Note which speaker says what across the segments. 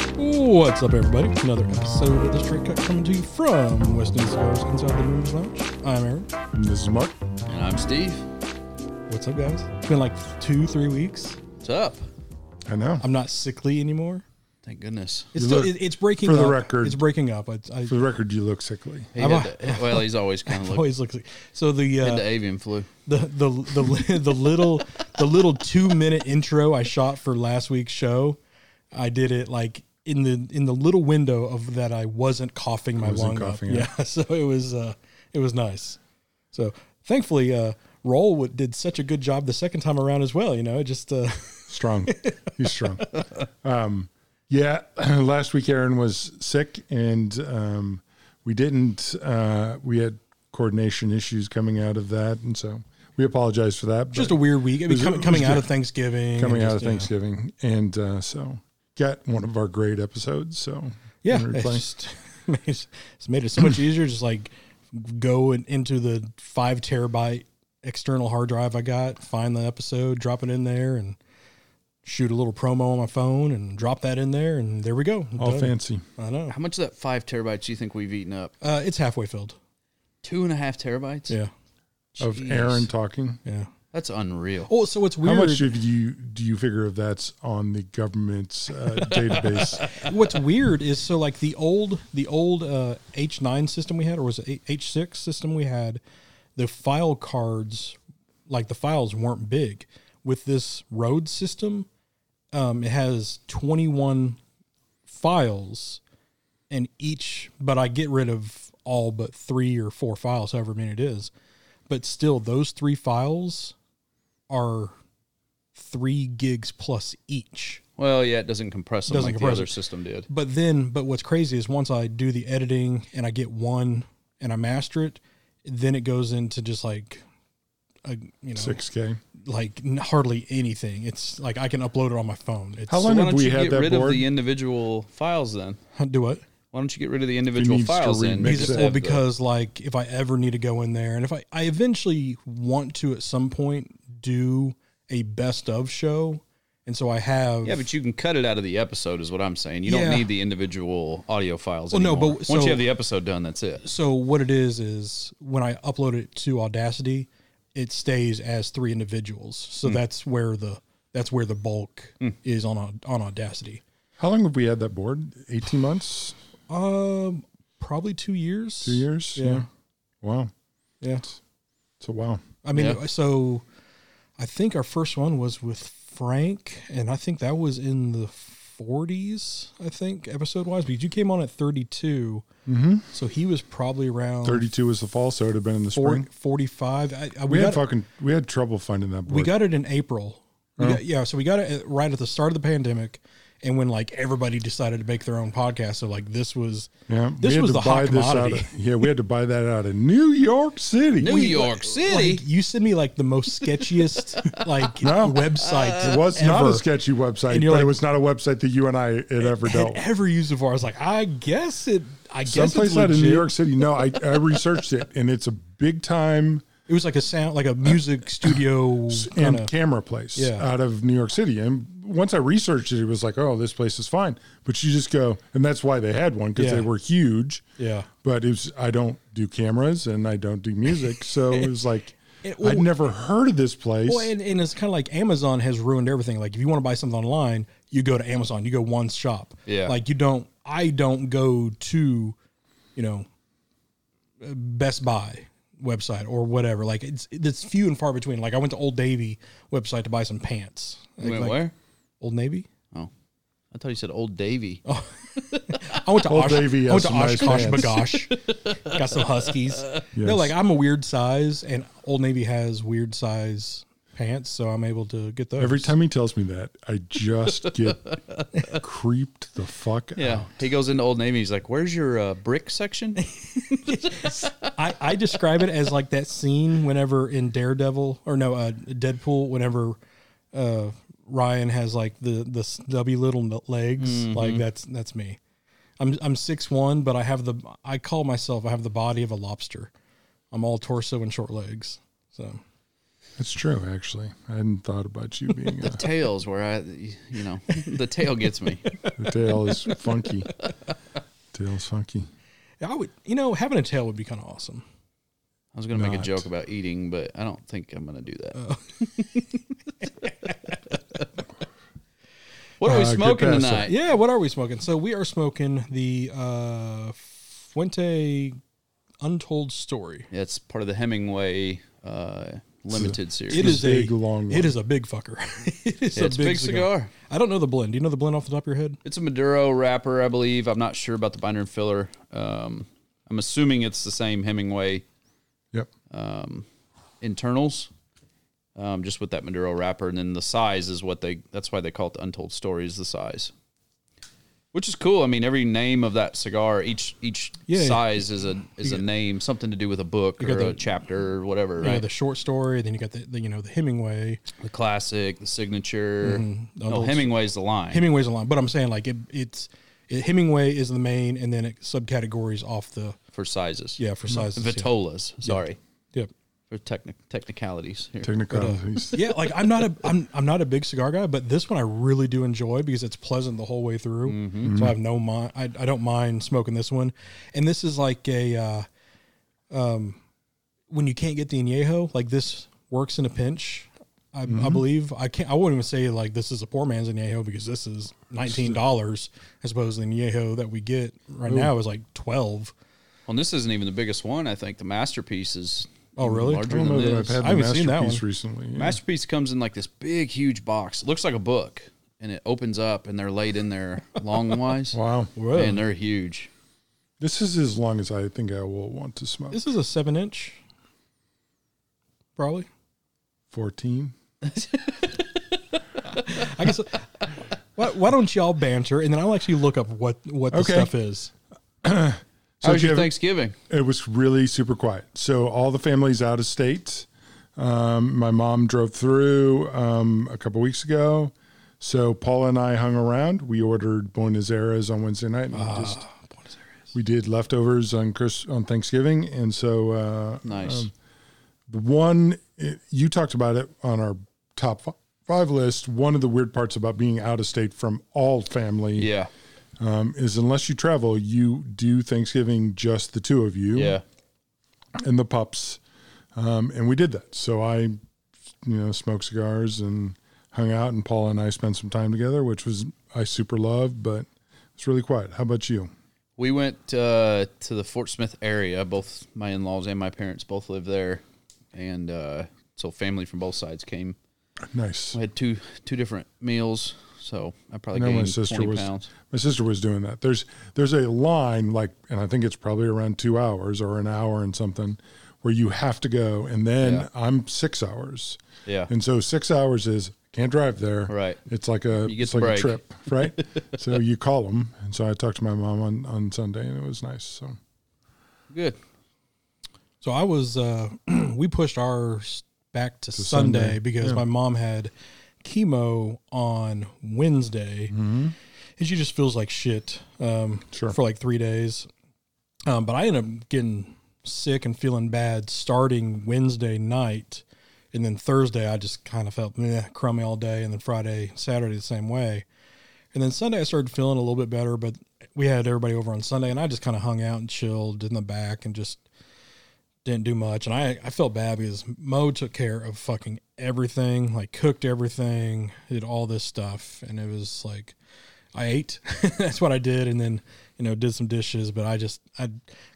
Speaker 1: What's up, everybody? It's another episode of The Straight Cut coming to you from West End Cigars inside the Moon's Lounge. I'm Aaron.
Speaker 2: This is Mark.
Speaker 3: And I'm Steve.
Speaker 1: What's up, guys? It's been like two, three weeks.
Speaker 3: What's up?
Speaker 2: I know.
Speaker 1: I'm not sickly anymore.
Speaker 3: Thank goodness.
Speaker 1: It's
Speaker 2: You
Speaker 1: still,
Speaker 2: look-
Speaker 1: it- it's breaking
Speaker 2: for the
Speaker 1: up.
Speaker 2: record-
Speaker 1: It's breaking up. I, I
Speaker 2: For the record, you look sickly.
Speaker 3: He
Speaker 1: I'm
Speaker 3: had the- well, he's always kind of looked
Speaker 1: always look so the
Speaker 3: had
Speaker 1: uh,
Speaker 3: the avian flu.
Speaker 1: the the the li- the little the little two minute intro I shot for last week's show. I did it like in the in the little window of that I wasn't coughing my
Speaker 2: Wasn't
Speaker 1: lung
Speaker 2: coughing
Speaker 1: up.
Speaker 2: it.
Speaker 1: Yeah, so it was uh, it was nice. So thankfully, uh, Roll w- did such a good job the second time around as well. You know, it just uh,
Speaker 2: Strong. He's strong. Um, yeah. Last week, Aaron was sick, and um, we didn't. Uh, we had coordination issues coming out of that, and so we apologize for that.
Speaker 1: just a
Speaker 2: but
Speaker 1: weird week. I mean,
Speaker 2: was-
Speaker 1: com-
Speaker 2: it was
Speaker 1: coming out
Speaker 2: good.
Speaker 1: of Thanksgiving, and
Speaker 2: coming out
Speaker 1: just,
Speaker 2: of
Speaker 1: you know.
Speaker 2: Thanksgiving, and uh, so got one of our great episodes. So
Speaker 1: Yeah,
Speaker 2: in
Speaker 1: it's
Speaker 2: replay.
Speaker 1: just made, it's made it so much easier. Just like go in, into the five terabyte external hard drive I got, find the episode, drop it in there, and shoot a little promo on my phone, and drop that in there, and there we go.
Speaker 2: all
Speaker 1: Done.
Speaker 2: fancy.
Speaker 1: I know.
Speaker 3: How much of that five terabytes do you think we've eaten up?
Speaker 1: Uh, it's halfway filled.
Speaker 3: Two and a half terabytes?
Speaker 1: Yeah,
Speaker 2: Of
Speaker 3: Jeez.
Speaker 2: Aaron talking.
Speaker 1: yeah.
Speaker 3: That's unreal.
Speaker 1: Oh, so what's weird?
Speaker 2: How much did you do you figure of that's on the government's uh, database?
Speaker 1: what's weird is so like the old the old uh, H9 system we had or was it H- H6 system we had the file cards like the files weren't big with this road system um, it has 21 files and each but I get rid of all but 3 or 4 files however many it is but still those 3 files are 3 gigs plus each
Speaker 3: Well, yeah, it doesn't compress them
Speaker 1: Doesn't
Speaker 3: like
Speaker 1: compress
Speaker 3: the other
Speaker 1: it.
Speaker 3: system did.
Speaker 1: but then, but what's crazy is once I do the editing and I get one and I master it, then it goes into just like, a, you know,
Speaker 2: Six K.
Speaker 1: like n- hardly anything. It's like I can upload it on my phone. It's,
Speaker 2: How
Speaker 3: So
Speaker 2: long
Speaker 3: why
Speaker 2: have
Speaker 3: don't
Speaker 2: we
Speaker 3: you
Speaker 2: had
Speaker 3: get
Speaker 2: that
Speaker 3: rid
Speaker 2: board?
Speaker 3: of the individual files then?
Speaker 1: Do what?
Speaker 3: Why don't you get rid of the individual
Speaker 2: needs to
Speaker 3: files then?
Speaker 2: remix
Speaker 3: You
Speaker 2: it.
Speaker 3: just
Speaker 2: Just
Speaker 1: Well,
Speaker 3: have the-
Speaker 1: because like if I ever need to go in there, and if I I eventually want to at some point do a best of show, and so I have
Speaker 3: yeah, but you can cut it out of the episode, is what I'm saying. You
Speaker 1: Yeah.
Speaker 3: don't need the individual audio files.
Speaker 1: Well, no,
Speaker 3: anymore.
Speaker 1: but- so-
Speaker 3: once you have the episode done, that's it.
Speaker 1: so what it is is when I upload it to Audacity, it stays as three individuals. So that's where the that's where the bulk is on Au- on Audacity.
Speaker 2: How long have we had that board? 18 months,
Speaker 1: Um, probably two years.
Speaker 2: two years?
Speaker 1: Yeah.
Speaker 2: Wow.
Speaker 1: Yeah.
Speaker 2: So, wow.
Speaker 1: I mean,
Speaker 3: Yeah.
Speaker 1: so I think our first one was with Frank, and I think that was in the 40s. I think episode wise, because you came on at 32,
Speaker 2: Mm-hmm.
Speaker 1: so he was probably around
Speaker 2: 32 was the fall, so it would have been in the
Speaker 1: 40,
Speaker 2: spring.
Speaker 1: 45. I, I,
Speaker 2: We,
Speaker 1: got
Speaker 2: had fucking, we had trouble finding that board.
Speaker 1: We got it in April. We
Speaker 2: Uh-huh.
Speaker 1: got, yeah, so we got it at- right at the start of the pandemic, and when like everybody decided to make their own podcast, so like this was
Speaker 2: yeah,
Speaker 1: this
Speaker 2: we had
Speaker 1: was
Speaker 2: to
Speaker 1: the hot
Speaker 2: buy this out
Speaker 1: commodity.
Speaker 2: of- yeah, we had to buy that out of New York City.
Speaker 3: New York City.
Speaker 1: like you sent me like the most sketchiest like website
Speaker 2: It was
Speaker 1: ever.
Speaker 2: not a sketchy website,
Speaker 1: And
Speaker 2: but
Speaker 1: you're
Speaker 2: it
Speaker 1: like-
Speaker 2: was not a website that you and I had ever
Speaker 1: had
Speaker 2: dealt with.
Speaker 1: ever used before. I was like, I guess it. I guess it's
Speaker 2: Someplace out in New
Speaker 1: legit.
Speaker 2: York City. No, I, I researched it, and it's a big time
Speaker 1: It was like a sound, like a music studio kind
Speaker 2: and
Speaker 1: of.
Speaker 2: camera place
Speaker 1: Yeah.
Speaker 2: out of New York City. And once I researched it, it was like, oh, this place is fine. But you just go, and that's why they had one because
Speaker 1: Yeah.
Speaker 2: they were huge.
Speaker 1: Yeah.
Speaker 2: But it was, I don't do cameras and I don't do music. So it was like,
Speaker 1: It-
Speaker 2: I'd never heard of this place.
Speaker 1: Well, and, and it's kind of like Amazon has ruined everything. Like if you want to buy something online, you go to Amazon. You go one shop.
Speaker 3: Yeah.
Speaker 1: Like you don't. I don't go to, you know, uh, Best Buy website or whatever. Like it's it's few and far between. Like I went to Old Navy website to buy some pants.
Speaker 3: You went
Speaker 1: Like,
Speaker 3: where?
Speaker 1: Old Navy.
Speaker 3: Oh, I thought you said Old Davy.
Speaker 1: I went to
Speaker 2: Old
Speaker 1: Osh-
Speaker 2: Navy
Speaker 1: I went to
Speaker 2: has some nice
Speaker 1: Oshkosh
Speaker 2: pants.
Speaker 1: Bagosh. Got some Huskies. No,
Speaker 2: Yes.
Speaker 1: like I'm a weird size, and Old Navy has weird size pants, so I'm able to get those.
Speaker 2: Every time he tells me that, I just get creeped the fuck
Speaker 3: Yeah,
Speaker 2: out.
Speaker 3: Oh, he goes into Old Navy. He's like, "Where's your uh, brick section?"
Speaker 1: I, I describe it as like that scene whenever in Daredevil or no uh, Deadpool whenever uh, Ryan has like the the stubby little n- legs
Speaker 3: Mm-hmm.
Speaker 1: like that's that's me. I'm I'm six one, but I have the I call myself I have the body of a lobster. I'm all torso and short legs. So
Speaker 2: That's true, actually. I hadn't thought about you being a
Speaker 3: Tails, where I, you know, the tail gets me.
Speaker 2: the tail is funky. Tail's funky.
Speaker 1: I would, you know, having a tail would be kind of awesome.
Speaker 3: I was going to make a
Speaker 2: Not.
Speaker 3: joke about eating, but I don't think I'm going to do that. what are we
Speaker 2: Uh, good
Speaker 3: smoking
Speaker 2: pass.
Speaker 3: tonight?
Speaker 1: Yeah, what are we smoking? So we are smoking the uh, Fuente Untold Story.
Speaker 3: It's part of the Hemingway uh, limited series.
Speaker 1: It is a
Speaker 2: big, long one.
Speaker 1: It is a big fucker. it is
Speaker 3: it's a big cigar.
Speaker 1: I don't know the blend. Do you know the blend off the top of your head?
Speaker 3: It's a Maduro wrapper, I believe. I'm not sure about the binder and filler. Um, I'm assuming it's the same Hemingway
Speaker 2: Yep.
Speaker 3: um, internals, um, just with that Maduro wrapper, and then the size is what they. That's why they call it the Untold Stories. The size, which is cool. I mean, every name of that cigar, each each
Speaker 1: Yeah.
Speaker 3: size is a is a name, something to do with a book or
Speaker 1: got the-
Speaker 3: a chapter or whatever.
Speaker 1: You
Speaker 3: right?
Speaker 1: got the short story, then you got the, the you know the Hemingway.
Speaker 3: the classic, the signature.
Speaker 1: Mm-hmm. The
Speaker 3: No,
Speaker 1: old-
Speaker 3: Hemingway's the line.
Speaker 1: Hemingway's a line, but I'm saying like it, it's it, Hemingway is the main, and then it subcategories off the
Speaker 3: for sizes.
Speaker 1: yeah for sizes. yeah.
Speaker 3: Vitolas. Sorry
Speaker 1: Yep.
Speaker 3: for technic technicalities here.
Speaker 2: Technicalities.
Speaker 1: yeah, like I'm not a I'm I'm not a big cigar guy, but this one I really do enjoy because it's pleasant the whole way through. So I have no mind. I, I don't mind smoking this one, and this is like a uh, um when you can't get the añejo, like this works in a pinch. I, I believe I can't. I wouldn't even say like this is a poor man's añejo because this is nineteen dollars as opposed to the añejo that we get right now is like twelve.
Speaker 3: Well, and this isn't even the biggest one. I think the masterpiece is.
Speaker 1: Oh, really?
Speaker 2: I
Speaker 3: Larger
Speaker 2: don't
Speaker 3: than
Speaker 2: know that I've
Speaker 3: this.
Speaker 2: had
Speaker 1: I
Speaker 2: the
Speaker 1: haven't seen that
Speaker 2: masterpiece
Speaker 1: one.
Speaker 2: recently. Yeah.
Speaker 3: Masterpiece comes in like this big, huge box. It looks like a book, and it opens up, and they're laid in there long wise,
Speaker 2: wow.
Speaker 3: and they're huge.
Speaker 2: This is as long as I think I will want to smoke.
Speaker 1: This is a seven inch, probably.
Speaker 2: 14.
Speaker 1: I guess. Why, why don't y'all banter and then I'll actually look up what what the
Speaker 2: Okay.
Speaker 1: stuff is.
Speaker 2: So
Speaker 3: How was
Speaker 2: do you
Speaker 3: your
Speaker 2: have-
Speaker 3: Thanksgiving?
Speaker 2: It was really super quiet. So all the family's out of state. Um, my mom drove through um, a couple weeks ago. So Paula and I hung around. We ordered Buenos Aires on Wednesday night. And we just we did leftovers on Chris on Thanksgiving, and so uh,
Speaker 3: Nice.
Speaker 2: the one it- you talked about it on our top fi- five list. One of the weird parts about being out of state from all family
Speaker 3: yeah,
Speaker 2: um, is unless you travel, you do Thanksgiving just the two of you
Speaker 3: yeah.
Speaker 2: and the pups. Um, and we did that. So I, you know, smoked cigars and hung out, and Paula and I spent some time together, which was I super loved, but it's really quiet. How about you?
Speaker 3: We went uh, to the Fort Smith area. Both my in laws and my parents both live there, and uh, so family from both sides came.
Speaker 2: Nice.
Speaker 3: We had two two different meals, so I probably
Speaker 2: I know
Speaker 3: gained
Speaker 2: my sister
Speaker 3: 20
Speaker 2: was
Speaker 3: pounds.
Speaker 2: my sister was doing that. There's there's a line like, and I think it's probably around two hours or an hour and something, where you have to go, and then
Speaker 3: Yeah.
Speaker 2: I'm six hours.
Speaker 3: Yeah.
Speaker 2: And so six hours is can't drive there.
Speaker 3: Right.
Speaker 2: It's like a
Speaker 3: You get
Speaker 2: it's
Speaker 3: the
Speaker 2: like
Speaker 3: break.
Speaker 2: a trip, right? so you call them, and so I talked to my mom on on Sunday, and it was nice. So
Speaker 3: Good.
Speaker 1: So I was uh we pushed ours back to, Sunday,
Speaker 2: Sunday.
Speaker 1: because my mom had chemo on Wednesday. And she just feels like shit um
Speaker 2: Mm-hmm. Sure.
Speaker 1: for like 3 days. Um but I ended up getting sick and feeling bad starting Wednesday night. And then Thursday, I just kind of felt meh, crummy all day. And then Friday, Saturday, the same way. And then Sunday, I started feeling a little bit better, but we had everybody over on Sunday, and I just kind of hung out and chilled in the back and just didn't do much. And I, I felt bad because Mo took care of fucking everything, like cooked everything, did all this stuff. And it was like, I ate. That's what I did. And then, you know, did some dishes, but I just, I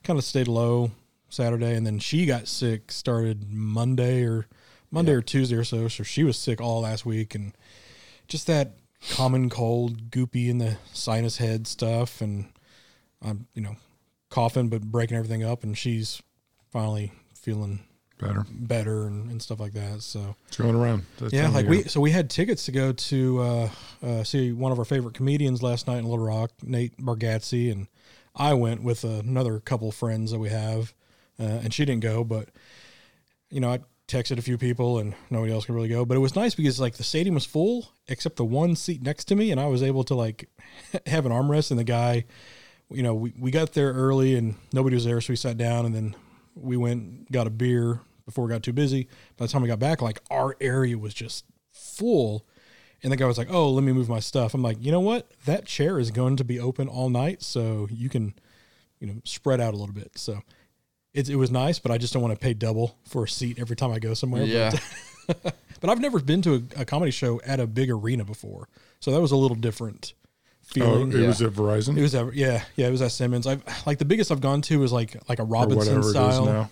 Speaker 1: kind of stayed low Saturday. And then she got sick, started Monday or Monday or Tuesday or so. So she was sick all last week. And just that common cold, goopy in the sinus head stuff, and I'm you know coughing but breaking everything up, and she's finally feeling
Speaker 2: better.
Speaker 1: better and, and stuff like that. So
Speaker 2: It's going around. That
Speaker 1: yeah,
Speaker 2: time of
Speaker 1: like
Speaker 2: year.
Speaker 1: we so we had tickets to go to uh, uh, see one of our favorite comedians last night in Little Rock, Nate Bargatze, and I went with another couple friends that we have, uh, and she didn't go, but you know I texted a few people and nobody else could really go, but it was nice because like the stadium was full except the one seat next to me, and I was able to like have an armrest, and the guy, you know, we we got there early and nobody was there, so we sat down, and then we went got a beer before we got too busy. By the time we got back, like our area was just full. And the guy was like, "Oh, let me move my stuff." I'm like, "You know what? That chair is going to be open all night, so you can, you know, spread out a little bit." So, it's it was nice, but I just don't want to pay double for a seat every time I go somewhere.
Speaker 3: Yeah.
Speaker 1: But I've never been to a, a comedy show at a big arena before, so that was a little different
Speaker 2: Oh,
Speaker 1: feeling.
Speaker 2: it was at Verizon
Speaker 1: It was at, yeah, yeah, it was at Simmons. I've like the biggest I've gone to is like like a
Speaker 2: or
Speaker 1: Robinson
Speaker 2: whatever
Speaker 1: style.
Speaker 2: it is now.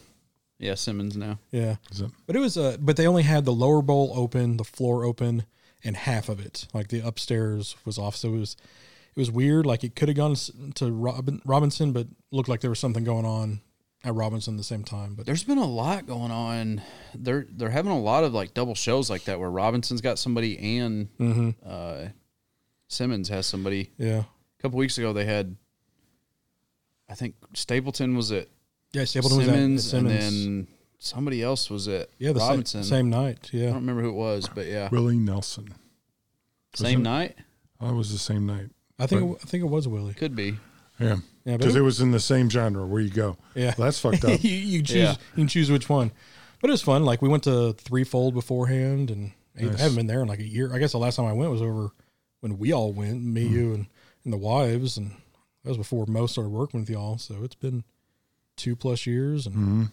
Speaker 3: Yeah, Simmons now.
Speaker 1: Yeah.
Speaker 2: Is it?
Speaker 1: But it was uh but they only had the lower bowl open, the floor open, and half of it. Like the upstairs was off, so it was it was weird. Like it could have gone s- to Robin, Robinson, but looked like there was something going on at Robinson at the same time. But
Speaker 3: There's been a lot going on. They're they're having a lot of like double shows like that where Robinson's got somebody and
Speaker 1: Mm-hmm.
Speaker 3: uh, Simmons has somebody.
Speaker 1: yeah,
Speaker 3: A couple weeks ago they had, I think Stapleton was at
Speaker 1: yeah, Stapleton was at- at
Speaker 3: Simmons,
Speaker 1: Simmons.
Speaker 3: and then somebody else was at
Speaker 1: yeah, the
Speaker 3: Robinson.
Speaker 1: same, same night.
Speaker 3: I
Speaker 1: Yeah,
Speaker 3: don't remember who it was, but yeah,
Speaker 2: Willie Nelson.
Speaker 3: same night
Speaker 2: Oh, it was the same night.
Speaker 1: I think it, w- I think it was Willie.
Speaker 3: could be.
Speaker 2: Yeah.
Speaker 1: Yeah, but
Speaker 2: Because
Speaker 1: it-
Speaker 2: it was in the same genre where you go.
Speaker 1: Yeah.
Speaker 2: "Well, that's fucked up.
Speaker 1: you, you choose
Speaker 3: Yeah.
Speaker 1: you can choose which one. But it was fun. Like we went to threefold beforehand, and I haven't been there in like a year. I guess the last time I went was over when we all went, me, you, and and the wives, and that was before Mo started working with y'all. So it's been two plus years, and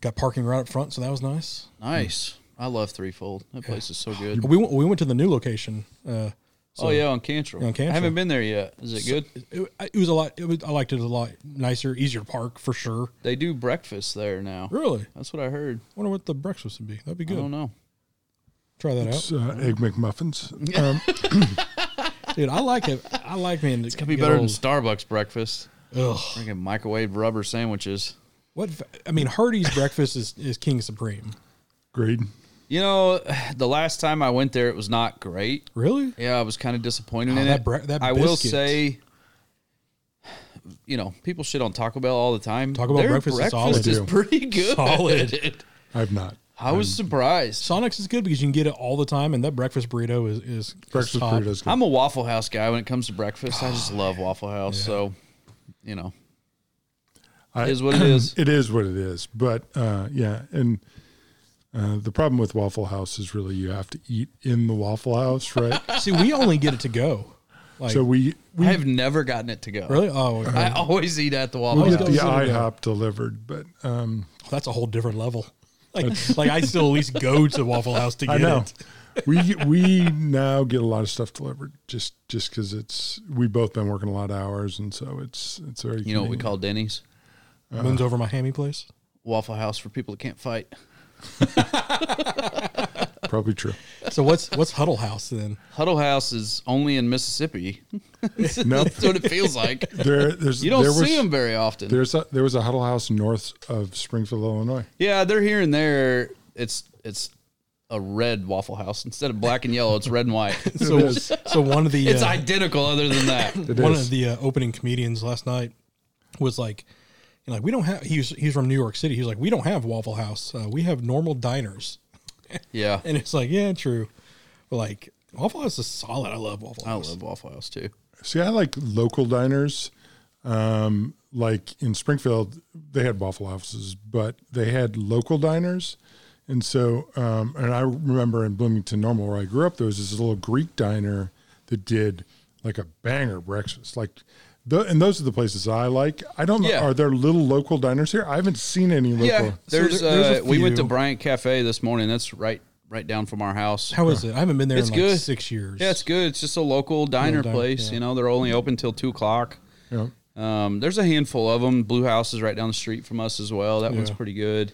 Speaker 1: got parking right up front, so that was nice.
Speaker 3: Nice.
Speaker 1: Mm.
Speaker 3: I love Threefold. That place is so good.
Speaker 1: We went, we went to the new location. Uh,
Speaker 3: oh yeah, on Cantrell.
Speaker 1: On Cantrell.
Speaker 3: I haven't been there yet. Is it good?
Speaker 1: it, it was a lot. It was, I liked it a lot nicer, easier to park for sure.
Speaker 3: They do breakfast there now.
Speaker 1: Really,
Speaker 3: That's what I heard.
Speaker 1: wonder what the breakfast would be. That'd be
Speaker 3: I don't
Speaker 1: good.
Speaker 3: know.
Speaker 1: Try that out.
Speaker 2: It's, uh, Egg McMuffins. Um,
Speaker 1: Dude, I like it. I like man. It's
Speaker 3: Could be better than Starbucks breakfast.
Speaker 1: Ugh.
Speaker 3: Freaking microwave rubber sandwiches.
Speaker 1: What v- I mean, Hardy's breakfast is, is king supreme.
Speaker 2: grade.
Speaker 3: You know, the last time I went there, it was not great.
Speaker 1: Really?
Speaker 3: Yeah, I was kind of disappointed
Speaker 1: Oh,
Speaker 3: in
Speaker 1: that
Speaker 3: it.
Speaker 1: bre- that
Speaker 3: I will
Speaker 1: biscuit.
Speaker 3: say, you know, people shit on Taco Bell all the time.
Speaker 1: Taco Bell
Speaker 3: Their
Speaker 1: breakfast is solid.
Speaker 3: is
Speaker 2: They do.
Speaker 3: pretty good.
Speaker 1: Solid.
Speaker 2: I've not.
Speaker 3: I was surprised.
Speaker 1: Sonics is good because you can get it all the time, and that breakfast burrito is is
Speaker 2: Breakfast
Speaker 1: is top.
Speaker 2: burritos. Good.
Speaker 3: I'm a Waffle House guy when it comes to breakfast. I just love Waffle House. So, you know,
Speaker 2: I-
Speaker 3: is what it is.
Speaker 2: It is what it is. But uh, yeah, and uh, the problem with Waffle House is really you have to eat in the Waffle House, right?
Speaker 1: See, we only get it to go. Like
Speaker 2: so we we
Speaker 3: I have never gotten it to go.
Speaker 1: really? Oh, okay.
Speaker 3: I always eat at the Waffle
Speaker 2: we
Speaker 3: House.
Speaker 2: get the
Speaker 1: Let's go to
Speaker 2: IHOP delivered, but um,
Speaker 1: that's a whole different level. Like, like I still at least go to Waffle House to
Speaker 2: I
Speaker 1: get
Speaker 2: know
Speaker 1: it.
Speaker 2: we we now get a lot of stuff delivered just just because it's we've both been working a lot of hours, and so it's it's very
Speaker 3: You know what we
Speaker 2: convenient.
Speaker 3: call Denny's?
Speaker 1: Moon's over my hammy place.
Speaker 3: Waffle House for people that can't fight.
Speaker 2: probably true.
Speaker 1: So what's what's Huddle House then?
Speaker 3: Huddle House is only in Mississippi.
Speaker 2: No,
Speaker 3: That's what it feels like.
Speaker 2: there there's
Speaker 3: You don't
Speaker 2: there
Speaker 3: see
Speaker 2: was,
Speaker 3: them very often.
Speaker 2: There's a, there was a Huddle House north of Springfield, Illinois.
Speaker 3: Yeah, they're here and there. It's it's a red Waffle House instead of black and yellow. It's red and white.
Speaker 1: So so one of the
Speaker 3: It's
Speaker 1: uh,
Speaker 3: identical, other than that.
Speaker 1: one
Speaker 2: is.
Speaker 1: of the uh, opening comedians last night was like, you know, like we don't have. He's he's from New York City. He's like, we don't have Waffle House. Uh, we have normal diners.
Speaker 3: Yeah,
Speaker 1: And it's like, yeah, true. But like Waffle House is solid. I love Waffle
Speaker 3: I
Speaker 1: House.
Speaker 3: love Waffle House too.
Speaker 2: See, I like local diners. Um, like in Springfield, they had waffle houses, but they had local diners. And so, um, and I remember in Bloomington Normal where I grew up, there was this little Greek diner that did like a banger breakfast. Like, the, and those are the places I like. I don't know.
Speaker 3: Yeah.
Speaker 2: Are there little local diners here? I haven't seen any local.
Speaker 3: Yeah, there's,
Speaker 1: So there- there's
Speaker 3: uh,
Speaker 1: a
Speaker 3: we went to
Speaker 1: few.
Speaker 3: Bryant Cafe this morning. That's right right down from our house.
Speaker 1: How is it? I haven't been there
Speaker 3: It's
Speaker 1: in like
Speaker 3: good.
Speaker 1: six years.
Speaker 3: Yeah, it's good. It's just a local diner
Speaker 1: diner,
Speaker 3: place.
Speaker 1: yeah.
Speaker 3: You know, they're only open till two o'clock.
Speaker 2: You know,
Speaker 3: Um, there's a handful of them. Blue House is right down the street from us as well. That one's
Speaker 1: Yeah.
Speaker 3: pretty good.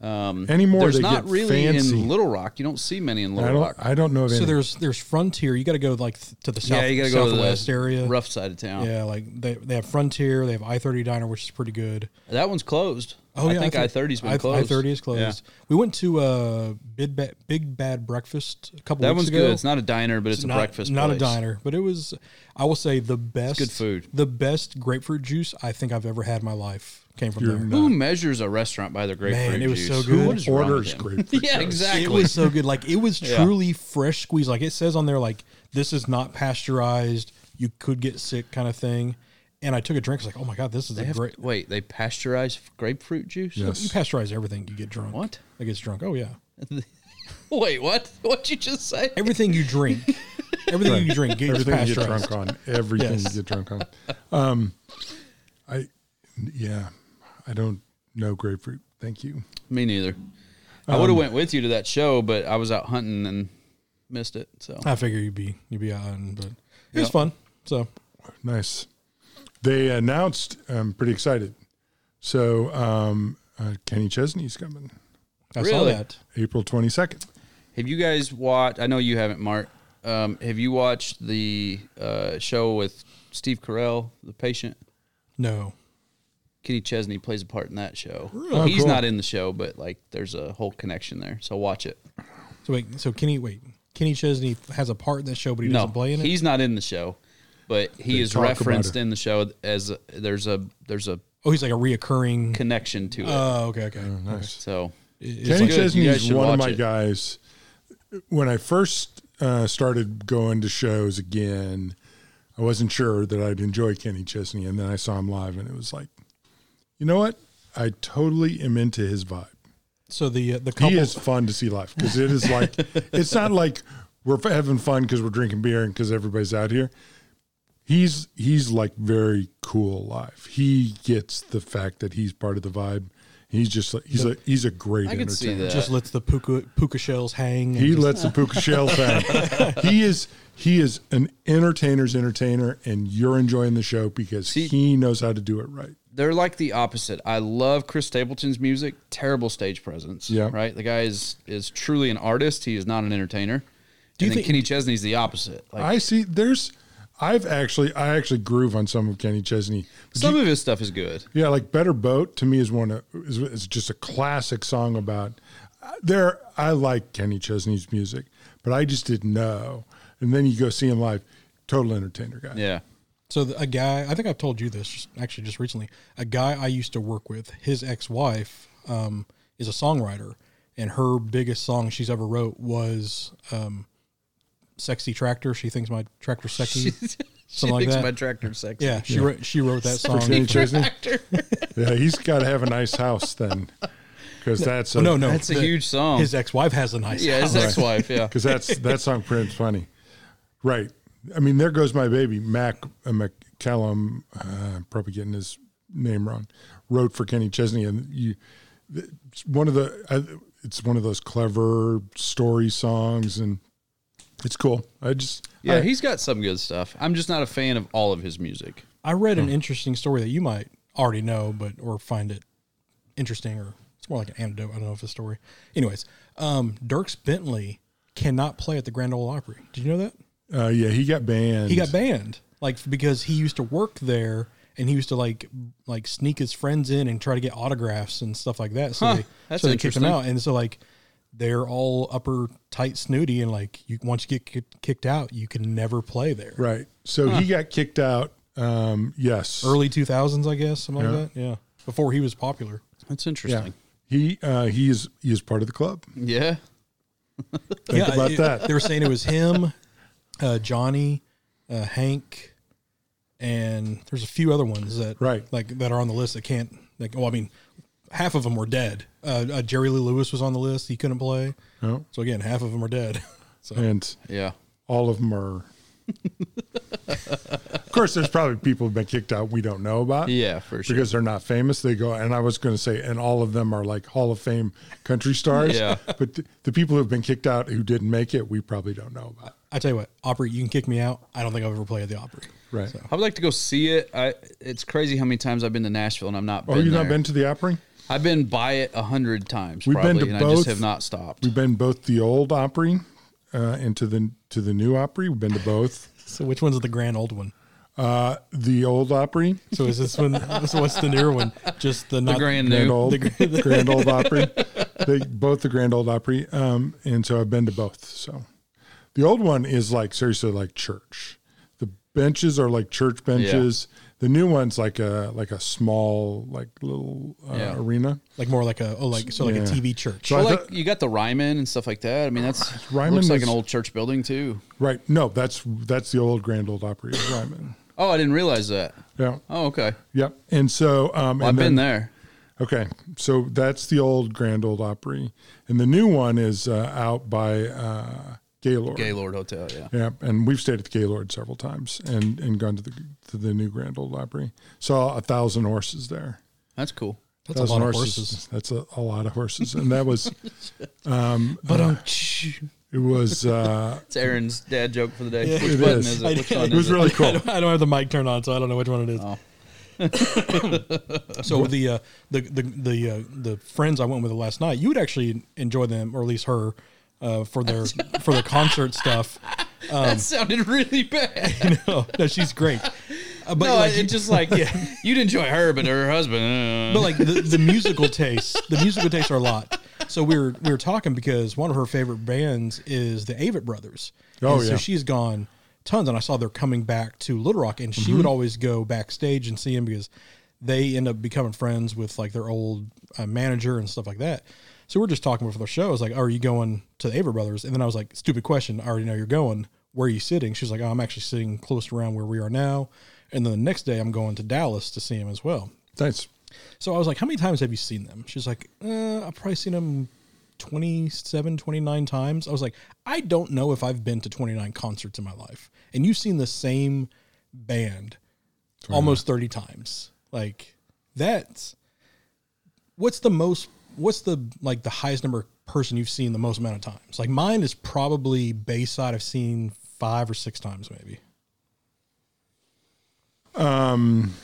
Speaker 3: Um,
Speaker 2: Anymore,
Speaker 3: there's
Speaker 2: they
Speaker 3: not
Speaker 2: get
Speaker 3: really
Speaker 2: fancy.
Speaker 3: in Little Rock. You don't see many in
Speaker 2: I
Speaker 3: Little
Speaker 2: don't,
Speaker 3: Rock.
Speaker 2: I don't know of any.
Speaker 1: so there's there's Frontier. You got to go like th- to the south,
Speaker 3: yeah, you gotta go to the
Speaker 1: southwest area.
Speaker 3: rough side of town.
Speaker 1: Yeah, like they, they have Frontier. They have I thirty diner, which is pretty good.
Speaker 3: That one's closed. I think I thirty's been closed.
Speaker 1: Oh, I thirty is closed.
Speaker 3: Yeah.
Speaker 1: We went to uh, Big Bad, Big Bad Breakfast a couple
Speaker 3: That
Speaker 1: weeks
Speaker 3: one's
Speaker 1: ago.
Speaker 3: good. It's not a diner, but it's, a
Speaker 1: not,
Speaker 3: breakfast.
Speaker 1: not
Speaker 3: place.
Speaker 1: a diner, but it was. I will say the best
Speaker 3: good food.
Speaker 1: The best grapefruit juice I think I've ever had in my life came from
Speaker 2: You're
Speaker 1: there.
Speaker 2: not-
Speaker 3: Who measures a restaurant by their grapefruit
Speaker 1: it was
Speaker 3: juice?
Speaker 1: so good.
Speaker 3: What is wrong with
Speaker 2: Orders
Speaker 3: them?
Speaker 2: grapefruit
Speaker 3: yeah,
Speaker 2: juice.
Speaker 3: exactly.
Speaker 1: It was so good. Like it was truly fresh squeeze. Like it says on there, like this is not pasteurized. You could get sick, kind of thing. and I took a drink. I was like, oh my god, this is
Speaker 3: They
Speaker 1: a
Speaker 3: have,
Speaker 1: great.
Speaker 3: wait, they pasteurize grapefruit juice?
Speaker 1: You
Speaker 2: Yes.
Speaker 1: pasteurize everything, you get drunk.
Speaker 3: What?
Speaker 1: That gets drunk. Oh yeah,
Speaker 3: Wait, what? What'd you just say?
Speaker 1: everything you drink, everything you drink gets
Speaker 2: Everything you get
Speaker 1: pasteurized.
Speaker 2: drunk on. Everything
Speaker 1: Yes.
Speaker 2: you get drunk on. Um, I, yeah, I don't know grapefruit. Thank you.
Speaker 3: Me neither. I
Speaker 1: Um,
Speaker 3: would have went with you to that show, but I was out hunting and missed it. So
Speaker 1: I figure you'd be you'd be out, and- but it was fun. So
Speaker 2: Nice. They announced. I'm pretty excited. So um, uh, Kenny Chesney's coming
Speaker 1: I saw
Speaker 3: Really?
Speaker 1: that.
Speaker 2: April 22nd.
Speaker 3: have you guys watched? I know you haven't, Mark. Um, have you watched the uh, show with Steve Carell, the patient?
Speaker 1: No,
Speaker 3: Kenny Chesney plays a part in that show.
Speaker 2: Oh,
Speaker 3: He's
Speaker 2: cool.
Speaker 3: not in the show, but like there's a whole connection there. So watch it.
Speaker 1: so wait, so Kenny, wait, Kenny Chesney has a part in that show, but he
Speaker 3: no,
Speaker 1: doesn't play in it.
Speaker 3: he's not in the show, but he
Speaker 2: They
Speaker 3: is
Speaker 2: talk about
Speaker 3: referenced
Speaker 2: it.
Speaker 3: in the show as a, there's a there's a
Speaker 1: oh, he's like a reoccurring.
Speaker 3: connection to it.
Speaker 1: Oh, okay, okay.
Speaker 2: Mm, Nice.
Speaker 3: so
Speaker 2: Kenny
Speaker 3: good. You
Speaker 2: Chesney
Speaker 3: guys
Speaker 2: is
Speaker 3: should
Speaker 2: one of
Speaker 3: watch
Speaker 2: my
Speaker 3: it.
Speaker 2: guys. When I first uh, started going to shows again, I wasn't sure that I'd enjoy Kenny Chesney, and then I saw him live, and it was like, you know what? I totally am into his vibe.
Speaker 1: So the uh, the couple
Speaker 2: He is fun to see live because it is like it's not like we're f- having fun because we're drinking beer and because everybody's out here. He's he's like very cool live. He gets the fact that he's part of the vibe. He's just like he's a he's a great
Speaker 3: I could see
Speaker 2: entertainer.
Speaker 3: that.
Speaker 1: just lets the puka puka shells hang. and
Speaker 2: He
Speaker 1: just-
Speaker 2: lets the puka shells hang. He is he is an entertainer's entertainer, and you're enjoying the show because he knows how to do it right.
Speaker 3: they're like the opposite. I love Chris Stapleton's music. Terrible stage presence.
Speaker 2: Yeah.
Speaker 3: Right. The guy is is truly an artist. He is not an entertainer.
Speaker 1: Do you
Speaker 3: and then
Speaker 1: think-
Speaker 3: Kenny Chesney's the opposite. Like
Speaker 2: I see. There's I've actually I actually groove on some of Kenny Chesney. But
Speaker 3: some of his stuff is good.
Speaker 2: Yeah, like "Better Boat" to me is one of, is, is just a classic song about. There, I like Kenny Chesney's music, but I just didn't know. And then you go see him live, total entertainer guy.
Speaker 3: Yeah.
Speaker 1: So the, a guy, I think I've told you this just, actually just recently. A guy I used to work with, his ex-wife um, is a songwriter, and her biggest song she's ever wrote was um, "Sexy Tractor." She thinks my tractor's sexy.
Speaker 3: she
Speaker 1: like
Speaker 3: thinks
Speaker 1: that.
Speaker 3: my tractor sexy.
Speaker 1: yeah, she wrote she wrote that song.
Speaker 2: Kenny Chesney,
Speaker 3: Tractor.
Speaker 2: yeah, he's got to have a nice house then, because that's a,
Speaker 1: no, no,
Speaker 3: That's a
Speaker 1: the-
Speaker 3: huge song.
Speaker 1: His ex-wife has a nice.
Speaker 3: Oh. yeah, his
Speaker 1: house.
Speaker 3: ex-wife. Yeah.
Speaker 2: because that's that song Prince funny, right? I mean, there goes my baby Mac uh, McCallum. Uh, I'm probably getting his name wrong. Wrote for Kenny Chesney, and you, it's one of the I, it's one of those clever story songs, and it's cool. I just
Speaker 3: Yeah.
Speaker 2: I-
Speaker 3: he's got some good stuff. I'm just not a fan of all of his music.
Speaker 1: I read
Speaker 3: Oh.
Speaker 1: an interesting story that you might already know, but or find it interesting, or it's more like an anecdote. I don't know if it's a story. Anyways, um, Dirks Bentley cannot play at the Grand Ole Opry. Did you know that
Speaker 2: uh, yeah, he got banned.
Speaker 1: he got banned? Like because he used to work there, and he used to like like sneak his friends in and try to get autographs and stuff like that. So
Speaker 3: Huh,
Speaker 1: they
Speaker 3: that's
Speaker 1: so they kicked him
Speaker 3: interesting.
Speaker 1: out, and so like they're all upper tight snooty, and like you once you get kick- kicked out, you can never play there.
Speaker 2: right. So he got kicked out. Um, yes,
Speaker 1: Early two thousands, I guess, something like that. Yeah, before he was popular.
Speaker 3: That's
Speaker 2: Yeah,
Speaker 3: interesting.
Speaker 2: he uh, he is he is part of the club.
Speaker 3: Yeah.
Speaker 2: Think about
Speaker 1: it-
Speaker 2: that.
Speaker 1: They were saying it was him, uh, Johnny, uh, Hank, and there's a few other ones that
Speaker 2: Right.
Speaker 1: like that are on the list that can't like. Well, I mean, half of them were dead. Uh, uh, Jerry Lee Lewis was on the list; he couldn't play.
Speaker 2: Oh.
Speaker 1: So again, half of them are dead. So
Speaker 2: And
Speaker 3: Yeah.
Speaker 2: all of them are. of course, there's probably people who've been kicked out we don't know about.
Speaker 3: Yeah, for sure.
Speaker 2: Because they're not famous. They go, and I was going to say, and all of them are like Hall of Fame country stars.
Speaker 3: Yeah.
Speaker 2: But th- the people who've been kicked out who didn't make it, we probably don't know about.
Speaker 1: I tell you what, Opry, you can kick me out. I don't think I've ever played at the Opry.
Speaker 2: Right.
Speaker 3: I would like to go see it. I it's crazy how many times I've been to Nashville and I'm not.
Speaker 2: oh, you've not
Speaker 3: there.
Speaker 2: been to the Opry?
Speaker 3: I've been by it a hundred times
Speaker 2: We've been
Speaker 3: probably,
Speaker 2: to
Speaker 3: and I
Speaker 2: both.
Speaker 3: just have not stopped.
Speaker 2: We've been both the old Opry uh, and to the to the new Opry. We've been to both.
Speaker 1: So which one's the grand old one?
Speaker 2: Uh, the old Opry,
Speaker 1: So is this one? so what's the newer one? Just the, not,
Speaker 3: Grand
Speaker 2: Grand
Speaker 3: New.
Speaker 2: Old,
Speaker 1: The Grand-
Speaker 2: Grand Old Opry. They both the Grand Old Opry, um, and so I've been to both. So the old one is like seriously like church. The benches are like church benches. The new one's like a like a small like little uh,
Speaker 3: Yeah.
Speaker 2: arena.
Speaker 1: like more like a oh like so like
Speaker 2: Yeah.
Speaker 1: a TV church.
Speaker 2: So I
Speaker 3: Well,
Speaker 2: thought-
Speaker 3: like you got the Ryman and stuff like that. I mean, that's
Speaker 2: Ryman
Speaker 3: looks like
Speaker 2: is-
Speaker 3: an old church building too.
Speaker 2: right? No, that's that's the old Grand Old Opry of Ryman.
Speaker 3: Oh, I didn't realize that.
Speaker 2: Yeah.
Speaker 3: Oh, okay.
Speaker 2: Yep. And so um,
Speaker 3: Well, I've
Speaker 2: and then-
Speaker 3: been there.
Speaker 2: Okay, so that's the old Grand Old Opry, and the new one is uh, out by uh, Gaylord.
Speaker 3: Gaylord Hotel. Yeah.
Speaker 2: Yeah, and we've stayed at the Gaylord several times, and and gone to the to the new Grand Old Opry. Saw a thousand horses there.
Speaker 3: That's cool.
Speaker 1: That's a lot
Speaker 2: Thousand
Speaker 1: of horses.
Speaker 2: That's a, a lot of horses, and that was
Speaker 1: But um,
Speaker 2: it was uh,
Speaker 3: It's Aaron's dad joke for the day. Which
Speaker 2: It
Speaker 3: button
Speaker 2: is.
Speaker 3: is, it? Which one
Speaker 2: it was
Speaker 3: is
Speaker 2: really
Speaker 3: it?
Speaker 1: I,
Speaker 2: cool.
Speaker 1: don't, I don't have the mic turned on, so I don't know which one it is.
Speaker 3: Oh.
Speaker 1: so the uh, the the the uh, the friends I went with last night, you would actually enjoy them, or at least her, uh, for their for their concert stuff.
Speaker 3: That sounded really bad.
Speaker 1: no, no, she's great. Uh, but
Speaker 3: no,
Speaker 1: like,
Speaker 3: it just like you'd enjoy her, but her husband. uh,
Speaker 1: but like the, the musical tastes, the musical tastes are a lot. So we were we were talking because one of her favorite bands is the Avett Brothers.
Speaker 2: Oh,
Speaker 1: And So
Speaker 2: yeah.
Speaker 1: she's gone tons, and I saw they're coming back to Little Rock, and she
Speaker 2: Mm-hmm.
Speaker 1: would always go backstage and see him because they end up becoming friends with like their old uh, manager and stuff like that. So we're just talking before the show. I was like, oh, "Are you going to the Avett Brothers?" And then I was like, "Stupid question. I already know you're going. Where are you sitting?" She was like, "Oh, I'm actually sitting close to around where we are now." And then the next day, I'm going to Dallas to see him as well.
Speaker 2: Nice.
Speaker 1: So I was like, how many times have you seen them? She's like, uh, I've probably seen them 27, 29 times. I was like, I don't know if I've been to 29 concerts in my life. And you've seen the same band almost 30 times. Like that's what's the most what's the like the highest number of person you've seen the most amount of times? Like mine is probably Bayside. I've seen five or six times maybe.
Speaker 2: Um,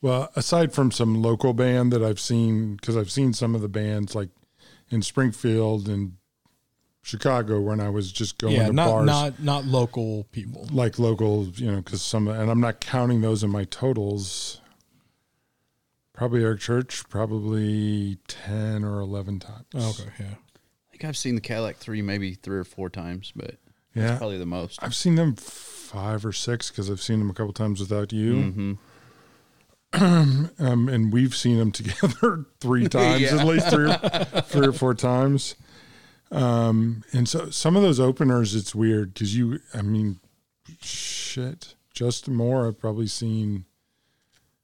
Speaker 2: Well, aside from some local band that I've seen, because I've seen some of the bands like in Springfield and Chicago when I was just going
Speaker 1: yeah,
Speaker 2: to
Speaker 1: not
Speaker 2: bars,
Speaker 1: not not local people.
Speaker 2: like local, you know, because some, and I'm not counting those in my totals. Probably Eric Church, probably 10 or 11 times.
Speaker 1: Okay, yeah.
Speaker 3: I think I've seen the Cadillac three, maybe three or four times, but
Speaker 2: Yeah.
Speaker 3: probably the most.
Speaker 2: I've seen them five or six because I've seen them a couple times without you.
Speaker 1: Mm-hmm.
Speaker 2: um, and we've seen them together three times, at least three or, three or four times. Um, and so some of those openers, it's weird because you, I mean, shit, Justin Moore, I've probably seen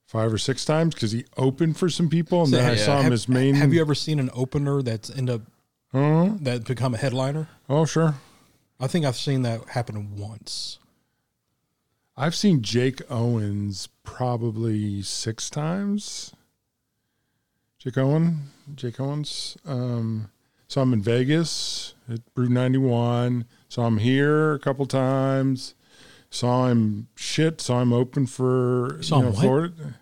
Speaker 2: five or six times because he opened for some people and
Speaker 1: So
Speaker 2: then I
Speaker 1: have-
Speaker 2: saw him
Speaker 1: have-
Speaker 2: as main.
Speaker 1: Have you ever seen an opener that's end up that become a headliner?
Speaker 2: oh, sure.
Speaker 1: I think I've seen that happen once.
Speaker 2: I've seen Jake Owens probably six times. Jake Owen, Jake Owens. Um, so I'm in Vegas at Brew 91. So I'm here a couple times. Saw him shit. Saw him open for
Speaker 1: Saw him what?
Speaker 2: Florida.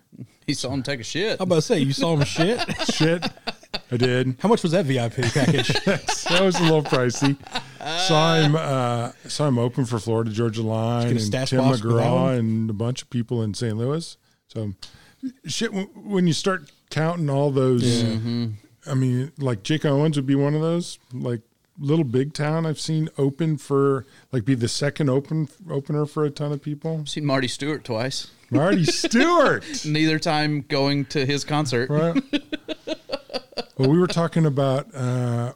Speaker 3: He saw him take a shit.
Speaker 1: I'm about to say you saw him shit.
Speaker 2: Shit, I did.
Speaker 1: How much was that VIP package?
Speaker 2: That was a little pricey. Saw him. Uh, saw him open for Florida Georgia Line
Speaker 1: get a
Speaker 2: and
Speaker 1: stash
Speaker 2: Tim
Speaker 1: box for that one?
Speaker 2: McGraw and a bunch of people in St. Louis. So, shit. When, when you start counting all those, I mean, like Jake Owens would be one of those. Like Little Big Town, I've seen open for like be the second open opener for a ton of people.
Speaker 3: I've seen Marty Stewart twice.
Speaker 2: Marty Stewart.
Speaker 3: Neither time going to his concert.
Speaker 2: Right. well, we were talking about, uh,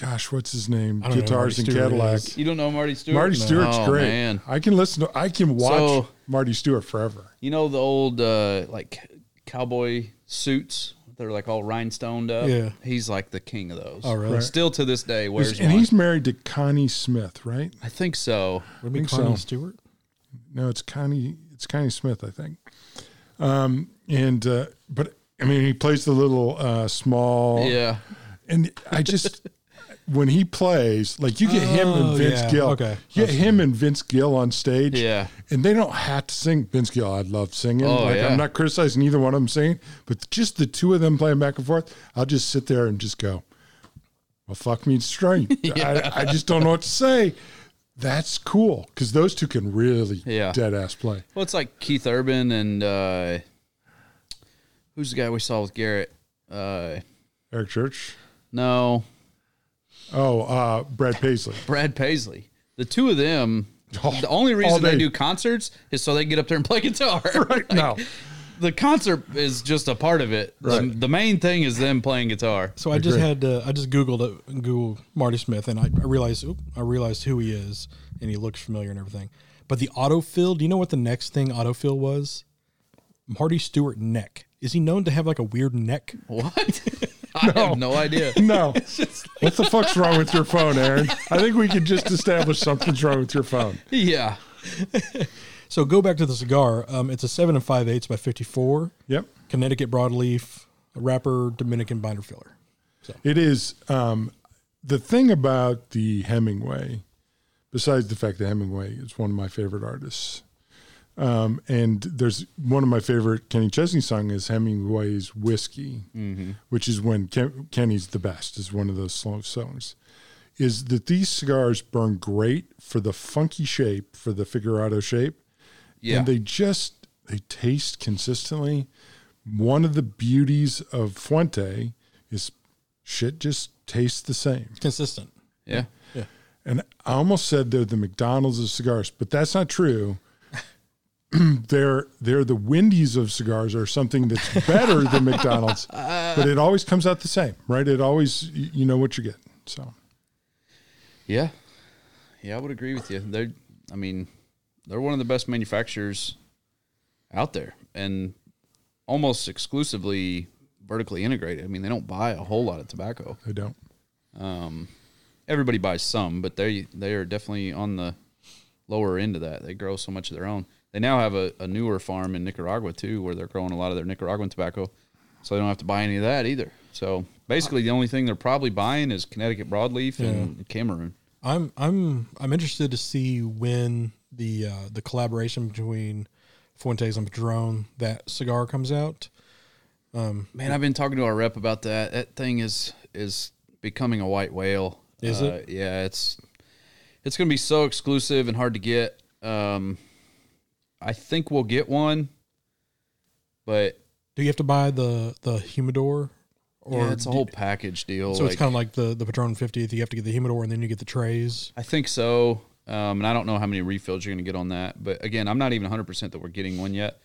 Speaker 2: gosh, what's his name?
Speaker 1: don't know who
Speaker 2: Guitars
Speaker 1: Marty
Speaker 2: and
Speaker 1: Stewart
Speaker 2: Cadillac.
Speaker 1: is.
Speaker 3: You don't know Marty Stewart?
Speaker 2: Marty Stewart's
Speaker 3: Oh,
Speaker 2: great.
Speaker 3: Man.
Speaker 2: I can listen to, I can watch
Speaker 3: So-
Speaker 2: Marty Stewart forever.
Speaker 3: You know the old uh, like cowboy suits? They're like all rhinestoned up.
Speaker 1: Yeah.
Speaker 3: He's like the king of those.
Speaker 1: Oh, really? Right.
Speaker 3: Still to this day wears
Speaker 2: and
Speaker 3: one.
Speaker 2: he's married to Connie Smith, right?
Speaker 3: I think so.
Speaker 1: Would it be
Speaker 2: Think
Speaker 1: Connie
Speaker 2: so.
Speaker 1: Stewart?
Speaker 2: No, it's Connie. It's Connie Smith, I think. Um, and uh, but I mean, he plays the little uh, small.
Speaker 3: Yeah.
Speaker 2: And I just when he plays, like you get him
Speaker 1: Oh,
Speaker 2: and Vince
Speaker 1: yeah,
Speaker 2: Gill.
Speaker 1: okay.
Speaker 2: You get him and Vince Gill on stage.
Speaker 3: Yeah.
Speaker 2: And they don't have to sing. Vince Gill, I love singing.
Speaker 3: Oh,
Speaker 2: like
Speaker 3: yeah.
Speaker 2: I'm not criticizing either one of them singing, but just the two of them playing back and forth, I'll just sit there and just go, Well, fuck me straight. I, I just don't know what to say. That's cool. Because those two can really
Speaker 3: Yeah.
Speaker 2: dead ass play.
Speaker 3: Well, it's like Keith Urban and uh, who's the guy we saw with Garrett? Uh,
Speaker 2: Eric Church.
Speaker 3: no,
Speaker 2: Oh, uh, Brad Paisley.
Speaker 3: Brad Paisley. The two of them.
Speaker 2: Oh,
Speaker 3: the only
Speaker 2: all
Speaker 3: reason they
Speaker 2: day.
Speaker 3: do concerts is so they can get up there and play guitar.
Speaker 2: Right now.
Speaker 3: the concert is just a part of it. The- The,
Speaker 2: Right.
Speaker 3: main thing is them playing guitar.
Speaker 1: So I just
Speaker 2: Agree.
Speaker 1: had uh, I just googled uh, Google Marty Smith and I, I realized oop, I realized who he is and he looks familiar and everything. But the autofill, do you know what the next thing autofill was? Marty Stewart neck. Is he known to have like a weird neck?
Speaker 3: What? I have no idea.
Speaker 2: No. what the fuck's wrong with your phone, Aaron? I think we could just establish something's wrong with your phone.
Speaker 3: Yeah.
Speaker 1: So go back to the cigar. Um, it's a seven and five eighths by fifty four.
Speaker 2: Yep.
Speaker 1: Connecticut broadleaf wrapper, Dominican binder filler.
Speaker 2: It is um, the thing about the Hemingway, besides the fact that Hemingway is one of my favorite artists. Um, and there's one of my favorite Kenny Chesney song is Hemingway's Whiskey, which is when Ken, Kenny's the best, is one of those slow songs. Is that these cigars burn great for the funky shape, for the figurado shape,
Speaker 3: Yeah.
Speaker 2: and they just they taste consistently. One of the beauties of Fuente is shit just tastes the same.
Speaker 1: Consistent.
Speaker 3: yeah.
Speaker 2: And I almost said they're the McDonald's of cigars, but that's not true. they're they're the Wendy's of cigars or something that's better than McDonald's, but it always comes out the same, right? It always y- you know what you get. So
Speaker 3: Yeah. Yeah, I would agree with you. They're I mean, they're one of the best manufacturers out there and almost exclusively vertically integrated. I mean, they don't buy a whole lot of tobacco.
Speaker 2: I don't.
Speaker 3: Um, everybody buys some, but they they are definitely on the lower end of that. They grow so much of their own. They now have a, a newer farm in Nicaragua too, where they're growing a lot of their Nicaraguan tobacco, so they don't have to buy any of that either. So basically, the only thing they're probably buying is Connecticut broadleaf and Cameroon.
Speaker 1: I'm I'm I'm interested to see when the uh, the collaboration between Fuentes and Padron that cigar comes out.
Speaker 3: Man, I've been talking to our rep about that. That thing is is becoming a white whale.
Speaker 1: Is
Speaker 3: Uh, Yeah, it's it's going to be so exclusive and hard to get. Um, I think we'll get one, but
Speaker 1: Do you have to buy the the humidor? Or
Speaker 3: yeah, it's a
Speaker 1: do-
Speaker 3: whole package deal.
Speaker 1: so
Speaker 3: like-
Speaker 1: it's kind of like the the Patron 50th. You have to get the humidor and then you get the trays.
Speaker 3: I think so. Um, and I don't know how many refills you're going to get on that. But again, I'm not even 100% that we're getting one yet.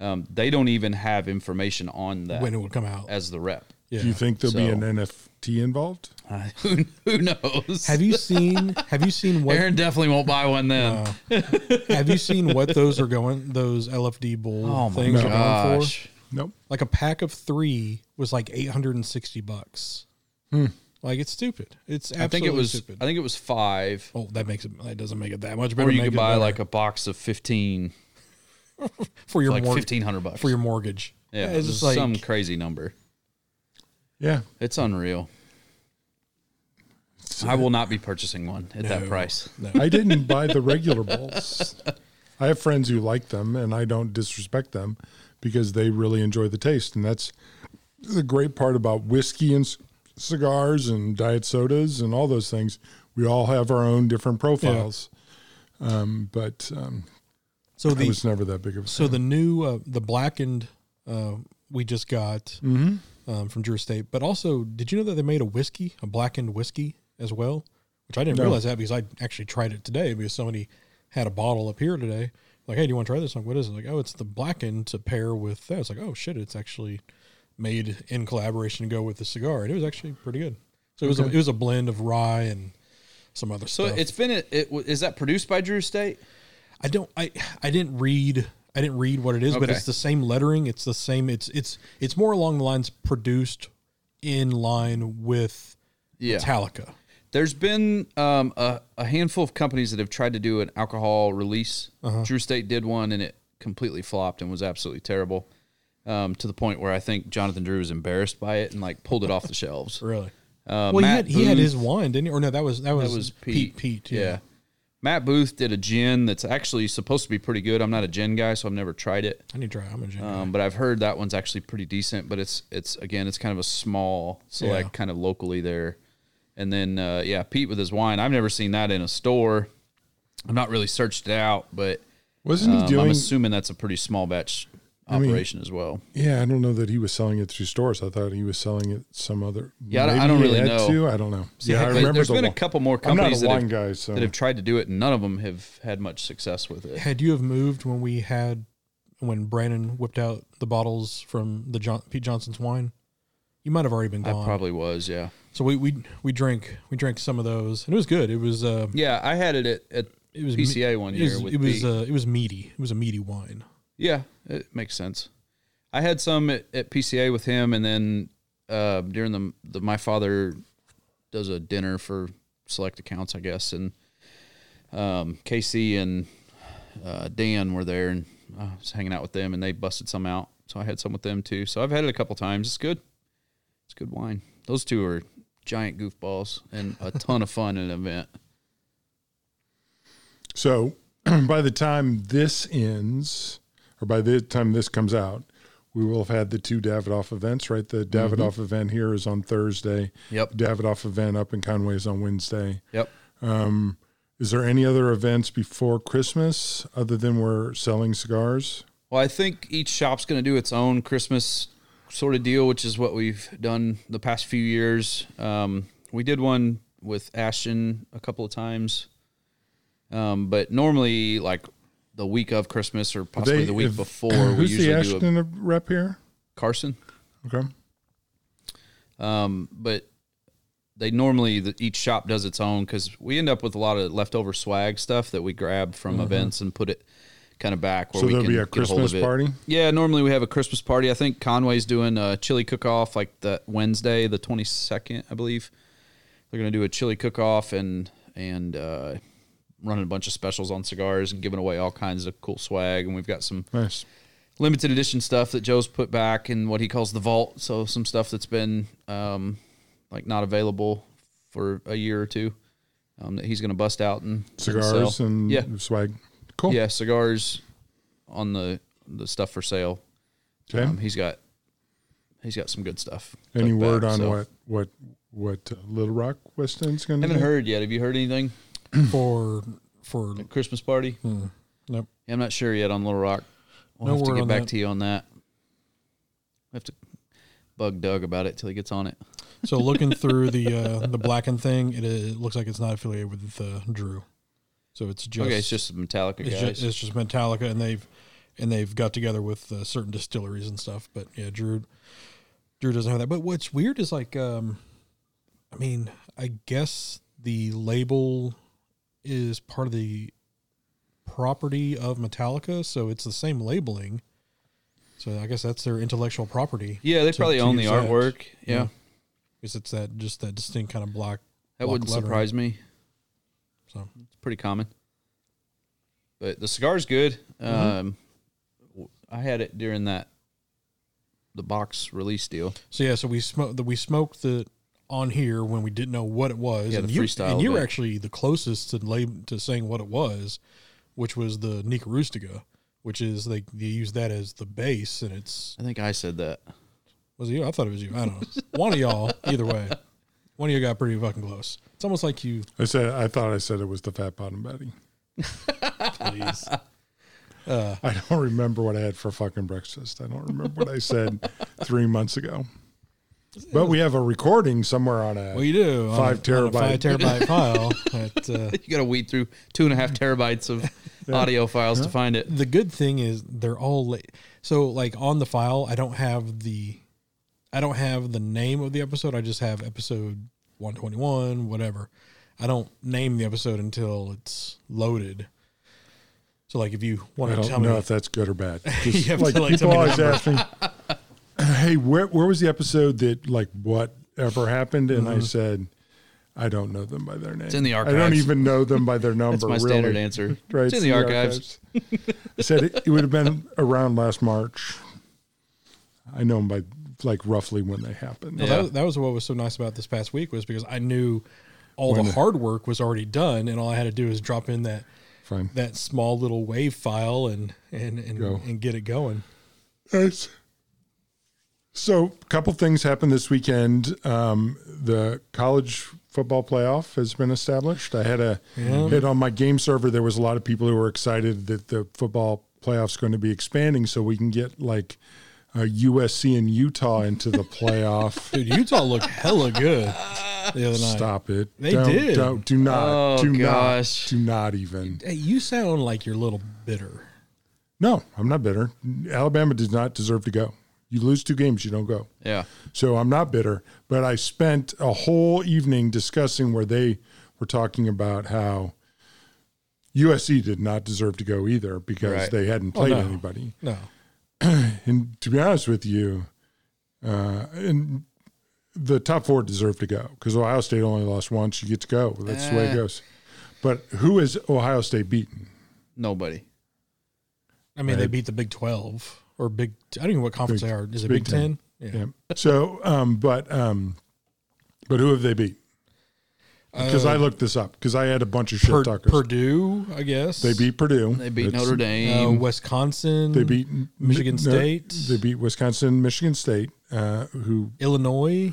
Speaker 3: Um, they don't even have information on that
Speaker 1: When it would come out.
Speaker 3: as the rep.
Speaker 1: Yeah.
Speaker 2: Do you think there'll be
Speaker 3: So-
Speaker 2: an NFT involved?
Speaker 3: Uh, who, who knows?
Speaker 1: have you seen Have you seen what
Speaker 3: Aaron definitely won't buy one then.
Speaker 1: Have you seen what those are going? Those LFD bull
Speaker 3: oh my
Speaker 1: things are going for.
Speaker 3: gosh.
Speaker 2: Nope.
Speaker 1: Like a pack of three was like eight hundred and sixty bucks. Like it's stupid. It's absolutely
Speaker 3: Hmm. I think it was
Speaker 1: stupid.
Speaker 3: I think it was 5
Speaker 1: Oh, that makes it. That doesn't make it that much better.
Speaker 3: or you
Speaker 1: Make
Speaker 3: could
Speaker 1: it
Speaker 3: buy
Speaker 1: better.
Speaker 3: like a box of 15
Speaker 1: for your
Speaker 3: like
Speaker 1: mor-
Speaker 3: 1500 bucks.
Speaker 1: for your mortgage.
Speaker 3: yeah,
Speaker 1: it's just like
Speaker 3: some crazy number.
Speaker 2: Yeah.
Speaker 3: It's unreal. I will not be purchasing one at that
Speaker 1: No.
Speaker 3: price.
Speaker 2: I didn't buy the regular bowls. I have friends who like them, and I don't disrespect them because they really enjoy the taste, and that's the great part about whiskey and c- cigars and diet sodas and all those things. We all have our own different profiles, um, but um,
Speaker 1: so
Speaker 2: I
Speaker 1: the
Speaker 2: was never that big of a
Speaker 1: so the new uh, the blackened uh, we just got um, from Drew Estate. But also, did you know that they made a whiskey, a blackened whiskey as well? Which I didn't realize that because I actually tried it today because somebody had a bottle up here today. Like, hey, do you want to try this? Like, what is it? Like, oh, it's the blackened to pair with that. It's like, oh shit, it's actually made in collaboration to go with the cigar, and it was actually pretty good. So it was a, it was a blend of rye and some other
Speaker 3: So
Speaker 1: stuff.
Speaker 3: it's been it, it is that produced by Drew State?
Speaker 1: I don't I I didn't read I didn't read what it is, but
Speaker 3: Okay.
Speaker 1: it's the same lettering. It's the same. It's it's it's more along the lines produced in line with
Speaker 3: Yeah.
Speaker 1: Metallica.
Speaker 3: There's been um, a, a handful of companies that have tried to do an alcohol release.
Speaker 1: Uh-huh.
Speaker 3: Drew State did one and it completely flopped and was absolutely terrible um, to the point where I think Jonathan Drew was embarrassed by it and like pulled it off the shelves.
Speaker 1: Really?
Speaker 3: Uh,
Speaker 1: well, he
Speaker 3: Matt
Speaker 1: had, he had
Speaker 3: Booth-
Speaker 1: his wine, didn't he? Or no, that was that was,
Speaker 3: that was
Speaker 1: Pete. Pete. Yeah.
Speaker 3: Matt Booth did a gin that's actually supposed to be pretty good. I'm not a gin guy, so I've never tried it.
Speaker 1: I need to try. I'm a gin.
Speaker 3: Um, but I've heard that one's actually pretty decent. But it's it's again, it's kind of a small select,
Speaker 1: Yeah.
Speaker 3: kind of locally there. And then uh, yeah, Pete with his wine. I've never seen that in a store. I'm not really searched it out, but
Speaker 2: wasn't he
Speaker 3: um, I'm
Speaker 2: doing?
Speaker 3: assuming that's a pretty small batch
Speaker 2: mean-
Speaker 3: operation as well.
Speaker 2: yeah, I don't know that he was selling it through stores. I thought he was selling it some other.
Speaker 3: Yeah, I don't- I
Speaker 2: maybe
Speaker 3: don't
Speaker 2: he
Speaker 3: really
Speaker 2: had
Speaker 3: know.
Speaker 2: to, I don't know. yeah, I
Speaker 3: There-
Speaker 2: remember
Speaker 3: There's
Speaker 2: the
Speaker 3: been a
Speaker 2: wine-
Speaker 3: couple more
Speaker 2: I'm not
Speaker 3: companies
Speaker 2: a
Speaker 3: that,
Speaker 2: wine
Speaker 3: have,
Speaker 2: guy, so
Speaker 3: that have tried to do it, and none of them have had much success with it.
Speaker 1: had you have moved when we had when Brandon whipped out the bottles from the John, Pete Johnson's wine? You might have already been
Speaker 3: I
Speaker 1: gone.
Speaker 3: probably was, yeah.
Speaker 1: so we we we drank we drank some of those, and it was good. It was uh,
Speaker 3: Yeah, I had it at, at
Speaker 1: it was
Speaker 3: PCA one
Speaker 1: it
Speaker 3: year
Speaker 1: was-
Speaker 3: with
Speaker 1: it was
Speaker 3: B.
Speaker 1: uh, it was meaty. It was a meaty wine.
Speaker 3: Yeah, it makes sense. I had some at, at PCA with him, and then uh, during the, the my father does a dinner for select accounts, I guess, and um, Casey and uh, Dan were there, and I was hanging out with them, and they busted some out, so I had some with them too. So I've had it a couple times. It's good. It's good wine. Those two are giant goofballs and a ton of fun at an event.
Speaker 2: So by the time this ends, or by the time this comes out, we will have had the two Davidoff events, right? The Davidoff event here is on Thursday.
Speaker 3: Mm-hmm. Yep.
Speaker 2: The Davidoff event up in Conway is on Wednesday.
Speaker 3: Yep.
Speaker 2: Is there any other events before Christmas other than we're selling cigars?
Speaker 3: Well, I think each shop's going to do its own Christmas sort of deal, which is what we've done the past few years. Um, we did one with Ashton a couple of times, um, but normally, like the week of Christmas or possibly the week
Speaker 2: if-
Speaker 3: before, we
Speaker 2: Who's
Speaker 3: usually
Speaker 2: the
Speaker 3: do
Speaker 2: Ashton rep here?
Speaker 3: a Carson.
Speaker 2: Okay.
Speaker 3: Um, but they normally the, each shop does its own because we end up with a lot of leftover swag stuff that we grab from events and put it kind of back where
Speaker 2: Mm-hmm. So
Speaker 3: we
Speaker 2: there'll
Speaker 3: can
Speaker 2: be a
Speaker 3: get a hold
Speaker 2: Christmas
Speaker 3: of it.
Speaker 2: party.
Speaker 3: Yeah, normally we have a Christmas party. I think Conway's doing a chili cook-off like the Wednesday, the twenty second, I believe. They're gonna do a chili cook-off and and uh, running a bunch of specials on cigars and giving away all kinds of cool swag. And we've got some
Speaker 2: Nice.
Speaker 3: limited edition stuff that Joe's put back in what he calls the vault. So some stuff that's been um, like not available for a year or two um, that he's gonna bust out and and sell.
Speaker 2: Cigars and
Speaker 3: yeah,
Speaker 2: swag. Cool.
Speaker 3: yeah, cigars on the the stuff for sale.
Speaker 2: Okay.
Speaker 3: Um, he's got he's got some good stuff.
Speaker 2: Any
Speaker 3: tucked
Speaker 2: word
Speaker 3: back,
Speaker 2: on
Speaker 3: so.
Speaker 2: what what what uh, Little Rock West End's going to
Speaker 3: Haven't
Speaker 2: do?
Speaker 3: heard yet. Have you heard anything?
Speaker 1: For for hmm.
Speaker 3: Christmas party?
Speaker 1: nope.
Speaker 3: Yeah, I'm not sure yet on Little Rock. We'll
Speaker 1: No
Speaker 3: have to
Speaker 1: word
Speaker 3: get
Speaker 1: on
Speaker 3: back
Speaker 1: that.
Speaker 3: to you on that. I have to bug Doug about it till he gets on it.
Speaker 1: So looking through the uh, the Blacken thing, it, it looks like it's not affiliated with uh, Drew. So it's just
Speaker 3: okay, it's just some Metallica
Speaker 1: it's
Speaker 3: guys.
Speaker 1: just, it's just Metallica, and they've and they've got together with uh, certain distilleries and stuff. But yeah, Drew Drew doesn't have that. But what's weird is like, um, I mean, I guess the label is part of the property of Metallica, so it's the same labeling. So I guess that's their intellectual property.
Speaker 3: yeah, they
Speaker 1: to-
Speaker 3: probably
Speaker 1: to
Speaker 3: own the
Speaker 1: use that.
Speaker 3: artwork. Yeah,
Speaker 1: because it's that just that distinct kind of black.
Speaker 3: that
Speaker 1: block
Speaker 3: wouldn't
Speaker 1: lettering.
Speaker 3: surprise me.
Speaker 1: So
Speaker 3: It's pretty common. But the cigar's good.
Speaker 2: Mm-hmm.
Speaker 3: Um, w- I had it during that the box release deal.
Speaker 1: So yeah, so we smoked the we smoked the on here when we didn't know what it was.
Speaker 3: Yeah,
Speaker 1: and
Speaker 3: the
Speaker 1: you,
Speaker 3: freestyle
Speaker 1: And you were
Speaker 3: bit.
Speaker 1: actually the closest to lab, to saying what it was, which was the Nika Rustica, which is they they use that as the base, and it's
Speaker 3: I think I said that.
Speaker 1: was it you? I thought it was you. I don't know. One of y'all, either way, one of you got pretty fucking close. It's almost like you.
Speaker 2: I said I thought I said it was the Fat Bottom Betty.
Speaker 1: Please. Uh.
Speaker 2: I don't remember what I had for fucking breakfast. I don't remember what I said three months ago. But we have a recording somewhere on a.
Speaker 1: Well, you do on a-
Speaker 2: Five
Speaker 1: on a five
Speaker 2: terabyte.
Speaker 1: terabyte file. At, uh,
Speaker 3: You got to weed through two and a half terabytes of audio files to find it.
Speaker 1: the good thing is they're all la- so like on the file i don't have the i don't have the name of the episode i just have episode 121 whatever i don't name the episode until it's loaded so like if you
Speaker 2: I
Speaker 1: want to tell
Speaker 2: don't
Speaker 1: me
Speaker 2: know if that's good or bad. Just,
Speaker 1: have to,
Speaker 2: like,
Speaker 1: like,
Speaker 2: people
Speaker 1: tell me
Speaker 2: always
Speaker 1: the
Speaker 2: ask me, "Hey, where where was the episode that like whatever happened?" And
Speaker 1: Uh-huh.
Speaker 2: I said, "I don't know them by their name.
Speaker 3: in the
Speaker 2: I don't
Speaker 3: archives.
Speaker 2: even know them by their number.
Speaker 3: That's my
Speaker 2: really.
Speaker 3: standard answer.
Speaker 2: Right,
Speaker 3: it's in the archives.
Speaker 2: archives. I said it, it would have been around last March. I know them by like roughly when they happened.
Speaker 1: Well, that, that was what was so nice about this past week was because i knew all the hard work was already done and all i had to do is drop in that
Speaker 2: Fine.
Speaker 1: that small little wave file and and and,
Speaker 2: Go.
Speaker 1: and get it going
Speaker 2: It's- so, a couple things happened this weekend. Um, the college football playoff has been established. I had a hit on my game server. There was a lot of people who were excited that the football playoff's going to be expanding, so we can get like uh, USC and Utah into the playoff.
Speaker 1: dude utah looked hella good the other night
Speaker 2: Stop it!
Speaker 1: They
Speaker 2: don't,
Speaker 1: did.
Speaker 2: Don't do not.
Speaker 3: Oh,
Speaker 2: do
Speaker 3: gosh.
Speaker 2: not. Do not even.
Speaker 1: Hey, you sound like you're a little bitter.
Speaker 2: No, I'm not bitter. Alabama does not deserve to go. You lose two games, you don't go.
Speaker 3: Yeah.
Speaker 2: So I'm not bitter, but I spent a whole evening discussing where they were talking about how USC did not deserve to go either because
Speaker 3: Right.
Speaker 2: they hadn't played
Speaker 1: Oh, no.
Speaker 2: anybody.
Speaker 1: No.
Speaker 2: And to be honest with you, uh, and the top four deserve to go because Ohio State only lost once. You get to go. That's the way it
Speaker 3: Eh.
Speaker 2: goes. But who has Ohio State beaten?
Speaker 3: Nobody.
Speaker 1: I mean, they beat the Big 12 or Big, I don't even know what conference they are. Is it
Speaker 2: Big
Speaker 1: Big,
Speaker 2: Ten.
Speaker 1: 10? Yeah.
Speaker 2: Yeah. So, um, but um, but who have they beat? Because
Speaker 3: Uh,
Speaker 2: I looked this up because I had a bunch of shit
Speaker 1: Uh, Pur-
Speaker 2: talkers.
Speaker 1: Purdue, I guess.
Speaker 2: they beat Purdue.
Speaker 3: They beat
Speaker 2: That's-
Speaker 3: Notre
Speaker 1: uh,
Speaker 3: Dame.
Speaker 1: Wisconsin.
Speaker 2: They beat
Speaker 1: Michigan
Speaker 2: no,
Speaker 1: State.
Speaker 2: They beat Wisconsin, Michigan State. Uh, who?
Speaker 1: Illinois.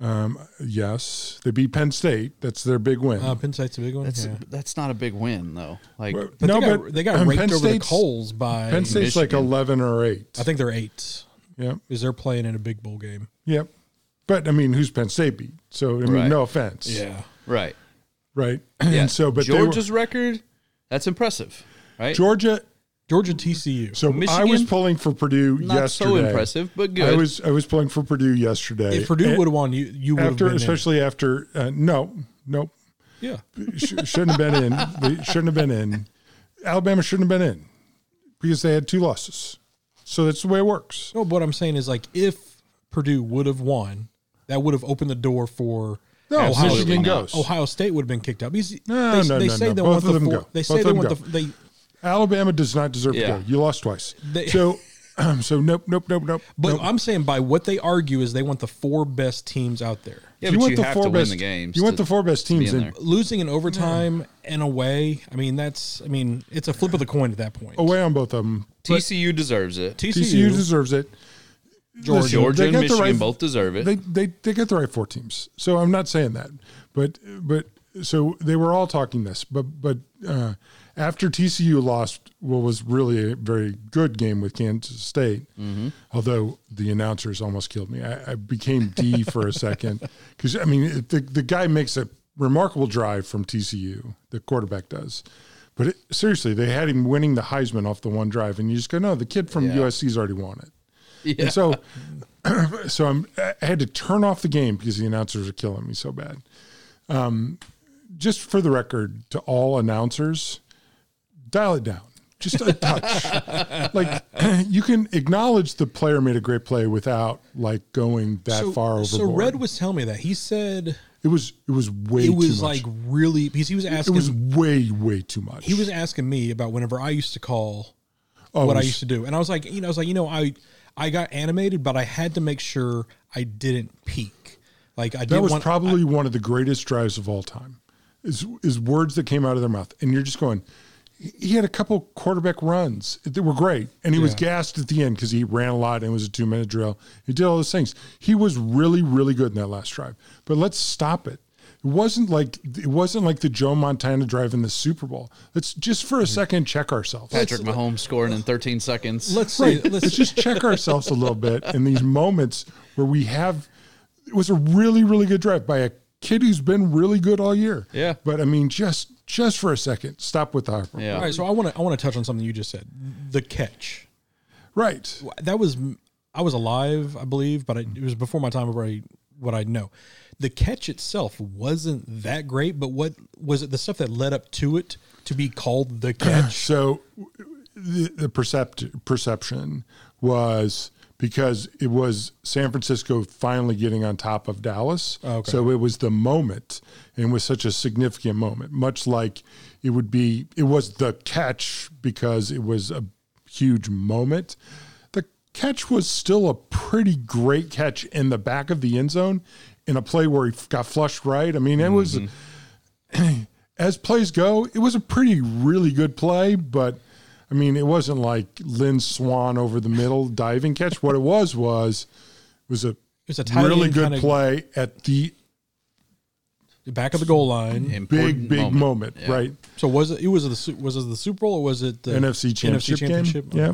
Speaker 2: Um, yes, they beat Penn State. That's their big win.
Speaker 1: Uh, Penn State's a big one.
Speaker 3: that's
Speaker 1: yeah.
Speaker 3: that's not a big win though. Like
Speaker 2: Well,
Speaker 1: But
Speaker 2: no,
Speaker 1: they got,
Speaker 2: but
Speaker 1: they got
Speaker 2: um,
Speaker 1: raked
Speaker 2: Penn
Speaker 1: over the
Speaker 2: State's-
Speaker 1: coals by.
Speaker 2: Penn State's like
Speaker 3: Michigan.
Speaker 2: eleven or eight.
Speaker 1: I think they're eight.
Speaker 2: Yep.
Speaker 1: Because they're playing in a big bowl game.
Speaker 2: Yep. But I mean, who's Penn State beat? So I mean,
Speaker 3: Right.
Speaker 2: no offense.
Speaker 3: right.
Speaker 2: Right. And so, but Georgia's
Speaker 3: Georgia's record, that's impressive, right?
Speaker 2: Georgia.
Speaker 1: Georgia TCU.
Speaker 2: So I
Speaker 3: Michigan?
Speaker 2: was pulling for Purdue
Speaker 3: not
Speaker 2: yesterday.
Speaker 3: so impressive, but good.
Speaker 2: I was I was pulling for Purdue yesterday.
Speaker 1: if Purdue
Speaker 2: And
Speaker 1: would have won, you, you would have
Speaker 2: after,
Speaker 1: been in.
Speaker 2: especially after uh, no, nope,
Speaker 1: Yeah.
Speaker 2: sh- shouldn't have been in. They shouldn't have been in. Alabama shouldn't have been in because they had two losses. So that's the way it works.
Speaker 1: No, but what I'm saying is like if Purdue would have won, that would have opened the door for
Speaker 2: No,
Speaker 1: Ohio,
Speaker 3: Absolutely
Speaker 2: Michigan
Speaker 3: not.
Speaker 2: goes.
Speaker 1: Ohio State would have been kicked out. Because
Speaker 2: No,
Speaker 1: they,
Speaker 2: no,
Speaker 1: they
Speaker 2: no,
Speaker 1: say
Speaker 2: no.
Speaker 1: they
Speaker 2: Both
Speaker 1: want
Speaker 2: of
Speaker 1: the
Speaker 2: them
Speaker 1: four,
Speaker 2: go.
Speaker 1: they
Speaker 2: Both
Speaker 1: say
Speaker 2: of
Speaker 1: they
Speaker 2: them
Speaker 1: want
Speaker 2: go.
Speaker 1: the they
Speaker 2: Alabama does not deserve
Speaker 3: Yeah.
Speaker 2: to go. You lost twice.
Speaker 1: They-
Speaker 2: so, um, so nope, nope, nope, nope.
Speaker 1: but
Speaker 2: nope.
Speaker 1: I'm saying by what they argue is they want the four best teams out there.
Speaker 3: yeah,
Speaker 2: If
Speaker 3: but
Speaker 2: want
Speaker 3: you
Speaker 2: the
Speaker 3: have
Speaker 2: four
Speaker 3: to
Speaker 2: best,
Speaker 3: win the games.
Speaker 2: You want
Speaker 3: to-
Speaker 2: the four best
Speaker 3: be
Speaker 2: teams,
Speaker 3: in
Speaker 2: and
Speaker 3: there.
Speaker 1: Losing in overtime and away, I mean that's I mean it's a flip of the coin at that point.
Speaker 2: away on both of them.
Speaker 3: TCU deserves it.
Speaker 2: TCU
Speaker 1: TCU,
Speaker 2: deserves it.
Speaker 1: Georgia.
Speaker 2: Listen,
Speaker 3: E Georgia
Speaker 2: they
Speaker 3: and
Speaker 2: got the
Speaker 3: Michigan
Speaker 2: right-
Speaker 3: both deserve it.
Speaker 2: They they they get the right four teams. So I'm not saying that, but but so they were all talking this, but but uh, after TCU lost what was really a very good game with Kansas State,
Speaker 3: Mm-hmm.
Speaker 2: although the announcers almost killed me. I, I became D for a second because I mean it- the the guy makes a remarkable drive from TCU, the quarterback does. But it, seriously, they had him winning the Heisman off the one drive, and you just go, no, the kid from
Speaker 3: Yeah.
Speaker 2: USC's already won it.
Speaker 3: yeah.
Speaker 2: And so, so I'm, I had to turn off the game because the announcers are killing me so bad. Um, just for the record, to all announcers, dial it down just a touch. like you can acknowledge the player made a great play without like going that
Speaker 1: So,
Speaker 2: far overboard.
Speaker 1: so Red was telling me that he said
Speaker 2: it was it was way
Speaker 1: it
Speaker 2: too
Speaker 1: was
Speaker 2: much.
Speaker 1: like really because he was
Speaker 2: it
Speaker 1: asking
Speaker 2: was way way too much.
Speaker 1: he was asking me about whenever I used to call
Speaker 2: Oh,
Speaker 1: what I
Speaker 2: it was-
Speaker 1: used to do, and I was like, you know, I was like, you know, I I got animated, but I had to make sure I didn't peak. Like I
Speaker 2: That
Speaker 1: didn't
Speaker 2: was
Speaker 1: want.
Speaker 2: probably one of the greatest drives of all time. Is is words that came out of their mouth, and you're just going. He had a couple quarterback runs that were great, and he was
Speaker 1: Yeah.
Speaker 2: gassed at the end because he ran a lot and it was a two minute drill. He did all those things. He was really, really good in that last drive. But let's stop it. It wasn't like it wasn't like the Joe Montana drive in the Super Bowl. Let's just for a second check ourselves.
Speaker 3: Patrick Mahomes scoring in 13 seconds.
Speaker 1: let's say
Speaker 2: Right.
Speaker 1: let's
Speaker 2: Let's just check ourselves a little bit in these moments where we have. It was a really, really good drive by a kid who's been really good all year.
Speaker 3: Yeah.
Speaker 2: But I mean, just just for a second, stop with the hyper.
Speaker 3: yeah.
Speaker 1: all right. So I want to I want to touch on something you just said. The catch
Speaker 2: Right.
Speaker 1: that was I was alive, I believe, but it, it was before my time of what I what I know. The catch itself wasn't that great, but what was it? The stuff that led up to it to be called the catch.
Speaker 2: So the, the percept, perception was because it was San Francisco finally getting on top of Dallas.
Speaker 1: Okay.
Speaker 2: So it was the moment and it was such a significant moment, much like it would be, it was the catch because it was a huge moment. The catch was still a pretty great catch in the back of the end zone in a play where he f- got flushed right. I mean, it was as plays go, it was a pretty really good play, but I mean, it wasn't like Lynn Swan over the middle diving catch. What it was was was a
Speaker 1: was a tight
Speaker 2: really
Speaker 1: end
Speaker 2: good
Speaker 1: kinda-
Speaker 2: play at the
Speaker 1: The back of the goal line.
Speaker 3: Important
Speaker 2: big big moment,
Speaker 3: Yeah.
Speaker 2: right?
Speaker 1: So was it? It was the Su- was it the Super Bowl or was it the
Speaker 2: NFC championship, game. Yeah.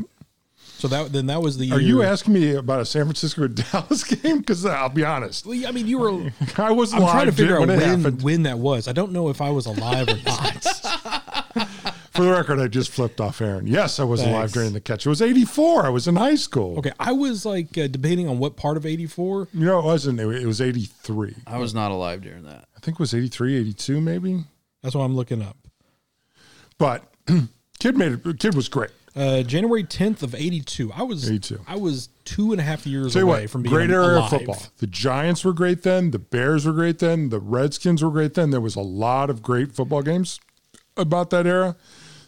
Speaker 1: So that then that was the.
Speaker 2: Are
Speaker 1: year-
Speaker 2: you asking me about a San Francisco Dallas game? Because I'll be honest,
Speaker 1: Well, yeah, I mean, you were.
Speaker 2: I was
Speaker 1: I'm
Speaker 2: live
Speaker 1: trying to figure out
Speaker 2: when it
Speaker 1: when
Speaker 2: happened.
Speaker 1: when that was. I don't know if I was alive or not.
Speaker 2: For the record, I just flipped off Aaron. Yes, I was alive
Speaker 1: Thanks.
Speaker 2: during the catch. It was '84. I was in high school.
Speaker 1: Okay, I was like uh, debating on what part of '84.
Speaker 2: You know, it wasn't. It it was '83.
Speaker 3: I was not alive during that.
Speaker 2: I think it was 83, 82 maybe.
Speaker 1: That's what I'm looking up.
Speaker 2: But kid made it. Kid was great.
Speaker 1: Uh, January 10th of 82. I was
Speaker 2: 82.
Speaker 1: I was two and a half years
Speaker 2: Tell you
Speaker 1: away
Speaker 2: what,
Speaker 1: from being
Speaker 2: great era
Speaker 1: alive.
Speaker 2: of football. The Giants were great then. The Bears were great then. The Redskins were great then. There was a lot of great football games about that era.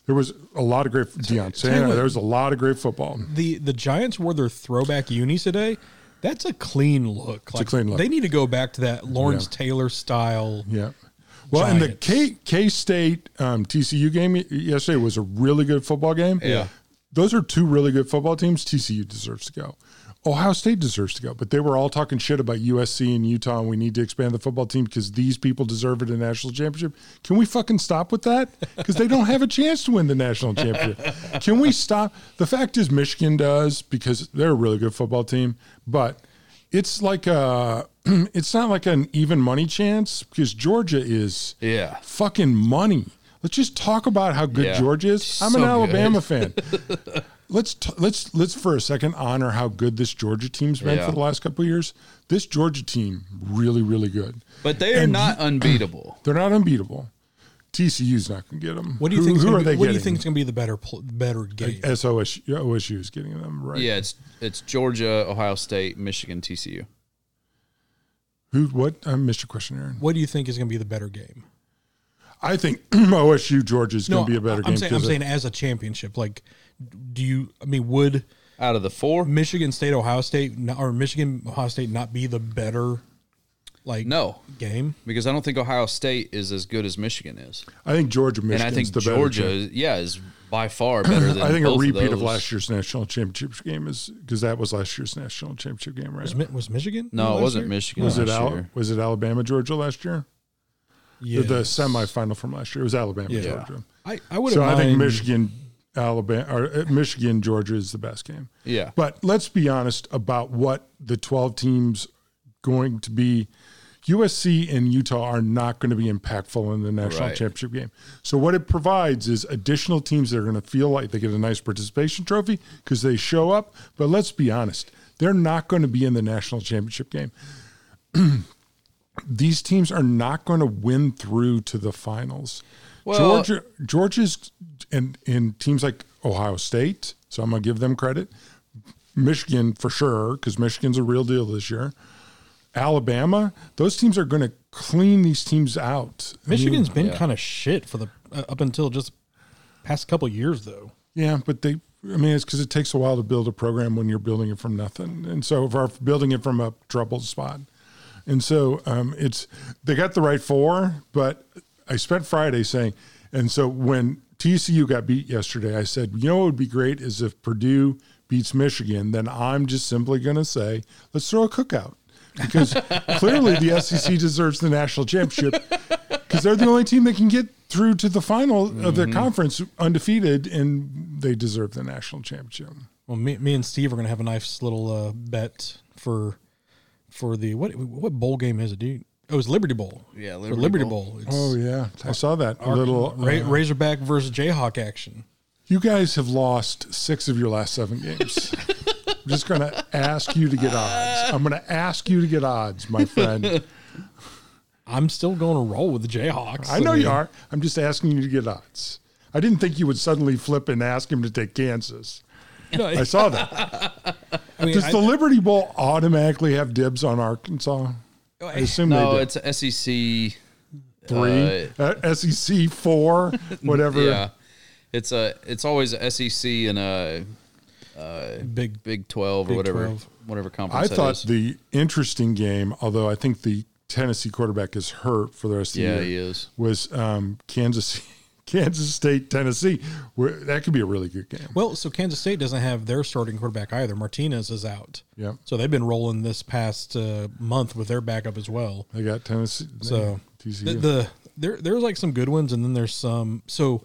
Speaker 2: There was a lot of great Deion Sanders. There was a lot of great football.
Speaker 1: The the Giants wore their throwback unis today. That's a clean look. Like,
Speaker 2: clean look.
Speaker 1: They need to go back to that Lawrence Taylor style.
Speaker 2: Yeah. Well, and the K K State um, TCU game y- yesterday was a really good football game.
Speaker 3: Yeah.
Speaker 2: Those are two really good football teams. TCU deserves to go. Ohio State deserves to go, but they were all talking shit about USC and Utah, and we need to expand the football team because these people deserve it a national championship. Can we fucking stop with that? Because they don't have a chance to win the national championship. Can we stop? The fact is, Michigan does because they're a really good football team, but it's like a, it's not like an even money chance because Georgia is
Speaker 3: Yeah.
Speaker 2: fucking money. Let's just talk about how good
Speaker 3: Yeah.
Speaker 2: Georgia is. I'm
Speaker 3: So
Speaker 2: an
Speaker 3: good.
Speaker 2: Alabama fan. Let's t- let's let's for a second honor how good this Georgia team's been
Speaker 3: Yeah.
Speaker 2: for the last couple of years. This Georgia team really really good.
Speaker 3: But they are not unbeatable.
Speaker 2: They're not unbeatable. TCU's not going to get them.
Speaker 1: What do you think?
Speaker 2: Who are
Speaker 1: be,
Speaker 2: they
Speaker 1: What do you
Speaker 2: getting?
Speaker 1: think is going to be the better pl- better game?
Speaker 2: SOSU OSU is getting them right.
Speaker 3: Yeah, it's it's Georgia, Ohio State, Michigan, TCU.
Speaker 2: Who? What? I missed your question, Aaron.
Speaker 1: What do you think is going to be the better game?
Speaker 2: I think OSU Georgia is going to be a better
Speaker 1: I'm
Speaker 2: game.
Speaker 1: Saying, I'm
Speaker 2: 'cause it-
Speaker 1: saying as a championship. Like, do you? I mean, would
Speaker 3: Out of the four,
Speaker 1: Michigan State, Ohio State, not, or Michigan, Ohio State not be the better like
Speaker 3: no,
Speaker 1: game?
Speaker 3: because I don't think Ohio State is as good as Michigan is,
Speaker 2: I think Georgia
Speaker 3: and
Speaker 2: Michigan's
Speaker 3: I think
Speaker 2: the better
Speaker 3: Georgia,
Speaker 2: team.
Speaker 3: is- yeah, is by far better than.
Speaker 2: I think a
Speaker 3: both
Speaker 2: repeat of,
Speaker 3: those.
Speaker 2: last year's national championship game is because that was last year's national championship game, right?
Speaker 1: Was, Mi- was Michigan?
Speaker 3: No,
Speaker 1: last
Speaker 3: it wasn't
Speaker 1: year?
Speaker 3: Michigan.
Speaker 2: Was it
Speaker 3: last
Speaker 2: Al-
Speaker 3: year.
Speaker 2: was it Alabama Georgia last year?
Speaker 1: Yeah.
Speaker 2: The semifinal from last year it was Alabama
Speaker 1: Yeah.
Speaker 2: Georgia.
Speaker 1: I, I would have.
Speaker 2: So I
Speaker 1: mind-
Speaker 2: think Michigan Alabama or uh, Michigan Georgia is the best game.
Speaker 3: Yeah.
Speaker 2: But let's be honest about what the 12 teams going to be. USC and Utah are not going to be impactful in the national
Speaker 3: Right.
Speaker 2: championship game. So what it provides is additional teams that are going to feel like they get a nice participation trophy because they show up. But let's be honest, they're not going to be in the national championship game. These teams are not going to win through to the finals.
Speaker 3: Well-
Speaker 2: Georgia, Georgia's, and and teams like Ohio State. So I'm going to give them credit. Michigan for sure, because Michigan's a real deal this year. Alabama, those teams are going to clean these teams out. I mean,
Speaker 1: Michigan's been kind of shit for the uh, up until just past couple years though.
Speaker 2: yeah, but they, I mean, it's because it takes a while to build a program when you're building it from nothing. And so if we're building it from a troubled spot. And so um, it's, they got the right four, but I spent Friday saying, and so when TCU got beat yesterday, I said, you know what would be great is if Purdue beats Michigan, then I'm just simply going to say, let's throw a cookout. Because clearly the SEC deserves the national championship because they're the only team that can get through to the final of their conference undefeated, and they deserve the national championship.
Speaker 1: Well, me, me and Steve are gonna have a nice little uh, bet for for the what what bowl game is it, dude? Oh, it was Liberty Bowl.
Speaker 3: Yeah,
Speaker 1: For
Speaker 3: Liberty
Speaker 1: Liberty
Speaker 3: Bowl.
Speaker 1: Bowl. It's
Speaker 2: Oh yeah, I saw that a little. uh,
Speaker 1: Ra- Razorback versus Jayhawk action.
Speaker 2: you guys have lost six of your last seven games. I'm just going to ask you to get odds. I'm going to ask you to get odds, my friend.
Speaker 1: I'm still going to roll with the Jayhawks.
Speaker 2: I know you
Speaker 1: mean,
Speaker 2: are. I'm just asking you to get odds. I didn't think you would suddenly flip and ask him to take Kansas.
Speaker 1: No,
Speaker 2: I saw that.
Speaker 1: I mean,
Speaker 2: Does
Speaker 1: I-
Speaker 2: the Liberty Bowl automatically have dibs on Arkansas?
Speaker 1: Oh,
Speaker 2: I assume they
Speaker 3: No,
Speaker 2: do.
Speaker 3: it's SEC.
Speaker 2: three,
Speaker 3: Uh,
Speaker 2: uh, SEC four, whatever.
Speaker 3: Yeah, it's a it's always a SEC and a
Speaker 1: big
Speaker 3: Big Twelve
Speaker 1: Big
Speaker 3: or whatever
Speaker 1: 12.
Speaker 3: whatever
Speaker 2: I
Speaker 3: conference. that
Speaker 2: thought
Speaker 3: is.
Speaker 2: the interesting game, although I think the Tennessee quarterback is hurt for the rest of the
Speaker 3: yeah,
Speaker 2: year,
Speaker 3: he is.
Speaker 2: was um, Kansas, Kansas State, Tennessee. Where that could be a really good game.
Speaker 1: Well, so Kansas State doesn't have their starting quarterback either. Martinez is out.
Speaker 2: Yeah.
Speaker 1: So they've been rolling this past uh, month with their backup as well.
Speaker 2: They got Tennessee.
Speaker 1: So
Speaker 2: TCU.
Speaker 1: the, the there there's like some good ones and then there's some so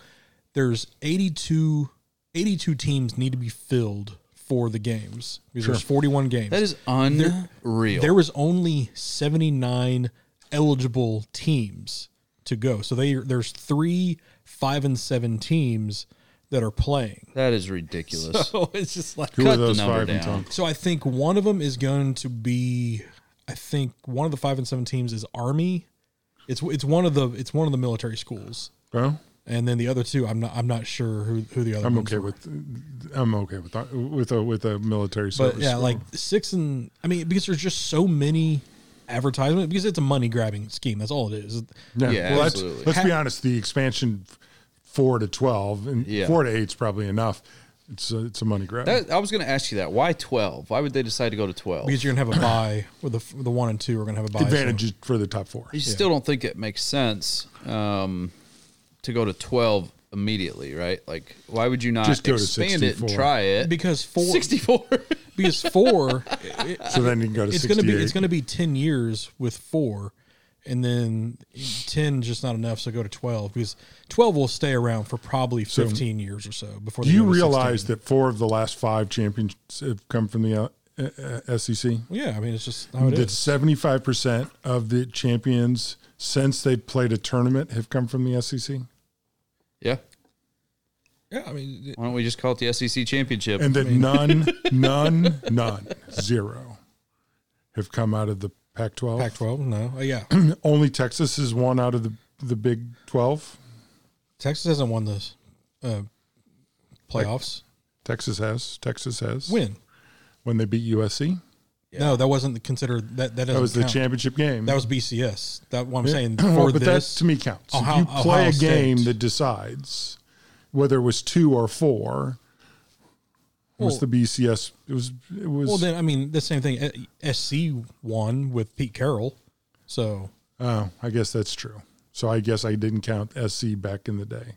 Speaker 1: there's 82 82 teams need to be filled for the games because there's 41 games.
Speaker 3: That is unreal.
Speaker 1: there was only 79 eligible teams to go. So they there's 3 5 and 7 teams that are playing.
Speaker 3: that is ridiculous.
Speaker 1: So it's just like
Speaker 2: Who
Speaker 3: cut
Speaker 2: are
Speaker 3: the
Speaker 2: those
Speaker 3: number
Speaker 2: five and
Speaker 3: down.
Speaker 2: ten?
Speaker 1: So I think one of them is going to be, I think one of the five and seven teams is Army. It's it's one of the it's one of the military schools,
Speaker 2: Well,
Speaker 1: and then the other two, I'm not I'm not sure who, who the other.
Speaker 2: I'm
Speaker 1: ones
Speaker 2: okay
Speaker 1: were.
Speaker 2: with I'm okay with that- with a with a military
Speaker 1: but
Speaker 2: service.
Speaker 1: yeah, like six and I mean because there's just so many advertisements because it's a money grabbing scheme. That's all it is.
Speaker 2: Yeah,
Speaker 3: Yeah,
Speaker 2: well, let's,
Speaker 3: absolutely.
Speaker 2: let's be honest. The expansion f- four to twelve and
Speaker 3: Yeah.
Speaker 2: four to eight is probably enough. It's a, it's a money grab.
Speaker 3: That, I was going to ask you that. Why 12? Why would they decide to go to 12?
Speaker 1: Because you're gonna have a buy with the the one and two are gonna have a buy. so-
Speaker 2: Advantages for the top four.
Speaker 3: I still don't think it makes sense um, to go to 12 immediately, right? Like, why would you not
Speaker 2: Just go to
Speaker 3: expand it and
Speaker 2: 64.
Speaker 3: try it?
Speaker 1: because four
Speaker 3: 64.
Speaker 1: because four it-
Speaker 2: So then you can go to
Speaker 1: it's
Speaker 2: sixty-eight.
Speaker 1: gonna be it's gonna be ten years with four, and then ten just not enough. So go to twelve because twelve will stay around for probably fifteen years or so before
Speaker 2: Do
Speaker 1: they
Speaker 2: you
Speaker 1: go to
Speaker 2: realize
Speaker 1: 16.
Speaker 2: that four of the last five champions have come from the uh, uh, SEC?
Speaker 1: Yeah, I mean it's just how it
Speaker 2: That
Speaker 1: is.
Speaker 2: seventy-five percent of the champions since they played a tournament have come from the E SEC,
Speaker 3: yeah.
Speaker 1: Yeah, I mean
Speaker 3: Why don't we just call it the SEC Championship?
Speaker 2: and that none, none, none, zero have come out of the Pac-12.
Speaker 1: Pac twelve. No, Uh, yeah,
Speaker 2: Only Texas is one out of the the Big Twelve.
Speaker 1: Texas hasn't won this uh, playoffs.
Speaker 2: Texas has. Texas has.
Speaker 1: When?
Speaker 2: When they beat USC.
Speaker 1: No, that wasn't considered. That that doesn't
Speaker 2: That was the
Speaker 1: count.
Speaker 2: championship game.
Speaker 1: That was BCS. That what I'm saying for
Speaker 2: Well, but
Speaker 1: this.
Speaker 2: that to me counts.
Speaker 1: Ohio-
Speaker 2: if you play
Speaker 1: Ohio
Speaker 2: a game
Speaker 1: State.
Speaker 2: that decides whether it was two or four, it was
Speaker 1: Well-
Speaker 2: the BCS. It was it was
Speaker 1: well, then I mean the same thing. Uh, SC won with Pete Carroll, so
Speaker 2: oh, I guess that's true. So I guess I didn't count SC back in the day.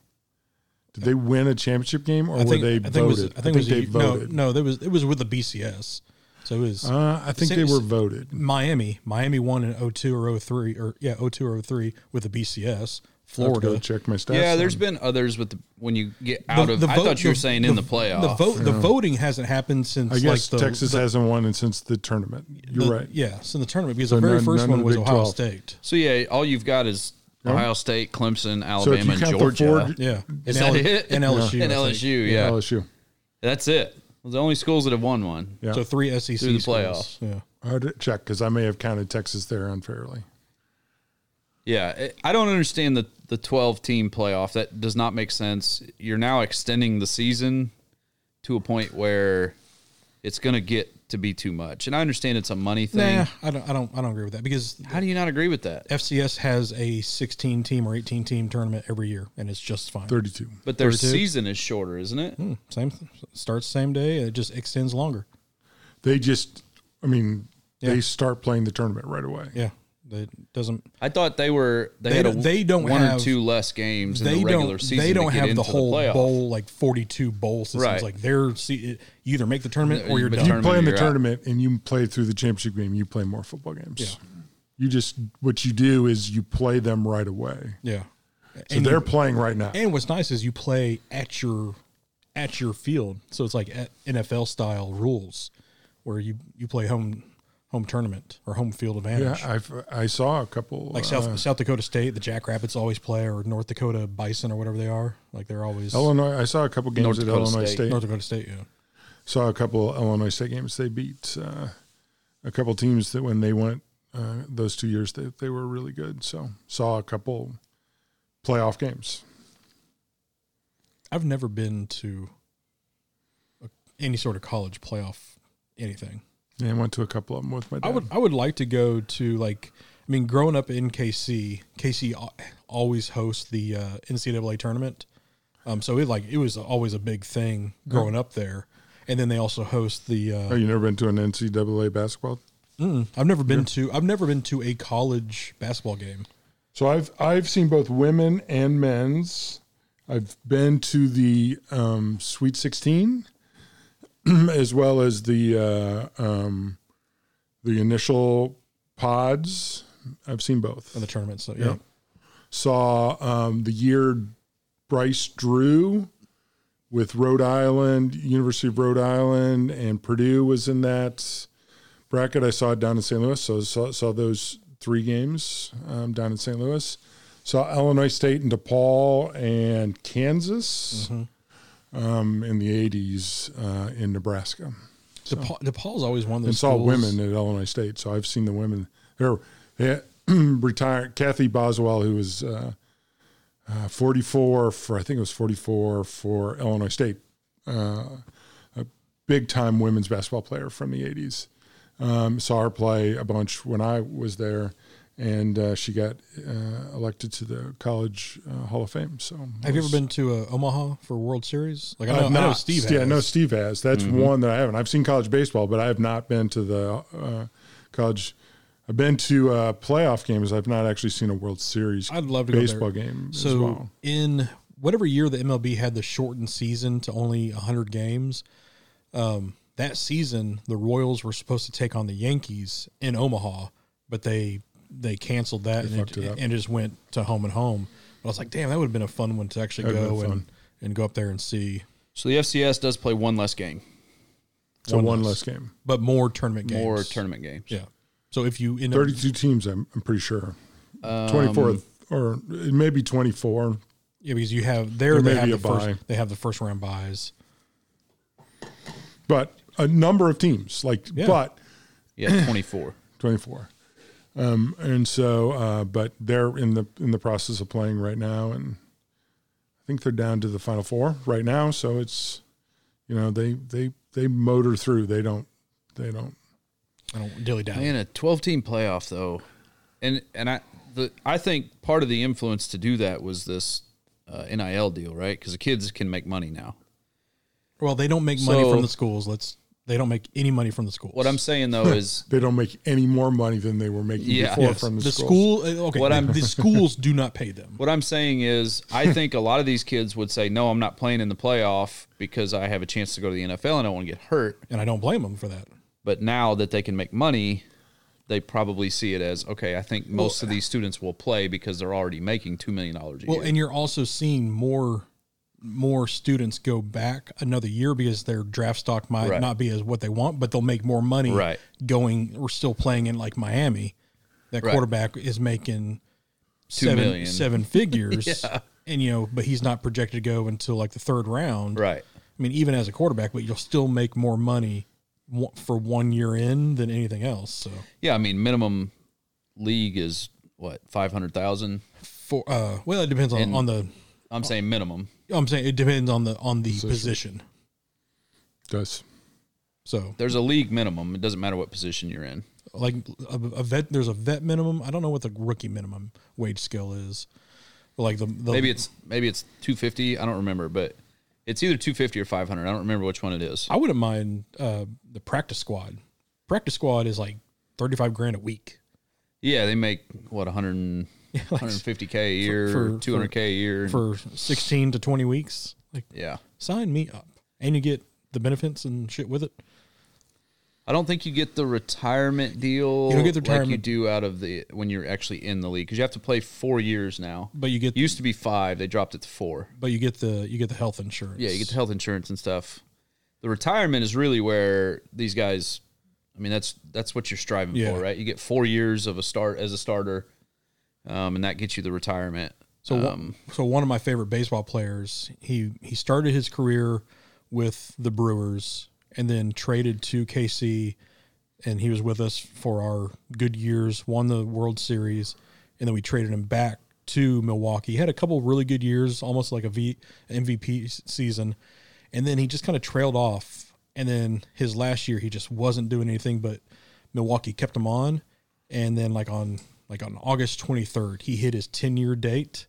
Speaker 2: Did they win a championship game or
Speaker 1: I think
Speaker 2: Oh, were they
Speaker 1: I think
Speaker 2: voted?
Speaker 1: it was I think, it was
Speaker 2: they
Speaker 1: a-
Speaker 2: voted.
Speaker 1: no no there was it was with the BCS, so it was
Speaker 2: Uh, I think
Speaker 1: Same-
Speaker 2: they were voted.
Speaker 1: Miami. Miami won in 02 or 03 or yeah 02 or 03 with the BCS.
Speaker 2: I'll have to go
Speaker 1: Florida
Speaker 2: check my stats.
Speaker 3: yeah, there's
Speaker 2: on-
Speaker 3: been others with the, when you get out of. I thought you were
Speaker 1: the-
Speaker 3: saying in the playoff.
Speaker 1: The vote the voting hasn't happened since
Speaker 2: I guess
Speaker 1: like the,
Speaker 2: Texas hasn't won it since the tournament. You're
Speaker 1: the-
Speaker 2: right.
Speaker 1: yeah since the tournament because the very
Speaker 2: none-
Speaker 1: first
Speaker 2: none of
Speaker 1: one
Speaker 2: the
Speaker 1: was
Speaker 2: Big
Speaker 1: Ohio
Speaker 2: 12.
Speaker 1: State.
Speaker 3: So yeah, all you've got is Ohio State, Clemson,
Speaker 2: So if you
Speaker 3: Alabama, and
Speaker 2: count the
Speaker 3: Georgia,
Speaker 2: Ford-
Speaker 1: Yeah,
Speaker 3: Is
Speaker 1: and,
Speaker 3: that
Speaker 1: L-
Speaker 3: it?
Speaker 1: and LSU
Speaker 3: and
Speaker 1: I think.
Speaker 3: LSU. Yeah,
Speaker 2: LSU.
Speaker 3: that's it. Those are the only schools that have won one.
Speaker 2: Yeah.
Speaker 1: So three SEC
Speaker 3: Through the
Speaker 1: schools.
Speaker 3: playoffs.
Speaker 1: Yeah.
Speaker 2: I had to check because I may have counted Texas there unfairly.
Speaker 3: Yeah, it- I don't understand the the twelve team playoff. That does not make sense. You're now extending the season to a point where it's going to get to be too much. And I understand it's a money thing.
Speaker 1: Nah, I don't I don't I don't agree with that because
Speaker 3: How do you not agree with that?
Speaker 1: FCS has a 16 team or 18 team tournament every year, and it's just fine.
Speaker 2: Thirty-two.
Speaker 3: But their season is shorter, isn't it?
Speaker 1: Same starts same day. It just extends longer.
Speaker 2: They just, I mean, they
Speaker 1: Yeah.
Speaker 2: start playing the tournament right away.
Speaker 1: Yeah, that doesn't.
Speaker 3: I thought they were they,
Speaker 1: They
Speaker 3: had a,
Speaker 1: don't- they don't
Speaker 3: one
Speaker 1: have-
Speaker 3: or two less games in
Speaker 1: They
Speaker 3: the regular
Speaker 1: don't.
Speaker 3: season.
Speaker 1: They
Speaker 3: to
Speaker 1: don't
Speaker 3: get
Speaker 1: have
Speaker 3: into
Speaker 1: the whole
Speaker 3: playoff.
Speaker 1: bowl like 42 bowl systems.
Speaker 3: Right.
Speaker 1: Like they're see, you either make the tournament or you're
Speaker 3: But
Speaker 1: done.
Speaker 2: You play in the
Speaker 3: you're out.
Speaker 2: tournament and you play through the championship game. You play more football games. You just what you do is you play them right away.
Speaker 1: yeah.
Speaker 2: So they're playing right now.
Speaker 1: And what's nice is you play at your at your field, so it's like at NFL style rules, where you you play home home tournament or home field
Speaker 2: Yeah,
Speaker 1: advantage.
Speaker 2: I've, I saw a couple. uh,
Speaker 1: like South South Dakota State, the Jackrabbits always play, or North Dakota Bison or whatever they are. Like they're always
Speaker 2: Illinois. I saw a couple games
Speaker 3: North
Speaker 2: at
Speaker 3: Dakota
Speaker 2: Illinois
Speaker 3: State.
Speaker 2: State.
Speaker 1: North Dakota State. Oh, Yeah.
Speaker 2: Saw a couple Illinois State games. They beat uh, a couple teams that when they went uh, those two years they, they were really good. So saw a couple playoff games.
Speaker 1: I've never been to a, any sort of college playoff anything.
Speaker 2: Yeah, I went to a couple of them with my dad.
Speaker 1: I would I would like to go to like I mean growing up in KC, KC al- always hosts the uh, NCAA tournament. Um, so it like it was always a big thing growing up there, and then they also host the. Uh,
Speaker 2: oh, you never been to an NCAA basketball?
Speaker 1: mm, I've never been to I've never been to a college basketball game.
Speaker 2: So I've I've seen both women and men's. I've been to the um, Sweet Sixteen, as well as the uh, um, the initial pods. I've seen both.
Speaker 1: in the tournament. So yeah,
Speaker 2: saw um, the year Bryce Drew with Rhode Island, University of Rhode Island, and Purdue was in that bracket. I saw it down in St. Louis, so saw, saw those three games um, down in St. Louis. Saw Illinois State and DePaul and Kansas um, in the 80s uh, in Nebraska.
Speaker 1: DePaul, DePaul's always one of those.
Speaker 2: And saw
Speaker 1: schools-
Speaker 2: women at Illinois State, so I've seen the women. They're, they retired. Kathy Boswell, who was uh, uh, 44 for I think it was 44 for Illinois State, uh, a big time women's basketball player from the 80s. Um, saw her play a bunch when I was there, and uh, she got uh, elected to the College uh, Hall of Fame. So
Speaker 1: Have you ever been to uh, Omaha for World Series? Like I
Speaker 2: I've
Speaker 1: know, I know
Speaker 2: Uh, not.
Speaker 1: Steve.
Speaker 2: Yeah,
Speaker 1: has. Mm-hmm.
Speaker 2: no, Steve has. That's one that I haven't. I've seen college baseball, but I have not been to the uh, college. I've been to uh, playoff games. I've not actually seen a World Series
Speaker 1: I'd love to go there.
Speaker 2: baseball game as
Speaker 1: So
Speaker 2: well.
Speaker 1: in whatever year the MLB had the shortened season to only 100 games, um, that season the Royals were supposed to take on the Yankees in Omaha, but they they canceled that and
Speaker 2: fucked
Speaker 1: it,
Speaker 2: it up.
Speaker 1: and just went to home and home. But I was like, damn, that would have been a fun one to actually
Speaker 2: That'd
Speaker 1: go
Speaker 2: been
Speaker 1: and, and go up there and see,
Speaker 3: So the FCS does play one less game,
Speaker 2: So
Speaker 1: one
Speaker 2: one
Speaker 1: less.
Speaker 2: less game.
Speaker 1: but more tournament games.
Speaker 3: more tournament games.
Speaker 1: Yeah. So if you end up,
Speaker 2: Thirty-two teams. I'm, I'm pretty sure.
Speaker 1: Um,
Speaker 2: Twenty-four or it may be twenty-four.
Speaker 1: yeah, because you have there,
Speaker 2: There
Speaker 1: they
Speaker 2: may
Speaker 1: have the
Speaker 2: be a bye.
Speaker 1: first they have the first round buys.
Speaker 2: but a number of teams like
Speaker 1: Yeah.
Speaker 2: but
Speaker 3: Yeah, 24.
Speaker 2: 24 um and so uh but they're in the in the process of playing right now and i think they're down to the final four right now so it's you know they they they motor through they don't they don't
Speaker 1: I don't dilly dally.
Speaker 3: Man, a 12 team playoff though. And and I the I think part of the influence to do that was this uh, NIL deal, right? Cuz the kids can make money now.
Speaker 1: Well, they don't make money
Speaker 3: So-
Speaker 1: from the schools. Let's. They don't make any money from the schools.
Speaker 3: What I'm saying though is
Speaker 2: they don't make any more money than they were making
Speaker 3: Yeah.
Speaker 2: before
Speaker 1: Yes,
Speaker 2: from the,
Speaker 1: the
Speaker 2: schools.
Speaker 1: school. uh, Okay,
Speaker 3: What I'm-
Speaker 1: the schools do not pay them.
Speaker 3: what I'm saying is I think a lot of these kids would say no, I'm not playing in the playoff because I have a chance to go to the NFL and I don't want to get hurt.
Speaker 1: and I don't blame them for that.
Speaker 3: But now that they can make money, they probably see it as okay, I think most of these students will play because they're already making 2 million dollars a
Speaker 1: Well,
Speaker 3: year.
Speaker 1: and you're also seeing more more students go back another year because their draft stock might
Speaker 3: Right.
Speaker 1: not be as what they want, but they'll make more money
Speaker 3: Right.
Speaker 1: going or still playing in like Miami. That
Speaker 3: Right.
Speaker 1: quarterback is making seven
Speaker 3: million.
Speaker 1: seven figures. And you know, but he's not projected to go until like the third round.
Speaker 3: Right.
Speaker 1: I mean, even as a quarterback, but you'll still make more money wa- for one year in than anything else. So
Speaker 3: Yeah, I mean minimum league is what, 500,000?
Speaker 1: for uh, well, it depends on,
Speaker 3: And-
Speaker 1: on the.
Speaker 3: I'm saying minimum.
Speaker 1: I'm saying it depends on the on the position.
Speaker 2: does
Speaker 1: So
Speaker 3: There's a league minimum. It doesn't matter what position you're in.
Speaker 1: like a, a vet, there's a vet minimum. I don't know what the rookie minimum wage scale is. But like the, the
Speaker 3: Maybe it's maybe it's 250. I don't remember, but it's either 250 or 500. I don't remember which one it is.
Speaker 1: I wouldn't mind uh, the practice squad. Practice squad is like thirty five grand a week.
Speaker 3: Yeah, they make what 100 and- 150k a year,
Speaker 1: for-
Speaker 3: 200k a year.
Speaker 1: for 16 to 20 weeks. Like,
Speaker 3: yeah.
Speaker 1: sign me up. And you get the benefits and shit with it.
Speaker 3: I don't think you get the retirement deal
Speaker 1: You don't get the
Speaker 3: like you
Speaker 1: retirement-
Speaker 3: do out of the when you're actually in the league cuz you have to play 4 years now.
Speaker 1: But you get
Speaker 3: Used to be 5, they dropped it to 4.
Speaker 1: but you get the you get the health insurance.
Speaker 3: Yeah, you get the health insurance and stuff. The retirement is really where these guys. I mean, that's that's what you're striving
Speaker 1: Yeah.
Speaker 3: for, right? You get four years of a start as a starter, um, and that gets you the retirement.
Speaker 1: So, one-
Speaker 3: um,
Speaker 1: so one of my favorite baseball players, he he started his career with the Brewers and then traded to KC, and he was with us for our good years. Won the World Series, and then we traded him back to Milwaukee. He had a couple really good years, almost like a v, MVP s- season, and then he just kind of trailed off. And then his last year, he just wasn't doing anything, but Milwaukee kept him on. And then like on like on August 23rd, he hit his 10 year date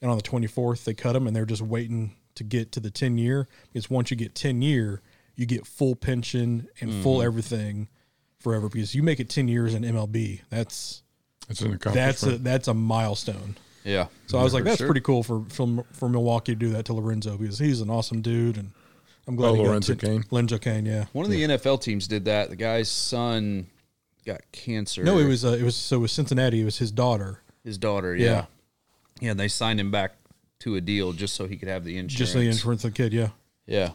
Speaker 1: and on the 24th they cut him and they're just waiting to get to the 10 year because once you get 10 year you get full pension and full everything forever because you make it 10 years in mlb that's
Speaker 2: it's an accomplishment
Speaker 1: that's a that's a milestone
Speaker 3: yeah.
Speaker 1: so i was like that's
Speaker 3: sure.
Speaker 1: pretty cool for from for milwaukee to do that to lorenzo because he's an awesome dude and i'm glad
Speaker 2: Oh,
Speaker 1: he got
Speaker 2: Lorenzo
Speaker 1: 10
Speaker 2: Cain?
Speaker 1: lorenzo kane yeah
Speaker 3: One of the NFL teams did that. The guy's son got cancer.
Speaker 1: no it was uh, it was so it was cincinnati it was his daughter
Speaker 3: his daughter. Yeah, yeah.
Speaker 1: Yeah.
Speaker 3: they signed him back to a deal just so he could have the insurance.
Speaker 1: just the insurance of the kid yeah
Speaker 3: Yeah,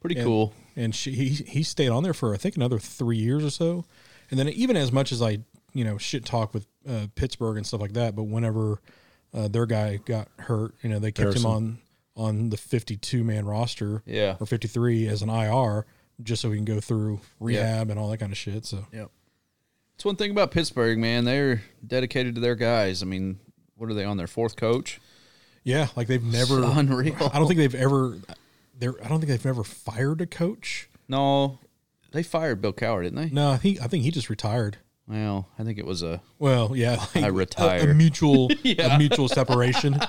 Speaker 3: pretty cool.
Speaker 1: and she he, he stayed on there for I think another three years or so, and then even as much as I you know shit talk with uh, Pittsburgh and stuff like that, but whenever uh, their guy got hurt, you know they kept him on on the fifty two man roster,
Speaker 3: Yeah.
Speaker 1: or fifty three as an IR just so he can go through rehab and all that kind of shit. So
Speaker 3: Yep. It's one thing about Pittsburgh, man. They're dedicated to their guys. I mean, what are they on their fourth coach?
Speaker 1: Yeah, like they've never.
Speaker 3: Unreal.
Speaker 1: I don't think they've ever. They're, I don't think they've ever fired a coach.
Speaker 3: No, they fired Bill Cowher, didn't they?
Speaker 1: No, he. I think he just retired.
Speaker 3: Well, I think it was a
Speaker 1: Well, yeah, like
Speaker 3: I
Speaker 1: a- A,
Speaker 3: retire.
Speaker 1: mutual, a mutual separation.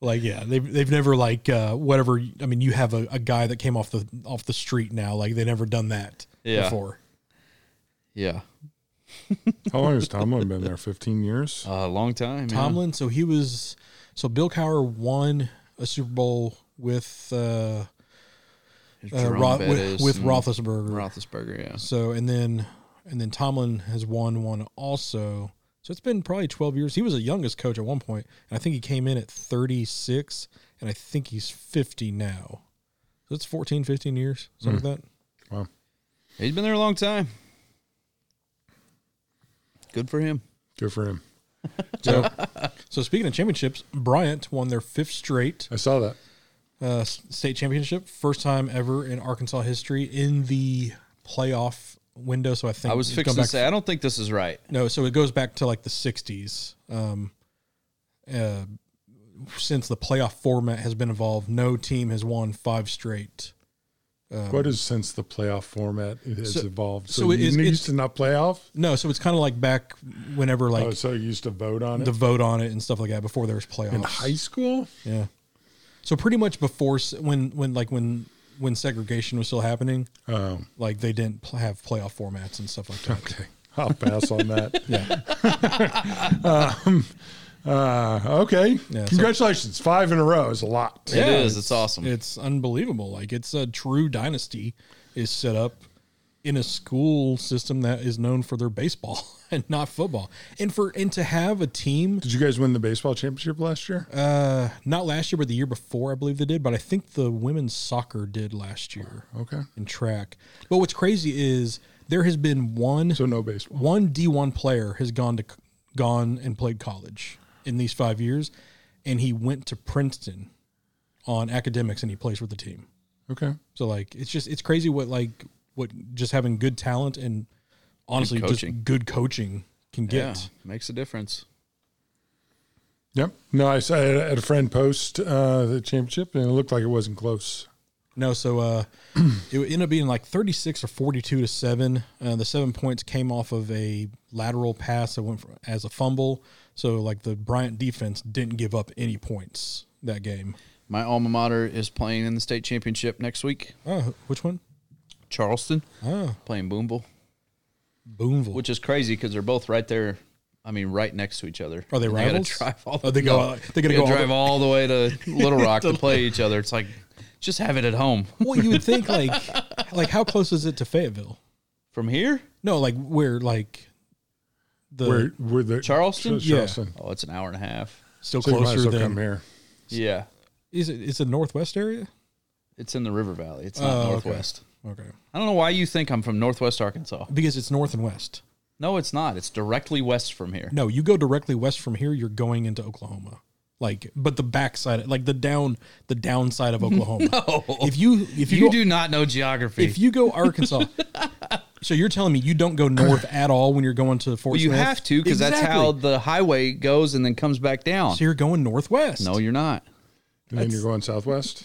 Speaker 1: like, yeah, they've they've never like uh, whatever. I mean, you have a, a guy that came off the off the street now. Like they never done that
Speaker 3: Yeah.
Speaker 1: before.
Speaker 3: yeah,
Speaker 2: How long has Tomlin been there? 15 years?
Speaker 3: a long time. yeah.
Speaker 1: Tomlin. So he was. So Bill Cowher won a Super Bowl with uh, uh,
Speaker 3: Jerome
Speaker 1: Ro- with,
Speaker 3: Bettis
Speaker 1: with
Speaker 3: and
Speaker 1: Roethlisberger.
Speaker 3: Roethlisberger. Yeah,
Speaker 1: So and then and then Tomlin has won one also. So it's been probably 12 years. He was the youngest coach at one point, and I think he came in at 36, and I think he's 50 now. So it's 14, 15 years,
Speaker 3: Hmm.
Speaker 1: something like that.
Speaker 2: Wow.
Speaker 3: he's been there a long time. Good for him.
Speaker 2: Good for him.
Speaker 1: So, so speaking of championships, Bryant won their fifth straight
Speaker 2: I saw that.
Speaker 1: uh, s- state championship, first time ever in Arkansas history in the playoff window. So I think
Speaker 3: I was
Speaker 1: it's
Speaker 3: fixing
Speaker 1: gone
Speaker 3: to
Speaker 1: back-
Speaker 3: say I don't think this is right.
Speaker 1: No, so it goes back to like the '60s. Um, uh, since the playoff format has been involved, no team has won five straight.
Speaker 2: what is since the playoff format it has
Speaker 1: Um, so-
Speaker 2: evolved? So,
Speaker 1: so it
Speaker 2: you
Speaker 1: is-
Speaker 2: used
Speaker 1: it's-
Speaker 2: to not playoff?
Speaker 1: No, so it's kind of like back whenever like
Speaker 2: oh, so you used to vote on
Speaker 1: the
Speaker 2: it?
Speaker 1: vote on it and stuff like that before there was playoffs.
Speaker 2: In high school?
Speaker 1: yeah. So pretty much before s- when when like when when segregation was still happening,
Speaker 2: Oh,
Speaker 1: like they didn't pl- have playoff formats and stuff like that.
Speaker 2: okay. I'll pass on that.
Speaker 1: Yeah.
Speaker 2: Uh, okay.
Speaker 1: Yeah, so-
Speaker 2: Congratulations. Five in a row is a lot.
Speaker 3: It is. It's awesome.
Speaker 1: It's unbelievable. Like it's a true dynasty is set up in a school system that is known for their baseball and not football. And for and to have a team
Speaker 2: Did you guys win the baseball championship last year?
Speaker 1: uh not last year but the year before I believe they did, but I think the women's soccer did last year
Speaker 2: okay.
Speaker 1: in track. But what's crazy is there has been one
Speaker 2: So no baseball.
Speaker 1: one D1 player has gone to gone and played college in these 5 years and he went to Princeton on academics and he plays with the team.
Speaker 2: Okay.
Speaker 1: So like it's just it's crazy what like what just having good talent and honestly
Speaker 3: coaching.
Speaker 1: just good coaching can get.
Speaker 3: Yeah, makes a difference.
Speaker 2: Yep. No, I saw I had a friend post uh, the championship, and it looked like it wasn't close.
Speaker 1: No, so uh it would end up being like 36 or 42 to 7. Uh, the 7 points came off of a lateral pass that went for, as a fumble. So like the Bryant defense didn't give up any points that game.
Speaker 3: My alma mater is playing in the state championship next week.
Speaker 1: Oh, which one?
Speaker 3: Charleston
Speaker 1: Oh,
Speaker 3: playing Boonville,
Speaker 1: Boonville.
Speaker 3: which is crazy because they're both right there. I mean, right next to each other.
Speaker 1: Are they
Speaker 3: And
Speaker 1: rivals?
Speaker 3: They gotta drive all.
Speaker 1: Oh, they go out- they gotta
Speaker 3: gotta
Speaker 1: go all the-
Speaker 3: drive all the way to Little Rock to play each other. It's like just have it at home.
Speaker 1: well, you would think like like how close is it to Fayetteville?
Speaker 3: From here,
Speaker 1: No, like where like the
Speaker 2: Where, where the
Speaker 3: Charleston?
Speaker 1: Uh,
Speaker 2: Ch-
Speaker 1: Yeah.
Speaker 2: Charleston.
Speaker 3: oh, it's an hour and a half.
Speaker 1: still
Speaker 2: So you might as
Speaker 1: closer
Speaker 2: well come
Speaker 1: than
Speaker 2: here.
Speaker 3: Yeah,
Speaker 1: is it it's a northwest area?
Speaker 3: it's in the River Valley. It's not
Speaker 1: Oh, okay.
Speaker 3: northwest.
Speaker 1: Okay.
Speaker 3: I don't know why you think I'm from Northwest Arkansas.
Speaker 1: Because it's north and west.
Speaker 3: No, it's not. It's directly west from here.
Speaker 1: No, you go directly west from here, you're going into Oklahoma. Like but the backside like the down the downside of Oklahoma. If you if you,
Speaker 3: You
Speaker 1: go,
Speaker 3: do not know geography.
Speaker 1: if you go Arkansas So you're telling me you don't go north at all when you're going to Fort
Speaker 3: Well, you
Speaker 1: Smith?
Speaker 3: have to because that's how
Speaker 1: Exactly.
Speaker 3: the highway goes and then comes back down.
Speaker 1: So you're going northwest.
Speaker 3: No, you're not.
Speaker 2: And then you're going southwest.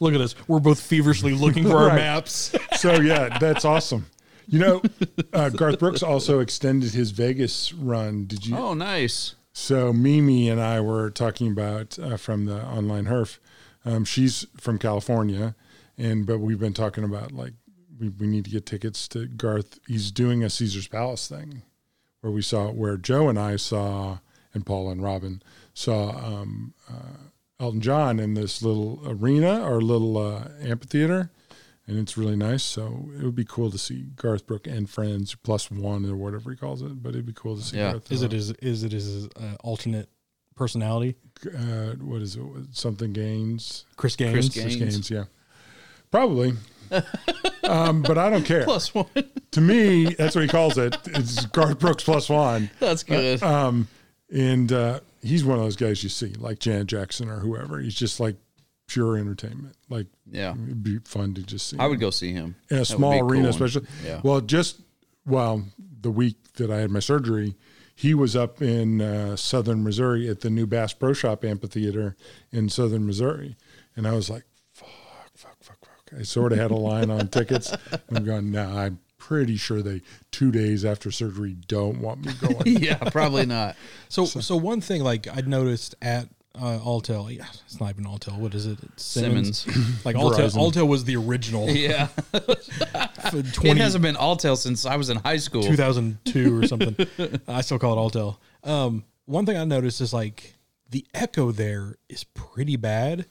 Speaker 1: Look at us. We're both feverishly looking for our
Speaker 2: Right.
Speaker 1: maps.
Speaker 2: So yeah, that's awesome. You know, uh, Garth Brooks also extended his Vegas run. Did you?
Speaker 3: Oh, nice.
Speaker 2: So Mimi and I were talking about uh, from the online herf. Um, she's from California, and but we've been talking about like we, we need to get tickets to Garth. He's doing a Caesar's Palace thing, where we saw where Joe and I saw and Paul and Robin saw um, uh, Elton John in this little arena or little uh, amphitheater, and it's really nice. So it would be cool to see Garth Brook and friends plus one or whatever he calls it. But it'd be cool to see.
Speaker 3: Yeah.
Speaker 2: Garth
Speaker 1: Is it is is it is uh, alternate personality?
Speaker 2: uh, what is it? Something gains.
Speaker 1: Chris Gaines.
Speaker 3: Chris
Speaker 2: Chris
Speaker 3: Gaines.
Speaker 2: gains, yeah. Probably. um, but I don't care.
Speaker 3: Plus one.
Speaker 2: To me, that's what he calls it. It's Garth Brooks plus one.
Speaker 3: That's good.
Speaker 2: And uh, he's one of those guys you see, like Janet Jackson or whoever. He's just like pure entertainment. Like,
Speaker 3: yeah.
Speaker 2: it'd be fun to just see.
Speaker 3: I would go see him.
Speaker 2: in a
Speaker 3: That would be
Speaker 2: small
Speaker 3: a cool
Speaker 2: arena,
Speaker 3: one.
Speaker 2: especially.
Speaker 3: Yeah.
Speaker 2: Well, just well, the week that I had my surgery, he was up in uh, southern Missouri at the new Bass Pro Shop amphitheater in southern Missouri, and I was like, fuck, fuck, fuck, fuck. I sort of had a line on tickets. I'm going, nah, I'm pretty sure they two days after surgery don't want me going.
Speaker 3: yeah, probably not.
Speaker 1: So, so, one thing like I'd noticed at uh, Altel, yeah, it's not even Altel. What is it? It's
Speaker 3: Simmons.
Speaker 1: Like Altel,
Speaker 2: Verizon.
Speaker 1: Altel was the original.
Speaker 3: Yeah,
Speaker 1: for
Speaker 3: it
Speaker 1: 20,
Speaker 3: hasn't been Altel since I was in high school.
Speaker 1: 2002 or something. I still call it Altel. Um, one thing I noticed is like the echo there is pretty bad.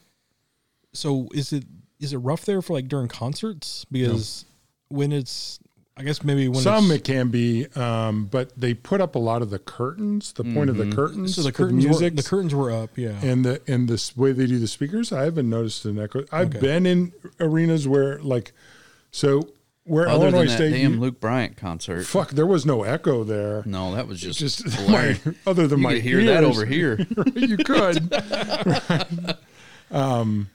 Speaker 1: So is it is it rough there for like during concerts? Because when it's, I guess maybe when
Speaker 2: Some
Speaker 1: it's,
Speaker 2: it can be, um, but they put up a lot of the curtains. The point of the curtains,
Speaker 1: so the
Speaker 2: for
Speaker 1: curtains were,
Speaker 2: music,
Speaker 1: the curtains were up. Yeah,
Speaker 2: and the and this way they do the speakers. I haven't noticed an echo. I've been in arenas where like, so where
Speaker 3: Other
Speaker 2: Illinois
Speaker 3: than that
Speaker 2: State,
Speaker 3: damn
Speaker 2: you-
Speaker 3: Luke Bryant concert.
Speaker 2: fuck, there was no echo there.
Speaker 3: No, that was just,
Speaker 2: Just
Speaker 3: hilarious.
Speaker 2: my, other than
Speaker 3: You
Speaker 2: my
Speaker 3: could hear that
Speaker 2: ears.
Speaker 3: over here.
Speaker 2: you could. Right. Um,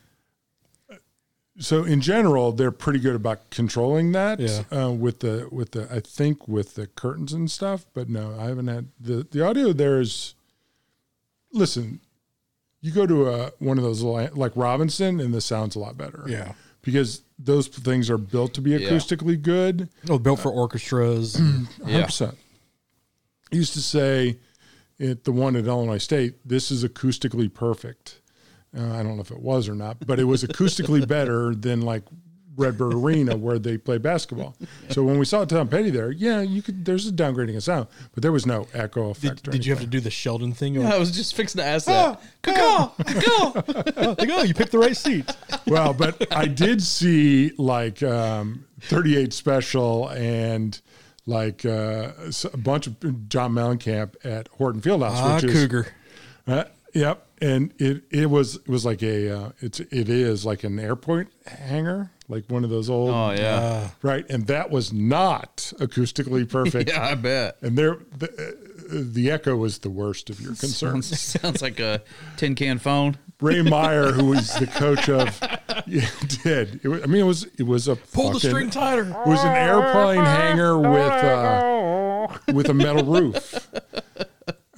Speaker 2: so in general, they're pretty good about controlling that
Speaker 1: Yeah.
Speaker 2: uh, with the with the I think with the curtains and stuff. But no, I haven't had the the audio. There is. Listen, you go to a one of those li- like Robinson, and the sounds a lot better.
Speaker 1: Yeah.
Speaker 2: because those things are built to be acoustically good.
Speaker 1: oh, built for orchestras.
Speaker 3: Yeah.
Speaker 2: 100%. I used to say at the one at Illinois State, this is acoustically perfect. Uh, I don't know if it was or not, but it was acoustically better than like Redbird Arena where they play basketball. So when we saw Tom Petty there, yeah, you could. There's a downgrading of sound, but there was no echo
Speaker 1: did,
Speaker 2: effect. or
Speaker 1: did you have to
Speaker 2: anything.
Speaker 1: do the Sheldon thing?
Speaker 3: I
Speaker 1: Like,
Speaker 3: was just fixing to ask
Speaker 2: Ah!
Speaker 3: that. Caw-caw, caw-caw.
Speaker 1: oh, like, oh, you picked the right seat.
Speaker 2: well, but I did see like um, 38 Special and like uh, s- a bunch of John Mellencamp at Horton Fieldhouse,
Speaker 1: Ah,
Speaker 2: which is
Speaker 1: cougar.
Speaker 2: Uh, yep, and it it was it was like a uh, it's it is like an airport hangar, like one of those old
Speaker 3: Oh yeah,
Speaker 2: right, and that was not acoustically perfect,
Speaker 3: yeah, I bet.
Speaker 2: and there the, uh, the echo was the worst of your concerns.
Speaker 3: Sounds, sounds like a tin can phone.
Speaker 2: Ray Meyer, who was the coach of, yeah, did it was, I mean it was it was a
Speaker 1: Pull the
Speaker 2: fucking-
Speaker 1: string tighter.
Speaker 2: It was an airplane hangar with uh, with a metal roof.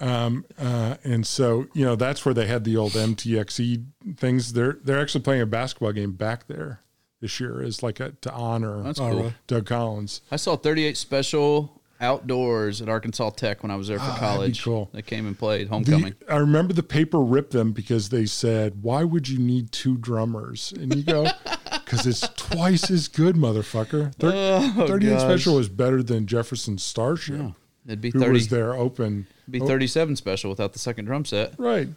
Speaker 2: Um, uh, and so you know that's where they had the old MTXE E things. They're they're actually playing a basketball game back there this year as like a to honor uh,
Speaker 3: That's cool.
Speaker 1: really?
Speaker 2: Doug Collins.
Speaker 3: I saw 38 Special outdoors at Arkansas Tech when I was there for college.
Speaker 2: Ah, cool.
Speaker 3: They came and played
Speaker 2: The-
Speaker 3: homecoming.
Speaker 2: I remember the paper ripped them because they said, "Why would you need two drummers?" And you go, "Because it's twice as good, motherfucker." Thir- Thirty-eight
Speaker 3: Oh, gosh.
Speaker 2: Special was better than Jefferson Starship,
Speaker 3: It'd be
Speaker 2: who
Speaker 3: 30,
Speaker 2: was Oh. their open.
Speaker 3: be 37 Special without the second drum set.
Speaker 2: Right.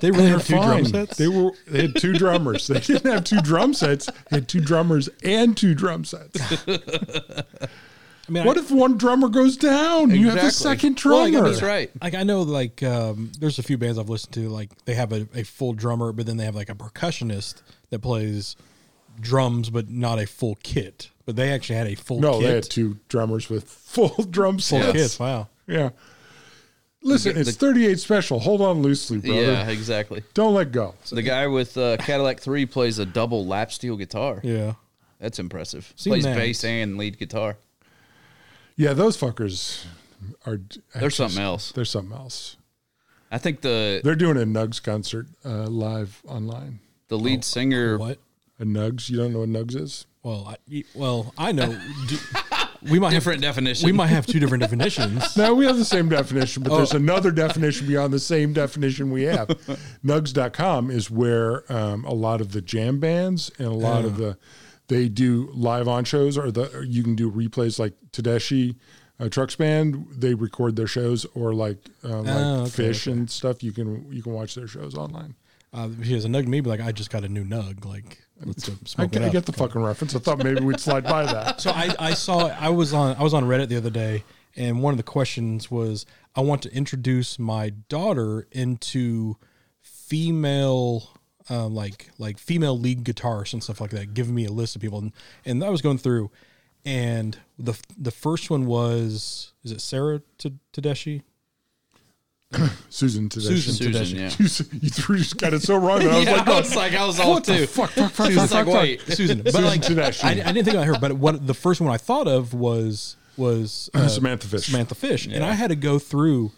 Speaker 1: They really
Speaker 2: They're
Speaker 1: have two drum
Speaker 2: fine.
Speaker 1: sets.
Speaker 2: They were they had two drummers. They didn't have two drum sets. They had two drummers and two drum sets.
Speaker 1: I mean,
Speaker 2: What
Speaker 1: I-
Speaker 2: if one drummer goes down? You have the
Speaker 3: Exactly.
Speaker 2: second
Speaker 1: Well, like, I
Speaker 2: drummer.
Speaker 1: mean,
Speaker 3: That's right.
Speaker 1: Like I know, like um, there's a few bands I've listened to. Like they have a, a full drummer, but then they have like a percussionist that plays drums, but not a full kit. But they actually had a full
Speaker 2: No,
Speaker 1: kit.
Speaker 2: they had two drummers with full drum
Speaker 1: full
Speaker 2: sets.
Speaker 1: kits. Wow.
Speaker 2: Yeah. Listen,
Speaker 3: The-
Speaker 2: it's
Speaker 3: the-
Speaker 2: 38 special. Hold on loosely, brother.
Speaker 3: Yeah, exactly.
Speaker 2: Don't let go.
Speaker 3: The guy with uh, Cadillac 3 plays a double lap steel guitar.
Speaker 1: Yeah.
Speaker 3: That's impressive.
Speaker 1: Seen
Speaker 3: plays
Speaker 1: that.
Speaker 3: bass and lead guitar.
Speaker 2: Yeah, those fuckers are.
Speaker 3: There's something else.
Speaker 2: There's something else.
Speaker 3: I think the
Speaker 2: They're doing a Nugs concert uh, live online.
Speaker 3: the lead singer
Speaker 1: Oh, What?
Speaker 2: A Nugs? You don't know what Nugs is?
Speaker 1: Well, I, well, I know. Do, we might
Speaker 3: different
Speaker 1: Have,
Speaker 3: definition.
Speaker 1: we might have two different definitions.
Speaker 2: No, we have the same definition,
Speaker 1: Oh.
Speaker 2: but there's another definition beyond the same definition we have. Nugs.com is where um, a lot of the jam bands and a lot of the they do live on shows, or the or you can do replays like Tedeschi uh, Trucks Band. They record their shows, or like uh, like
Speaker 1: Oh, okay,
Speaker 2: Fish and stuff. You can you can watch their shows online.
Speaker 1: Uh, if he has a nug to me, be like, I just got a new nug. Like, let's go
Speaker 2: I,
Speaker 1: smoke
Speaker 2: get-
Speaker 1: it
Speaker 2: I
Speaker 1: up.
Speaker 2: get the fucking reference. I thought maybe we'd slide by that.
Speaker 1: So I, I saw I was on I was on Reddit the other day, and one of the questions was I want to introduce my daughter into female um, like like female lead guitarists and stuff like that. Give me a list of people, and, and I was going through, and the the first one was is it Sarah T- Tedeschi?
Speaker 2: Susan Tedeschi.
Speaker 1: Susan.
Speaker 3: Susan,
Speaker 1: Tedeschi.
Speaker 3: yeah.
Speaker 2: You, s- you three just got it so wrong that I was
Speaker 3: yeah,
Speaker 2: like,
Speaker 3: I was like, I was all
Speaker 2: what
Speaker 3: too.
Speaker 2: the fuck? fuck, fuck,
Speaker 3: She
Speaker 2: fuck,
Speaker 3: was
Speaker 2: fuck,
Speaker 3: like,
Speaker 2: fuck.
Speaker 3: wait.
Speaker 1: Susan, but
Speaker 2: Susan
Speaker 1: like
Speaker 2: Tedeschi.
Speaker 1: I, I didn't think about her, but what the first one I thought of was was uh,
Speaker 2: Samantha Fish.
Speaker 1: Samantha Fish, and I had to go through.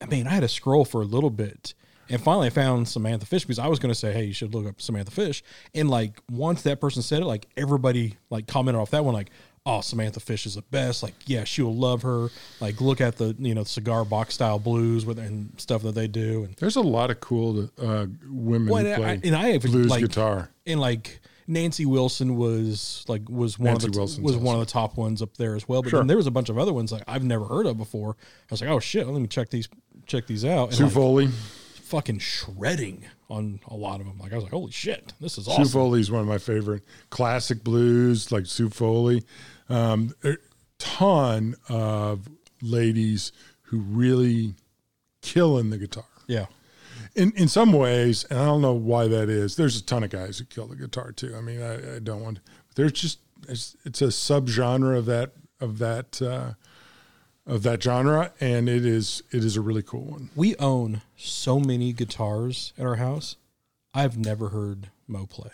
Speaker 1: I mean, I had to scroll for a little bit, and finally I found Samantha Fish because I was going to say, "Hey, you should look up Samantha Fish." And like once that person said it, like everybody like commented off that one, like, "Oh, Samantha Fish is the best." Like, yeah, she'll love her. Like, look at the you know cigar box style blues with and stuff that they do, and
Speaker 2: There's a lot of cool uh, women
Speaker 1: Well,
Speaker 2: who
Speaker 1: and
Speaker 2: play
Speaker 1: I- and I have,
Speaker 2: blues
Speaker 1: like-
Speaker 2: guitar.
Speaker 1: and like Nancy Wilson was like was one
Speaker 2: Nancy
Speaker 1: of the
Speaker 2: Wilson's
Speaker 1: was one of the top ones up there as well. But
Speaker 2: Sure.
Speaker 1: then there was a bunch of other ones like I've never heard of before. I was like, oh shit, let me check these check these out. And
Speaker 2: Sue
Speaker 1: like,
Speaker 2: Foley.
Speaker 1: fucking shredding on a lot of them. Like I was like, holy shit, this is
Speaker 2: Sue
Speaker 1: awesome.
Speaker 2: Foley is one of my favorite classic blues, like Sue Foley. Um, a ton of ladies who really kill in the guitar.
Speaker 1: Yeah,
Speaker 2: In in some ways, and I don't know why that is. There's a ton of guys who kill the guitar too. I mean, I, I don't want. There's just it's, it's a subgenre of that of that uh, of that genre, and it is it is a really cool one.
Speaker 1: we own so many guitars at our house. I've never heard Mo play,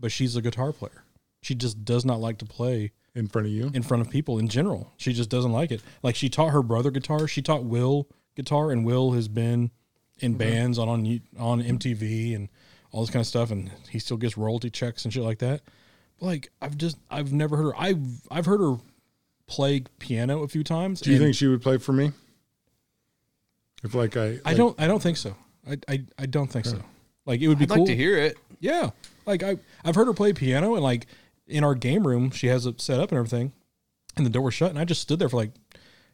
Speaker 1: but she's a guitar player. She just does not like to play
Speaker 2: In front of you,
Speaker 1: in front of people in general. She just doesn't like it. Like she taught her brother guitar. She taught Will guitar, and Will has been in bands on on you- on MTV and all this kind of stuff, and he still gets royalty checks and shit like that. But like I've just I've never heard her. I've I've heard her play piano a few times.
Speaker 2: do you
Speaker 1: and
Speaker 2: think she would play for me? If like I,
Speaker 1: I don't I don't think so. I I, I don't think so. Like it would be
Speaker 3: I'd
Speaker 1: cool
Speaker 3: like to hear it.
Speaker 1: Yeah, like I I've heard her play piano and like in our game room she has it set up and everything, and the door was shut and I just stood there for like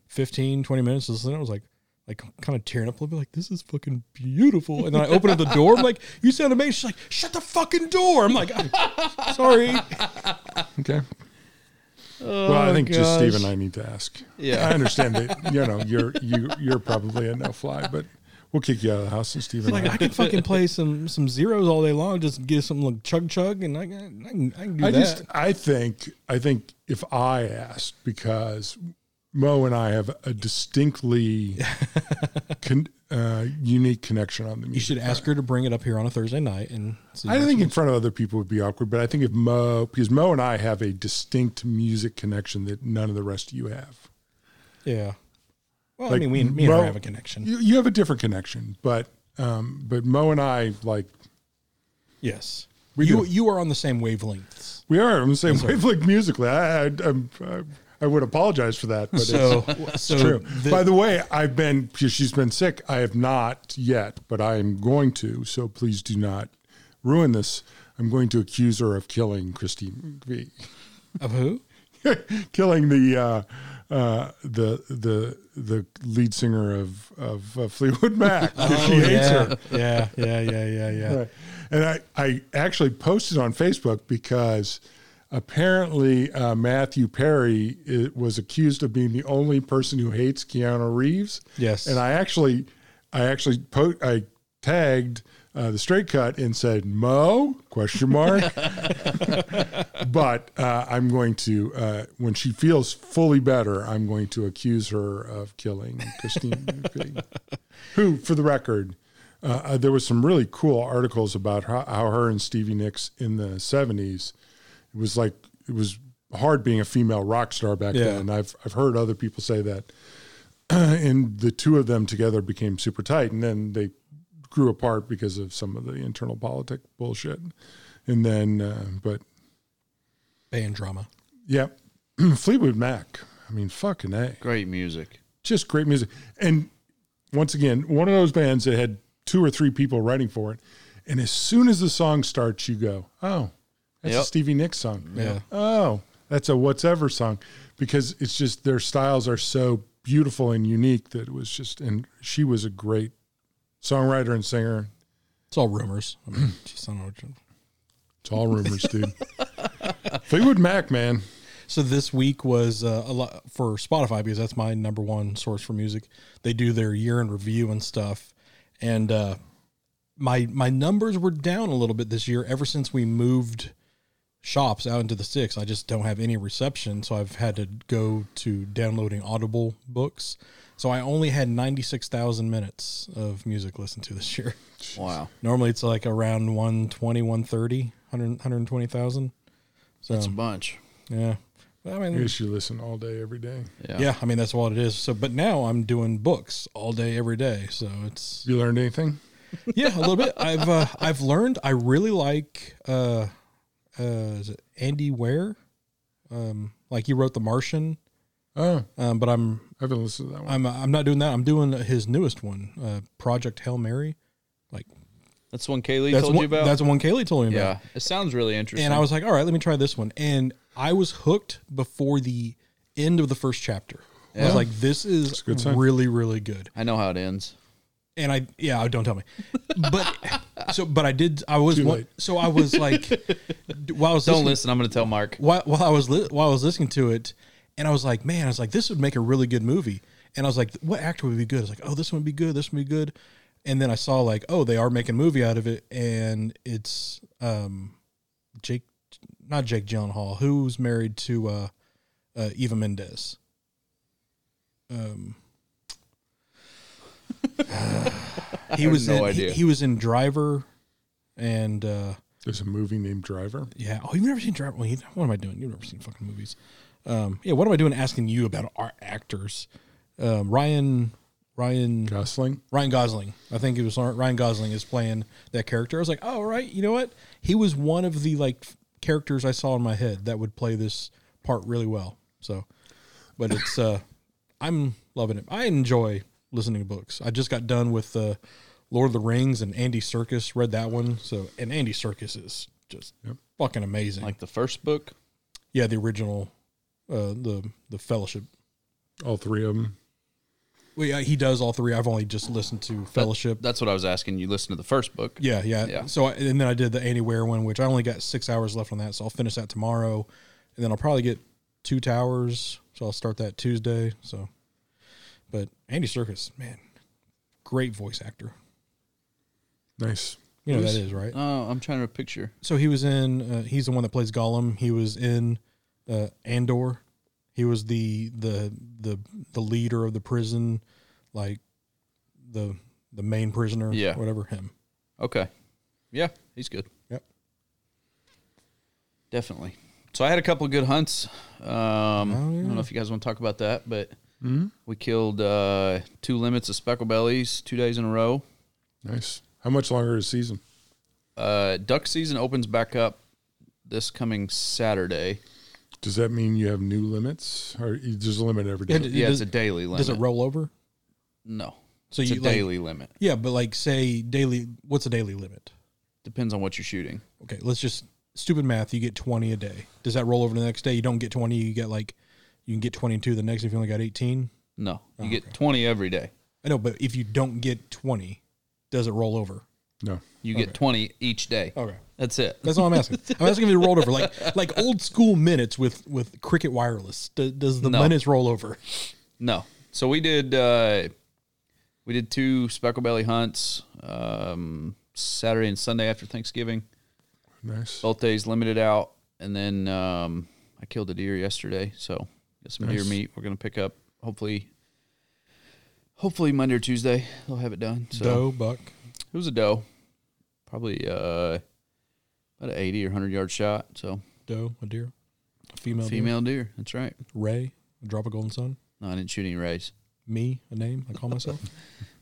Speaker 1: 15, 20 minutes listening. I was like. Like kind of tearing up a little bit, like this is fucking beautiful. And then I open up the door. I'm like, "You sound amazing." She's like, "Shut the fucking door." I'm like, "I'm "Sorry."
Speaker 2: Okay. well, I think
Speaker 1: Oh,
Speaker 2: just
Speaker 3: gosh.
Speaker 2: Steve and I need to ask.
Speaker 3: Yeah.
Speaker 2: I understand that. You know, you're you you're probably a no fly, but we'll kick you out of the house, and Steve and
Speaker 1: Like I
Speaker 2: I.
Speaker 1: can fucking play some some zeros all day long. Just get something like chug chug, and I, can- I can I can do
Speaker 2: I
Speaker 1: that.
Speaker 2: just I think I think if I asked because Mo and I have a distinctly con, uh, unique connection on the
Speaker 1: you
Speaker 2: music.
Speaker 1: should ask her to bring it up here on a Thursday night and see.
Speaker 2: I don't think in front of other people would be awkward, but I think if Mo because Mo and I have a distinct music connection that none of the rest of you have.
Speaker 1: yeah. Well, I
Speaker 2: Like,
Speaker 1: mean, we me and
Speaker 2: Mo-
Speaker 1: her have a connection.
Speaker 2: You you have a different connection, but um, but Mo and I like
Speaker 1: Yes.
Speaker 2: We
Speaker 1: you
Speaker 2: do.
Speaker 1: you are on the same wavelengths.
Speaker 2: We are on the same wavelength musically. I, I, I'm, I, I would apologize for that, but
Speaker 1: So, so
Speaker 2: it's true.
Speaker 1: the-
Speaker 2: By the way, I've been because she's been sick. I have not yet, but I am going to. So please do not ruin this. I'm going to accuse her of killing Christine V,
Speaker 1: of who?
Speaker 2: killing the uh, uh, the the the lead singer of of uh, Fleetwood Mac.
Speaker 1: Oh,
Speaker 2: she hates her.
Speaker 1: yeah, yeah, yeah, yeah, yeah, yeah.
Speaker 2: Right. And I, I actually posted on Facebook because apparently uh, Matthew Perry i was accused of being the only person who hates Keanu Reeves.
Speaker 1: Yes.
Speaker 2: And I actually, I actually po- I tagged uh, the straight cut and said Mo question mark. but uh, I'm going to uh, when she feels fully better, I'm going to accuse her of killing Christine, Pig, who, for the record. Uh, uh, there was some really cool articles about how, how her and Stevie Nicks in the '70s. It was like it was hard being a female rock star back
Speaker 1: Yeah.
Speaker 2: then. I've I've heard other people say that and the two of them together became super tight and then they grew apart because of some of the internal politic bullshit and then uh, but
Speaker 1: Band drama.
Speaker 2: yeah fleetwood mac i mean fucking a
Speaker 3: Great music.
Speaker 2: just great music and once again one of those bands that had two or three people writing for it and as soon as the song starts you go oh that's a
Speaker 3: Yep.
Speaker 2: stevie nicks song
Speaker 1: Yeah.
Speaker 2: oh that's a what's ever song because it's just their styles are so beautiful and unique that it was just and she was a great songwriter and singer
Speaker 1: It's all rumors. I mean, just, I don't know what you-
Speaker 2: it's all rumors dude fleetwood mac man
Speaker 1: so this week was uh, a lot for Spotify because that's my number one source for music. They do their year in review and stuff, and uh, my my numbers were down a little bit this year ever since we moved shops out into the sticks. I just don't have any reception, so I've had to go to downloading Audible books. So I only had ninety six thousand minutes of music listened to this year.
Speaker 3: Wow.
Speaker 1: Normally it's like around 120, 130, 100, 120,000. So Um,
Speaker 3: It's a bunch.
Speaker 1: yeah. I
Speaker 2: I
Speaker 1: mean,
Speaker 2: guess you listen all day, every day.
Speaker 3: Yeah.
Speaker 1: yeah, I mean that's what it is. So, but now I'm doing books all day, every day. So it's
Speaker 2: You learned anything?
Speaker 1: yeah, a little bit. I've uh, I've learned I really like uh, uh, is it Andy Ware? Um, like he wrote The Martian,
Speaker 2: Oh,
Speaker 1: um, but I'm
Speaker 2: I haven't listened to that one.
Speaker 1: I'm I'm not doing that. I'm doing his newest one, uh, Project Hail Mary.
Speaker 3: That's one Kaylee
Speaker 1: That's
Speaker 3: told
Speaker 1: one,
Speaker 3: you about.
Speaker 1: that's the one Kaylee told me about.
Speaker 3: yeah. It sounds really interesting.
Speaker 1: And I was like, all right, let me try this one. And I was hooked before the end of the first chapter. I was like, this is
Speaker 2: good sign.
Speaker 1: really, really good.
Speaker 3: I know how it ends.
Speaker 1: And I, yeah, don't tell me. But so, but I did, I was,
Speaker 2: Too
Speaker 1: one-
Speaker 2: late.
Speaker 1: so I was like, while I was
Speaker 3: Don't
Speaker 1: listening,
Speaker 3: listen. I'm going to tell Mark.
Speaker 1: while, while I was, li- while I was listening to it and I was like, man, I was like, this would make a really good movie. And I was like, what actor would be good? I was like, oh, this one would be good. This would be good. And then I saw like, oh, they are making a movie out of it. And it's, um, Jake, not Jake Gyllenhaal, who's married to uh, uh, Eva Mendes. Um, he
Speaker 3: have
Speaker 1: was
Speaker 3: no
Speaker 1: in,
Speaker 3: idea.
Speaker 1: He, he was in Driver, and uh,
Speaker 2: There's a movie named Driver.
Speaker 1: yeah. Oh, you've never seen Driver? Well, you- What am I doing? You've never seen fucking movies. Um, yeah. What am I doing asking you about our actors? Um, Ryan, Ryan,
Speaker 2: Gosling.
Speaker 1: Ryan Gosling. I think it was Ryan Gosling is playing that character. I was like, oh, all right, you know what? He was one of the like f- characters I saw in my head that would play this part really well. So, but it's uh, I'm loving it. I enjoy listening to books. I just got done with uh, Lord of the Rings and Andy Circus read that one. So, and Andy Circus is just fucking amazing.
Speaker 3: Like the first book.
Speaker 1: yeah, the original, uh, the the Fellowship.
Speaker 2: All three of them.
Speaker 1: Well, yeah, he does all three. I've only just listened to Fellowship.
Speaker 3: That's what I was asking. You listen to the first book.
Speaker 1: Yeah, yeah.
Speaker 3: Yeah.
Speaker 1: So I, and then I did the Andy Ware one, which I only got six hours left on that, so I'll finish that tomorrow, and then I'll probably get two towers, so I'll start that Tuesday. So, but Andy Circus, man, great voice actor.
Speaker 2: Nice.
Speaker 1: You know who
Speaker 3: Who's-
Speaker 1: that is right.
Speaker 3: Oh, I'm trying to picture.
Speaker 1: So he was in. Uh, he's the one that plays Gollum. He was in uh, Andor. He was the the the the leader of the prison, like the the main prisoner.
Speaker 3: Yeah.
Speaker 1: whatever him.
Speaker 3: Okay. Yeah, he's good.
Speaker 1: Yep.
Speaker 3: Definitely. So I had a couple of good hunts. Um,
Speaker 1: Oh,
Speaker 3: I don't know if you guys want to talk about that, but we killed uh, two limits of speckle bellies two days in a row.
Speaker 2: Nice. How much longer is season?
Speaker 3: Uh, duck season opens back up this coming Saturday.
Speaker 2: Does that mean you have new limits, or you just limit every day?
Speaker 1: Yeah, d-
Speaker 3: Yeah,
Speaker 1: does,
Speaker 3: it's a daily limit.
Speaker 1: does it roll over?
Speaker 3: No,
Speaker 1: So
Speaker 3: it's
Speaker 1: you
Speaker 3: a
Speaker 1: like-
Speaker 3: daily limit.
Speaker 1: Yeah, but like say daily, what's a daily limit?
Speaker 3: Depends on what you're shooting.
Speaker 1: Okay, let's just stupid math. You get twenty a day. Does that roll over to the next day? You don't get twenty. You get like you can get twenty two the next if you only got eighteen.
Speaker 3: No, you
Speaker 1: Oh,
Speaker 3: get 20 every day.
Speaker 1: I know, but if you don't get twenty, does it roll over?
Speaker 2: no.
Speaker 3: You get 20 each day.
Speaker 1: Okay,
Speaker 3: That's it.
Speaker 1: that's all I'm asking. I'm asking if it rolled over, like like old school minutes with with cricket wireless. Do, does the
Speaker 3: No.
Speaker 1: minutes roll over?
Speaker 3: No. So we did uh we did two speckle belly hunts um Saturday and Sunday after Thanksgiving.
Speaker 2: Nice.
Speaker 3: Both days limited out and then um I killed a deer yesterday, so got some deer meat we're going to pick up hopefully hopefully Monday or Tuesday they'll have it done. So
Speaker 1: Doe, buck.
Speaker 3: it was a doe. Probably uh about an 80 or 100 yard shot, so
Speaker 1: Doe, a deer, a female, female.
Speaker 3: female deer. That's right.
Speaker 1: Deer. Ray, a drop of golden sun.
Speaker 3: No, I didn't shoot any rays.
Speaker 1: Me, a name I call myself.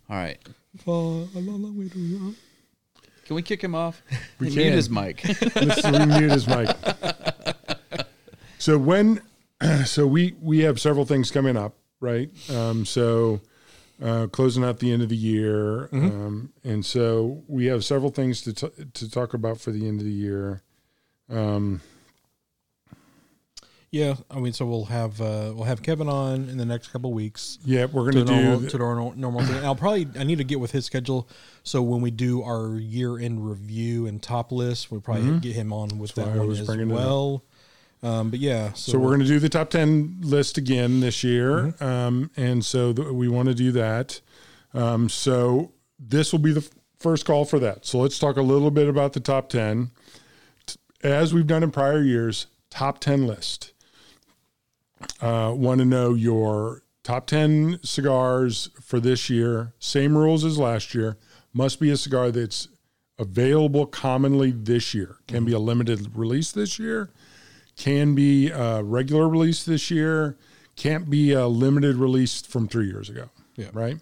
Speaker 3: All right.
Speaker 1: For a long way to run.
Speaker 3: Can we kick him off?
Speaker 2: We
Speaker 3: Mute
Speaker 2: can.
Speaker 3: his mic.
Speaker 2: Let's mute his mic. So when, so we we have several things coming up, right? Um, so uh, closing out the end of the year, um, and so we have several things to t- to talk about for the end of the year. Um,
Speaker 1: Yeah, I mean, so we'll have uh, we'll have Kevin on in the next couple weeks
Speaker 2: Yeah, we're
Speaker 1: to
Speaker 2: going to do.
Speaker 1: normal to our nor- normal thing. And I'll probably I need to get with his schedule, so when we do our year end review and top list, we'll probably get him on with
Speaker 2: why
Speaker 1: that
Speaker 2: Mm-hmm. I
Speaker 1: one
Speaker 2: was
Speaker 1: as
Speaker 2: bringing it up.
Speaker 1: well. Um, but yeah, so,
Speaker 2: so we're going to do the top 10 list again this year. Um, and so th- we want to do that. Um, so this will be the f- first call for that. So let's talk a little bit about the top 10. T- As we've done in prior years, top 10 list. Uh, want to know your top 10 cigars for this year. Same rules as last year. Must be a cigar that's available commonly this year. Can be a limited release this year can be a regular release this year, can't be a limited release from three years ago.
Speaker 1: Yeah.
Speaker 2: Right.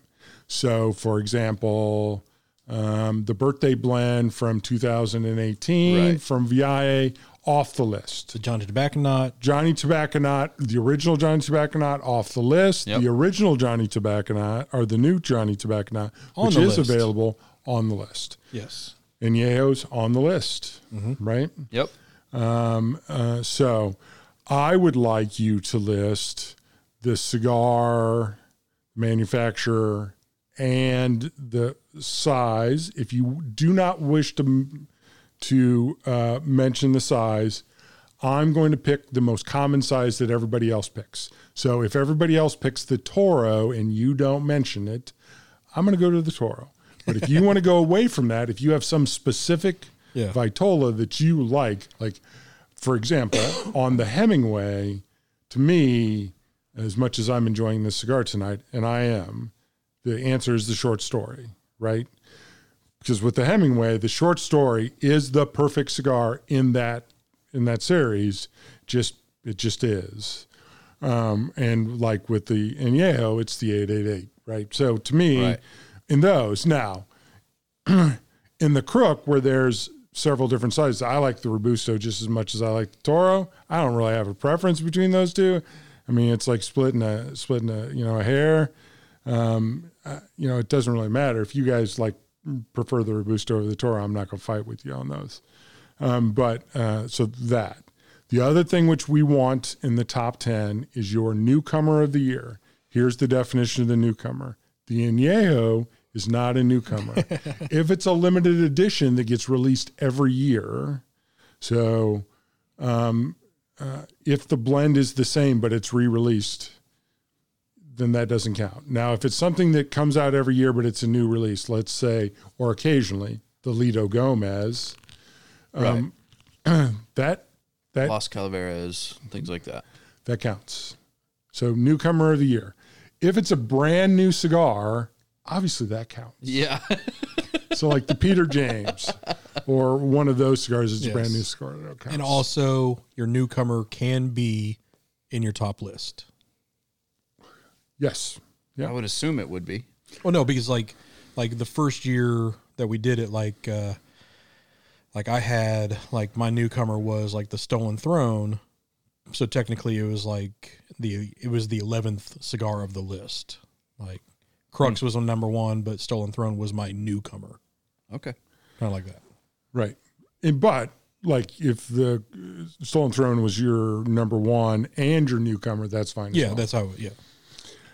Speaker 2: So, for example, um, the birthday blend from 2018
Speaker 3: Right.
Speaker 2: from VIA off the list.
Speaker 1: The Johnny Tobacconot,
Speaker 2: Johnny Tobacconot, the original Johnny Tobacconot off the list.
Speaker 3: Yep.
Speaker 2: The original Johnny Tobacconot or the new Johnny Tobacconot,
Speaker 1: On
Speaker 2: which
Speaker 1: the
Speaker 2: is
Speaker 1: list.
Speaker 2: available on the list.
Speaker 1: yes,
Speaker 2: And Yeo's on the list,
Speaker 1: Mm-hmm.
Speaker 2: right?
Speaker 3: Yep.
Speaker 2: Uh, so I would like you to list the cigar manufacturer and the size. If you do not wish to to uh, mention the size, I'm going to pick the most common size that everybody else picks. So if everybody else picks the Toro and you don't mention it, I'm going to go to the Toro. But if you want to go away from that, if you have some specific
Speaker 1: Yeah.
Speaker 2: Vitola that you like, like for example, on the Hemingway, to me, as much as I'm enjoying this cigar tonight, and I am, the answer is the short story, right? Because with the Hemingway, the short story is the perfect cigar in that in that series. Just it just is. Um, and like with the Añejo, it's the 888, right? So to me,
Speaker 3: Right.
Speaker 2: in those now, in the crook where there's several different sizes. I like the Robusto just as much as I like the Toro. I don't really have a preference between those two. I mean, it's like splitting a splitting a you know a hair. Um, uh, you know, it doesn't really matter if you guys like prefer the Robusto over the Toro. I'm not going to fight with you on those. Um, but uh, so that the other thing which we want in the top ten is your newcomer of the year. Here's the definition of the newcomer: the Añejo is not a newcomer. if it's a limited edition that gets released every year, so um, uh, if the blend is the same but it's re-released, then that doesn't count. Now, if it's something that comes out every year but it's a new release, let's say, or occasionally the Lido Gomez,
Speaker 3: Right.
Speaker 2: that that
Speaker 3: Los Calaveras, things like that.
Speaker 2: that counts. So newcomer of the year. If it's a brand new cigar, obviously that counts.
Speaker 3: Yeah.
Speaker 2: So like the Peter James or one of those cigars is a brand new
Speaker 1: Yes.
Speaker 2: cigar that counts.
Speaker 1: and also your newcomer can be in your top list.
Speaker 2: yes,
Speaker 3: I would assume it would be.
Speaker 1: Well, no, because like like the first year that we did it, like uh like I had like my newcomer was like the Stolen Throne, so technically it was like the it was the eleventh cigar of the list. Like Crux was on number one, but Stolen Throne was my newcomer,
Speaker 3: Okay.
Speaker 1: kind of like that.
Speaker 2: right. And but like if the uh, Stolen Throne was your number one and your newcomer, that's fine. as
Speaker 1: Yeah,
Speaker 2: well.
Speaker 1: that's how. Yeah,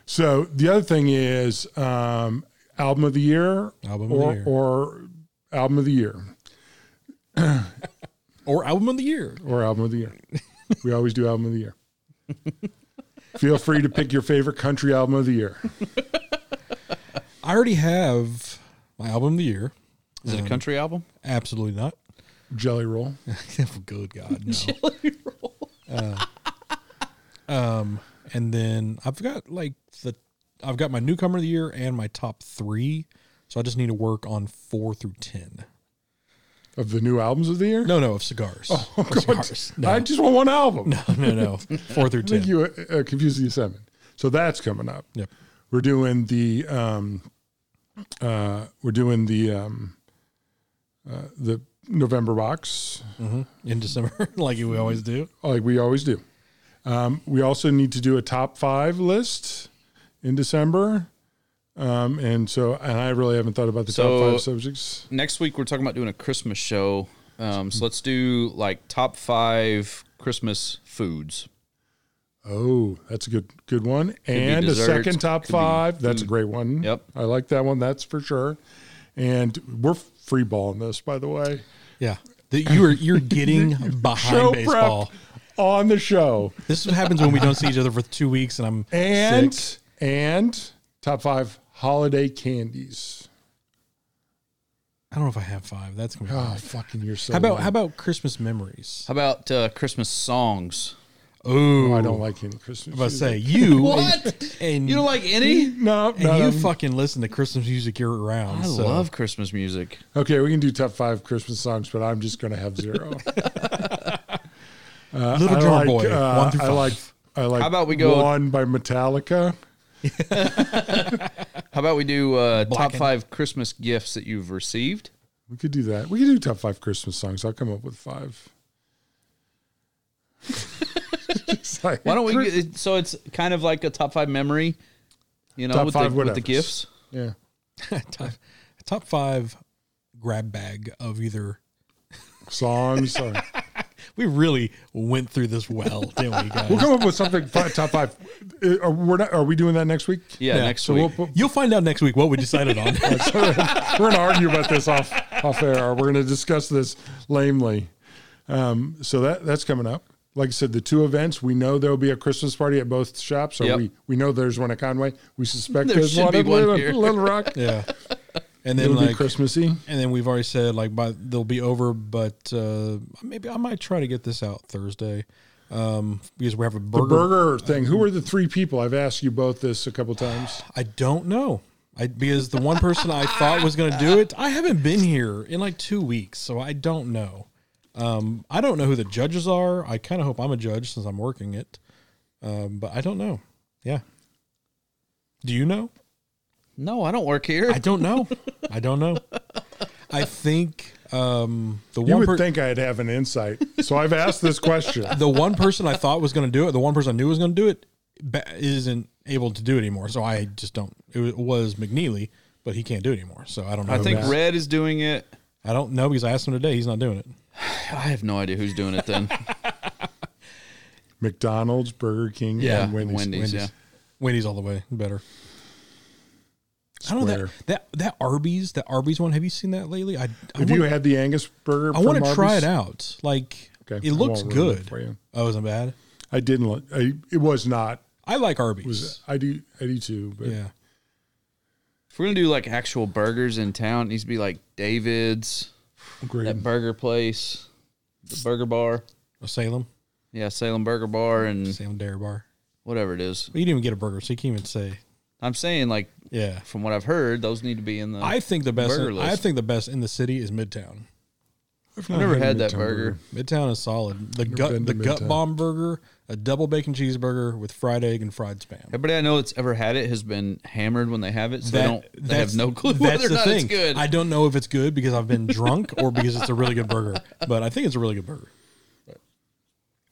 Speaker 2: So the other thing is um, album of the year,
Speaker 1: Album of the
Speaker 2: or,
Speaker 1: year.
Speaker 2: or album of the year.
Speaker 1: or album of the year.
Speaker 2: or album of the year. We always do album of the year. Feel free to pick your favorite country album of the year.
Speaker 1: I already have my album of the year.
Speaker 3: Is it a country album?
Speaker 1: Absolutely not.
Speaker 2: Jelly Roll.
Speaker 1: Good God, no. Uh, um, and then I've got like the I've got my newcomer of the year and my top three, so I just need to work on four through ten.
Speaker 2: Of the new albums of the year?
Speaker 1: No, no, of cigars. Oh, cigars. No,
Speaker 2: I just want one album.
Speaker 1: no, no, four through
Speaker 2: I think
Speaker 1: ten.
Speaker 2: you uh, uh, confused the assignment. So that's coming up.
Speaker 1: Yep.
Speaker 2: We're doing the um, uh, we're doing the um, uh, the November box
Speaker 1: In December, like we always do.
Speaker 2: like we always do. Um, we also need to do a top five list in December. Um, and so, and I really haven't thought about the
Speaker 3: So-
Speaker 2: top five subjects.
Speaker 3: Next week, we're talking about doing a Christmas show. Um, so let's do like top five Christmas foods.
Speaker 2: Oh, that's a good good one. And a
Speaker 3: desserts,
Speaker 2: second top
Speaker 3: could be
Speaker 2: five. That's a great one.
Speaker 3: Yep.
Speaker 2: I like that one. That's for sure. And we're free balling this, by the way.
Speaker 1: Yeah, that you're you're getting
Speaker 2: Show
Speaker 1: behind baseball.
Speaker 2: prep on the show.
Speaker 1: This is what happens when we don't see each other for two weeks, and I'm
Speaker 2: And
Speaker 1: sick.
Speaker 2: and top five holiday candies.
Speaker 1: I don't know if I have five. That's gonna be.
Speaker 2: Oh,
Speaker 1: hard.
Speaker 2: fucking you're so
Speaker 1: How about
Speaker 2: lame.
Speaker 1: how about Christmas memories?
Speaker 3: How about uh, Christmas songs?
Speaker 1: Oh,
Speaker 2: I don't like any Christmas.
Speaker 1: about to
Speaker 2: music.
Speaker 1: say you
Speaker 3: What?
Speaker 1: and, and
Speaker 3: You don't like any?
Speaker 2: No,
Speaker 1: and
Speaker 2: no,
Speaker 1: you
Speaker 2: no.
Speaker 1: fucking listen to Christmas music year round.
Speaker 3: I
Speaker 1: so.
Speaker 3: love Christmas music.
Speaker 2: Okay, we can do top five Christmas songs, but I'm just going to have zero.
Speaker 1: Little
Speaker 2: I
Speaker 1: Jar
Speaker 2: like,
Speaker 1: Boy,
Speaker 2: uh,
Speaker 1: one through
Speaker 2: I
Speaker 1: five.
Speaker 2: like. I like.
Speaker 3: How about we go-
Speaker 2: one by Metallica?
Speaker 3: How about we do uh, top
Speaker 1: Blackened.
Speaker 3: five Christmas gifts that you've received?
Speaker 2: We could do that. We could do top five Christmas songs. I'll come up with five. It's like-
Speaker 3: Why don't we? get- So it's kind of like a top five memory, you know,
Speaker 2: Top
Speaker 3: with,
Speaker 2: five
Speaker 3: the, with the
Speaker 2: whatevers.
Speaker 3: gifts.
Speaker 2: Yeah.
Speaker 1: top, top five grab bag of either.
Speaker 2: Songs. Or,
Speaker 1: We really went through this well, didn't we,
Speaker 2: we'll
Speaker 1: guys?
Speaker 2: come up with something. Five, top five. Uh, Are, we're not, are we doing that next week?
Speaker 3: Yeah,
Speaker 1: Yeah,
Speaker 3: next
Speaker 2: So we'll,
Speaker 3: week.
Speaker 2: put-
Speaker 1: You'll find out next week what we decided on.
Speaker 2: we're going to argue about this off off air. We're going to discuss this lamely. Um, so that that's coming up. Like I said, the two events we know there will be a Christmas party at both shops. So
Speaker 3: Yep.
Speaker 2: we we know there's one at Conway. We suspect
Speaker 3: There
Speaker 2: there's
Speaker 3: should
Speaker 2: one
Speaker 3: be
Speaker 2: at
Speaker 3: one
Speaker 2: Little,
Speaker 3: here.
Speaker 2: Little Rock.
Speaker 1: yeah, and then
Speaker 2: It'll be
Speaker 1: like,
Speaker 2: Christmassy.
Speaker 1: and then we've already said like, by they'll be over, but uh, maybe I might try to get this out Thursday um, because we have a
Speaker 2: The
Speaker 1: burger.
Speaker 2: burger thing. Who are the three people? I've asked you both this a couple times.
Speaker 1: I don't know. I, because the one person I thought was going to do it, I haven't been here in like two weeks, so I don't know. Um, I don't know who the judges are. I kind of hope I'm a judge since I'm working it, um, but I don't know. Yeah. Do you know?
Speaker 3: No, I don't work here.
Speaker 1: I don't know. I don't know. I think um, the
Speaker 2: You
Speaker 1: one
Speaker 2: would
Speaker 1: per-
Speaker 2: think I'd have an insight. So I've asked this question.
Speaker 1: the one person I thought was going to do it, the one person I knew was going to do it, ba- isn't able to do it anymore. So I just don't. It wa- was McNeely, but he can't do it anymore. So I don't know.
Speaker 3: I
Speaker 1: who
Speaker 3: think
Speaker 1: that-
Speaker 3: Red is doing it.
Speaker 1: I don't know because I asked him today. He's not doing it.
Speaker 3: I have no idea who's doing it then.
Speaker 2: McDonald's, Burger King,
Speaker 3: yeah,
Speaker 2: and Wendy's.
Speaker 3: yeah.
Speaker 1: Wendy's all the way better. I don't know
Speaker 2: Square.
Speaker 1: that, that that Arby's that Arby's one. Have you seen that lately? I I
Speaker 2: Have you
Speaker 1: want,
Speaker 2: had the Angus burger?
Speaker 1: I want to
Speaker 2: from
Speaker 1: try
Speaker 2: Arby's?
Speaker 1: it out. Like
Speaker 2: Okay,
Speaker 1: it
Speaker 2: I
Speaker 1: looks
Speaker 2: won't ruin it
Speaker 1: good.
Speaker 2: for you.
Speaker 1: Oh, isn't bad.
Speaker 2: I didn't. li- I, it was not.
Speaker 1: I like Arby's.
Speaker 2: I do. I do too. But
Speaker 1: yeah,
Speaker 3: If we're gonna do like actual burgers in town, it needs to be like David's,
Speaker 2: great.
Speaker 3: that burger place, the burger bar.
Speaker 1: Salem,
Speaker 3: Yeah, Salem Burger Bar
Speaker 2: Mm.
Speaker 3: and
Speaker 1: Salem Dairy Bar.
Speaker 3: whatever it is.
Speaker 1: But you didn't even get a burger, so you can't even say.
Speaker 3: I'm saying like
Speaker 1: Yeah,
Speaker 3: from what I've heard, those need to be in the.
Speaker 1: I think the best.
Speaker 3: Burger
Speaker 1: I
Speaker 3: list.
Speaker 1: think the best in the city is Midtown.
Speaker 2: I've
Speaker 3: never
Speaker 2: a
Speaker 3: had that
Speaker 2: Midtown
Speaker 3: burger.
Speaker 1: Midtown is solid. The
Speaker 2: been
Speaker 1: gut,
Speaker 2: to
Speaker 1: the gut
Speaker 2: Midtown.
Speaker 1: bomb burger, a double bacon cheeseburger with fried egg and fried spam.
Speaker 3: Everybody I know that's ever had it has been hammered when they have it, so they don't. They
Speaker 1: that's-
Speaker 3: have no clue
Speaker 1: that's
Speaker 3: whether or
Speaker 1: the
Speaker 3: not it's
Speaker 1: thing.
Speaker 3: good.
Speaker 1: I don't know if it's good because I've been drunk or because it's a really good burger. But I think it's a really good burger.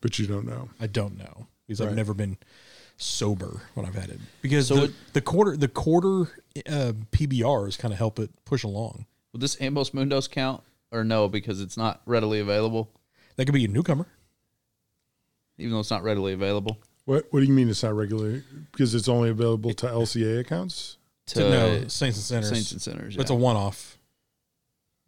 Speaker 2: But you don't know.
Speaker 1: I don't know because
Speaker 2: Right.
Speaker 1: I've never been sober when I've had it. Because
Speaker 3: So
Speaker 1: the,
Speaker 3: it-
Speaker 1: the quarter the quarter uh, PBRs kind of help it push along.
Speaker 3: Would this Ambos Mundos count or no? Because it's not readily available,
Speaker 1: That could be a newcomer.
Speaker 3: even though it's not readily available.
Speaker 2: What What do you mean it's not regular? Because it's only available to LCA accounts.
Speaker 1: To know Saints and Sinners.
Speaker 3: Saints and Sinners.
Speaker 1: It's a
Speaker 3: yeah.
Speaker 1: one off.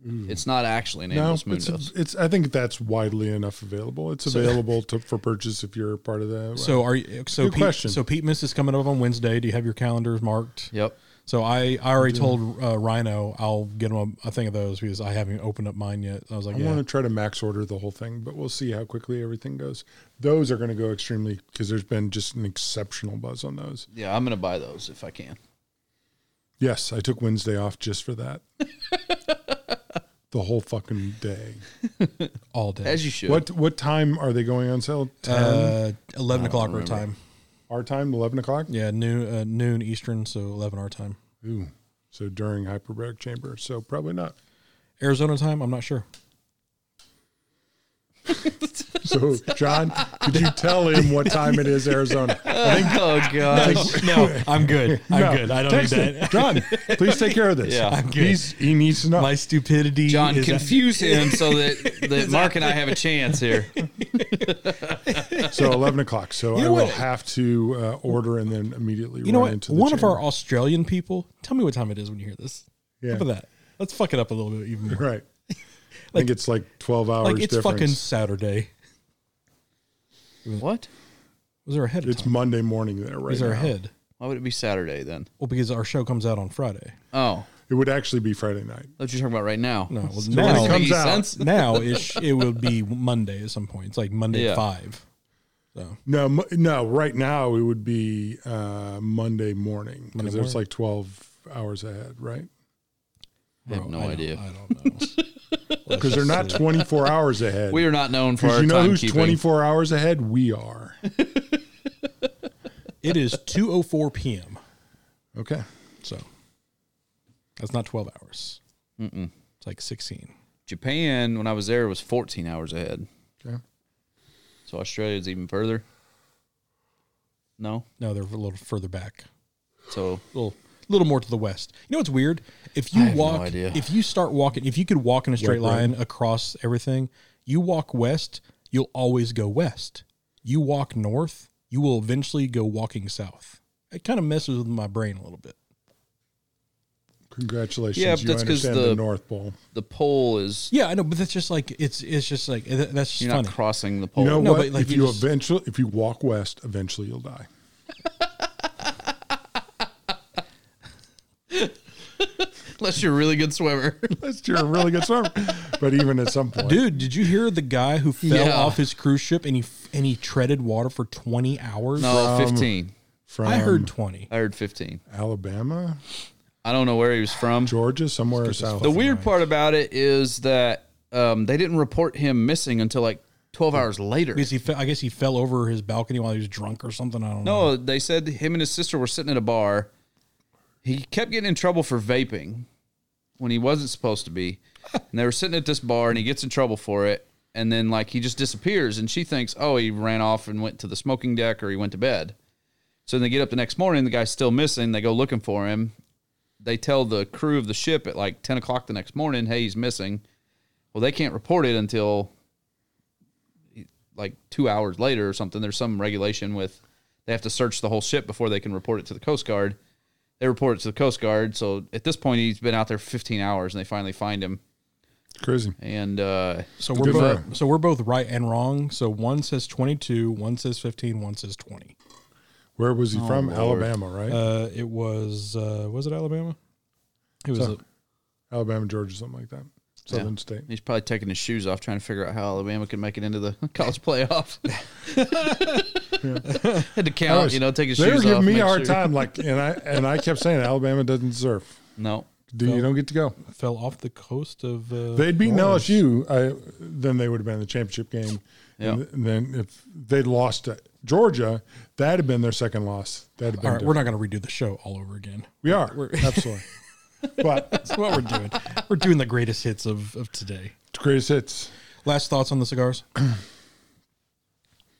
Speaker 3: It's not actually an
Speaker 2: No,
Speaker 3: Ambos
Speaker 2: it's,
Speaker 3: Mundos.
Speaker 2: it's. I think that's widely enough available. It's available to, for purchase if you're part of the.
Speaker 1: So are you so
Speaker 2: Good
Speaker 1: Pete,
Speaker 2: question.
Speaker 1: so Pete Miss is coming up on Wednesday. Do you have your calendars marked?
Speaker 3: Yep.
Speaker 1: So I, I already told uh, Rhino I'll get him a, a thing of those because I haven't opened up mine yet. I was like,
Speaker 2: I
Speaker 1: yeah.
Speaker 2: want to try to max order the whole thing, but we'll see how quickly everything goes. Those are going to go extremely because there's been just an exceptional buzz on those.
Speaker 3: Yeah, I'm gonna buy those if I can.
Speaker 2: Yes, I took Wednesday off just for that. the whole fucking day.
Speaker 1: all day.
Speaker 3: As you should.
Speaker 2: What what time are they going on sale? Ten
Speaker 1: Uh, eleven o'clock our time.
Speaker 2: our time, eleven o'clock.
Speaker 1: Yeah, noon uh, noon Eastern, so eleven our time.
Speaker 2: Ooh, so during hyperbaric chamber. So probably not.
Speaker 1: Arizona time, I'm not sure.
Speaker 2: So John, could you tell him what time it is, Arizona? I think
Speaker 3: Oh gosh.
Speaker 1: no, I'm good. I'm
Speaker 2: no.
Speaker 1: good. I don't
Speaker 2: Text
Speaker 1: need
Speaker 2: him.
Speaker 1: that.
Speaker 2: John, please take care of this.
Speaker 3: Yeah.
Speaker 1: I'm good.
Speaker 2: He's, he needs to know.
Speaker 1: My stupidity.
Speaker 3: John,
Speaker 1: is-
Speaker 3: confuse him so that, that Mark and I have a chance here.
Speaker 2: So eleven o'clock. So
Speaker 1: You
Speaker 2: I
Speaker 1: know
Speaker 2: will
Speaker 1: what?
Speaker 2: have to uh, order and then immediately
Speaker 1: you know
Speaker 2: run
Speaker 1: what?
Speaker 2: into the
Speaker 1: One of
Speaker 2: chamber.
Speaker 1: our Australian people. Tell me what time it is when you hear this.
Speaker 2: Yeah.
Speaker 1: How about that? Let's fuck it up a little bit even more.
Speaker 2: right. I think it's like twelve hours.
Speaker 1: Like it's
Speaker 2: difference.
Speaker 1: fucking Saturday.
Speaker 3: What?
Speaker 1: Was there a head?
Speaker 2: It's Monday morning there, right?
Speaker 1: Is there
Speaker 2: now.
Speaker 1: a head?
Speaker 3: Why would it be Saturday then?
Speaker 1: Well, because our show comes out on Friday.
Speaker 3: Oh,
Speaker 2: It would actually be Friday night.
Speaker 3: that's what you're talking about right now.
Speaker 1: No, well,
Speaker 3: Doesn't
Speaker 1: now
Speaker 2: it
Speaker 3: make
Speaker 2: comes
Speaker 3: any
Speaker 2: out.
Speaker 3: sense.
Speaker 1: now it, sh- it will be Monday at some point. It's like Monday
Speaker 3: Yeah.
Speaker 1: at five.
Speaker 2: No, mo- no. Right now it would be uh, Monday morning because there's like twelve hours ahead, right?
Speaker 3: I have no
Speaker 1: don't-
Speaker 3: idea.
Speaker 1: I don't know.
Speaker 2: because they're not 24 hours ahead.
Speaker 3: We are not known for
Speaker 2: Because
Speaker 3: our
Speaker 2: you know who's
Speaker 3: timekeeping.
Speaker 2: 24 hours ahead? We are.
Speaker 1: It is 2:04 p.m.
Speaker 2: Okay.
Speaker 1: So that's not 12 hours. It's like 16.
Speaker 3: Japan, when I was there, was 14 hours ahead.
Speaker 2: Okay.
Speaker 3: So Australia's even further. No,
Speaker 1: No, they're a little further back.
Speaker 3: so
Speaker 1: A little little more to the west. You know what's weird? If you
Speaker 3: have no
Speaker 1: walk
Speaker 3: idea.
Speaker 1: if you start walking, if you could walk in a straight
Speaker 2: Right, right.
Speaker 1: line across everything, you walk west, you'll always go west. You walk north, you will eventually go walking south. It kind of messes with my brain a little bit.
Speaker 2: Congratulations.
Speaker 3: Yeah, but
Speaker 2: you
Speaker 3: that's 'cause
Speaker 2: understand the,
Speaker 3: the-
Speaker 2: North Pole.
Speaker 3: the pole is
Speaker 1: Yeah, I know, but that's just like it's it's just like th- that's just
Speaker 3: you're
Speaker 1: funny.
Speaker 3: not crossing the pole.
Speaker 2: You know
Speaker 1: No,
Speaker 2: what?
Speaker 1: but, like,
Speaker 2: if
Speaker 1: you
Speaker 2: you
Speaker 1: just-
Speaker 2: eventually, if you walk west, eventually you'll die.
Speaker 3: Unless you're a really good swimmer.
Speaker 2: That's you're a really good swimmer. But even at some point,
Speaker 1: Dude, did you hear the guy who fell
Speaker 3: Yeah.
Speaker 1: off his cruise ship and he f- and he treaded water for 20 hours?
Speaker 3: no, 15.
Speaker 2: from
Speaker 1: I heard 20.
Speaker 3: I heard 15.
Speaker 2: Alabama,
Speaker 3: I don't know where he was from.
Speaker 2: Georgia, somewhere south.
Speaker 3: The weird part about it is that um, they didn't report him missing until like 12 hours later.
Speaker 1: Because he fe- I guess he fell over his balcony while he was drunk or something. I don't know.
Speaker 3: No, they said him and his sister were sitting at a bar. He kept getting in trouble for vaping when he wasn't supposed to be. And they were sitting at this bar and he gets in trouble for it. And then, like, he just disappears. And she thinks, oh, he ran off and went to the smoking deck or he went to bed. So then they get up the next morning. The guy's still missing. They go looking for him. They tell the crew of the ship at like 10 o'clock the next morning, hey, he's missing. Well, they can't report it until like two hours later or something. There's some regulation with they have to search the whole ship before they can report it to the Coast Guard. They report it to the Coast Guard. So at this point, he's been out there 15 hours, and they finally find him.
Speaker 2: Crazy.
Speaker 3: And uh,
Speaker 1: So we're
Speaker 2: Good for
Speaker 1: both, so we're both right and wrong. So one says 22, one says 15, one says 20.
Speaker 2: Where was he from?
Speaker 3: Lord.
Speaker 2: Alabama, right?
Speaker 1: Uh, it was uh, was it Alabama? It was
Speaker 2: So- Alabama, Georgia, something like that. Southern state.
Speaker 3: he's probably taking his shoes off, trying to figure out how Alabama can make it into the college playoff. Had to count,
Speaker 2: Always-
Speaker 3: you know, take his
Speaker 2: they were
Speaker 3: shoes
Speaker 2: giving
Speaker 3: off.
Speaker 2: me
Speaker 3: make
Speaker 2: a hard
Speaker 3: sure-
Speaker 2: time, like, and I and I kept saying Alabama doesn't deserve.
Speaker 3: No,
Speaker 2: Do you don't get to go?
Speaker 1: a, fell off the coast of. Uh,
Speaker 2: They'd beaten
Speaker 1: Florida.
Speaker 2: LSU, I, then they would have been in the championship game.
Speaker 3: Yeah.
Speaker 2: And, th- then if they'd lost to Georgia, that'd have been their second loss. That'd have been.
Speaker 1: All right, we're not going to redo the show all over again.
Speaker 2: we are absolutely. but
Speaker 1: That's what we're doing. we're doing the greatest hits of, of today.
Speaker 2: it's greatest hits.
Speaker 1: Last thoughts on the cigars.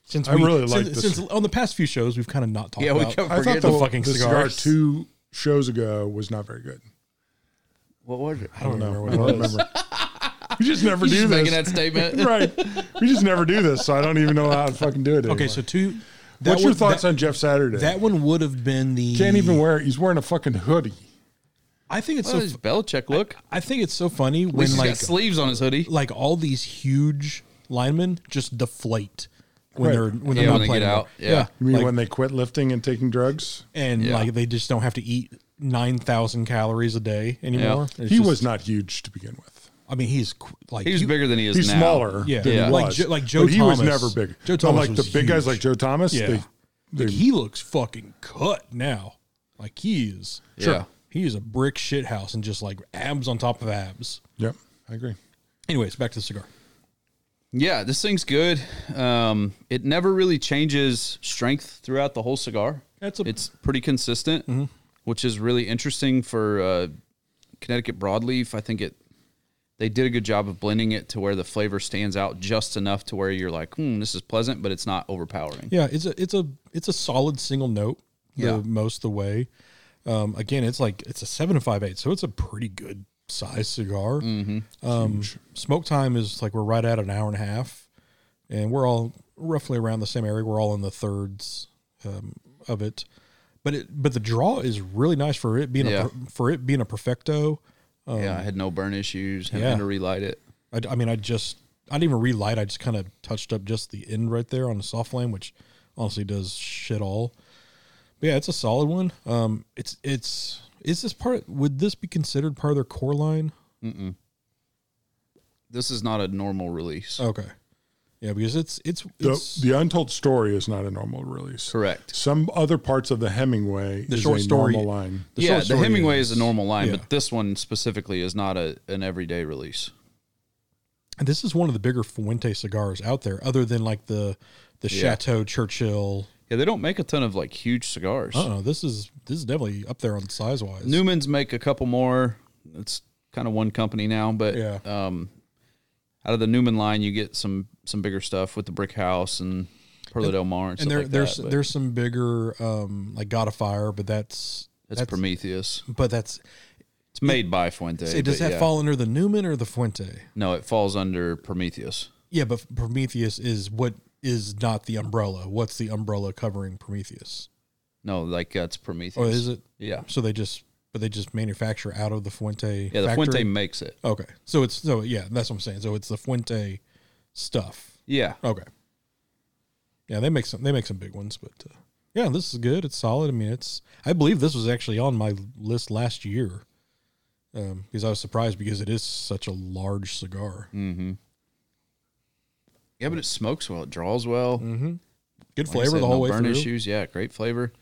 Speaker 1: Since
Speaker 2: I
Speaker 1: we,
Speaker 2: really
Speaker 1: since,
Speaker 2: like this.
Speaker 1: since on the past few shows we've kind of not talked
Speaker 3: yeah, we
Speaker 1: about.
Speaker 3: kept
Speaker 2: I thought
Speaker 3: forgetting.
Speaker 2: the,
Speaker 1: the fucking
Speaker 2: the cigar
Speaker 1: cigars.
Speaker 2: two shows ago was not very good.
Speaker 3: what was it?
Speaker 1: I don't
Speaker 2: No,
Speaker 1: remember
Speaker 2: I
Speaker 1: what it
Speaker 2: don't
Speaker 1: was.
Speaker 2: remember. We just never
Speaker 3: Just
Speaker 2: do
Speaker 3: making
Speaker 2: this.
Speaker 3: that statement.
Speaker 2: right. We just never do this, so I don't even know how to fucking do it.
Speaker 1: Okay,
Speaker 2: anymore.
Speaker 1: so two. that
Speaker 2: what's your
Speaker 1: one-
Speaker 2: thoughts
Speaker 1: that-
Speaker 2: on Jeff Saturday?
Speaker 1: That one would have been the.
Speaker 2: can't even wear. He's wearing a fucking hoodie.
Speaker 1: I think it's
Speaker 3: What
Speaker 1: so.
Speaker 3: does Belichick look?
Speaker 1: I think it's so funny
Speaker 3: At least
Speaker 1: when
Speaker 3: he's got
Speaker 1: like
Speaker 3: sleeves on his hoodie.
Speaker 1: like all these huge linemen just deflate when
Speaker 2: Right.
Speaker 1: they're when
Speaker 3: Yeah,
Speaker 1: they're not
Speaker 3: when they get
Speaker 1: playing. anymore.
Speaker 3: out. Yeah.
Speaker 2: You mean
Speaker 1: like-
Speaker 2: when they quit lifting and taking drugs?
Speaker 1: and
Speaker 3: Yeah.
Speaker 1: like they just don't have to eat nine thousand calories a day anymore. It's
Speaker 2: he
Speaker 1: just-
Speaker 2: was not huge to begin with.
Speaker 1: I mean, he's qu- like
Speaker 3: He's
Speaker 1: you-
Speaker 3: bigger than he is
Speaker 2: He's
Speaker 3: now.
Speaker 2: smaller
Speaker 1: Yeah.
Speaker 2: than
Speaker 3: Yeah.
Speaker 2: he
Speaker 1: Like
Speaker 2: was.
Speaker 1: Jo- like Joe
Speaker 2: but he was
Speaker 1: Thomas.
Speaker 2: never big.
Speaker 1: Joe
Speaker 2: But
Speaker 1: Thomas
Speaker 2: like the
Speaker 1: was
Speaker 2: big guys
Speaker 1: huge.
Speaker 2: like Joe Thomas,
Speaker 1: Yeah.
Speaker 2: they, they
Speaker 1: Dude, he looks fucking cut now. Like he is.
Speaker 3: Sure. Yeah.
Speaker 1: He is a brick shit house and just like abs on top of abs.
Speaker 2: Yep, I agree.
Speaker 1: Anyways, back to the cigar.
Speaker 3: Yeah, this thing's good. Um, it never really changes strength throughout the whole cigar.
Speaker 1: That's a- Mm-hmm.
Speaker 3: it's pretty consistent, which is really interesting for uh, Connecticut broadleaf. I think it they did a good job of blending it to where the flavor stands out just enough to where you're like, hmm, this is pleasant, but it's not overpowering.
Speaker 1: Yeah, it's a it's a it's a solid single note. The
Speaker 3: Yeah.
Speaker 1: most of the way. Um, again, it's like it's a seven and five eight, so it's a pretty good size cigar.
Speaker 3: Mm-hmm.
Speaker 1: Um, smoke time is like we're right at an hour and a half, and we're all roughly around the same area. We're all in the thirds um, of it, but it but the draw is really nice for it being
Speaker 3: Yeah.
Speaker 1: a, per- for it being a perfecto.
Speaker 3: yeah, I had no burn issues. Having
Speaker 1: yeah.
Speaker 3: to relight it.
Speaker 1: I, I mean, I just I didn't even relight. I just kind of touched up just the end right there on the soft flame, which honestly does shit all. But yeah, it's a solid one. Um, it's it's is this part? Would this be considered part of their core line?
Speaker 3: This is not a normal release.
Speaker 1: Okay, yeah, because it's it's
Speaker 2: The,
Speaker 1: it's
Speaker 2: the untold story is not a normal release.
Speaker 3: Correct.
Speaker 2: Some other parts of the Hemingway
Speaker 1: The
Speaker 2: is
Speaker 1: short
Speaker 2: a
Speaker 1: story-
Speaker 2: normal line.
Speaker 1: the
Speaker 3: yeah,
Speaker 1: short
Speaker 3: the
Speaker 1: story
Speaker 3: Hemingway
Speaker 1: is-
Speaker 3: is, a normal line,
Speaker 1: yeah.
Speaker 3: but this one specifically is not a an everyday release.
Speaker 1: and this is one of the bigger Fuente cigars out there, other than like the the
Speaker 3: Yeah.
Speaker 1: Chateau Churchill.
Speaker 3: Yeah, they don't make a ton of like huge cigars.
Speaker 2: Uh-huh.
Speaker 1: I don't know. This is this is definitely up there on size wise.
Speaker 3: Newman's make a couple more. It's kind of one company now, but
Speaker 1: Yeah.
Speaker 3: um, out of the Newman line, you get some some bigger stuff with the Brick House and Perla del Mar
Speaker 1: and
Speaker 3: and, stuff
Speaker 1: there
Speaker 3: like
Speaker 1: there's
Speaker 3: that. but
Speaker 1: there's some bigger um like God of Fire, but that's
Speaker 3: that's, Prometheus.
Speaker 1: but that's
Speaker 3: It's made by Fuente.
Speaker 1: say, does
Speaker 3: but
Speaker 1: that
Speaker 3: yeah.
Speaker 1: fall under the Newman or the Fuente?
Speaker 3: No, it falls under Prometheus.
Speaker 1: Yeah, but Prometheus is what is not the umbrella. What's the umbrella covering Prometheus?
Speaker 3: No, like that's Prometheus.
Speaker 1: Or Oh, is it?
Speaker 3: Yeah,
Speaker 1: So they just but they just manufacture out of the Fuente.
Speaker 3: yeah. The
Speaker 1: factory?
Speaker 3: Fuente makes it.
Speaker 1: Okay, so it's so yeah, that's what I'm saying. So it's the Fuente stuff.
Speaker 3: Yeah,
Speaker 1: Okay. Yeah, they make some they make some big ones, but uh, yeah, this is good. It's solid. I mean, it's I believe this was actually on my list last year um, because I was surprised because it is such a large cigar.
Speaker 3: yeah, but it smokes well. It draws well.
Speaker 1: Good
Speaker 3: Like I
Speaker 1: flavor
Speaker 3: said,
Speaker 1: the whole
Speaker 3: no
Speaker 1: way
Speaker 3: burn
Speaker 1: through.
Speaker 3: issues. Yeah, great flavor.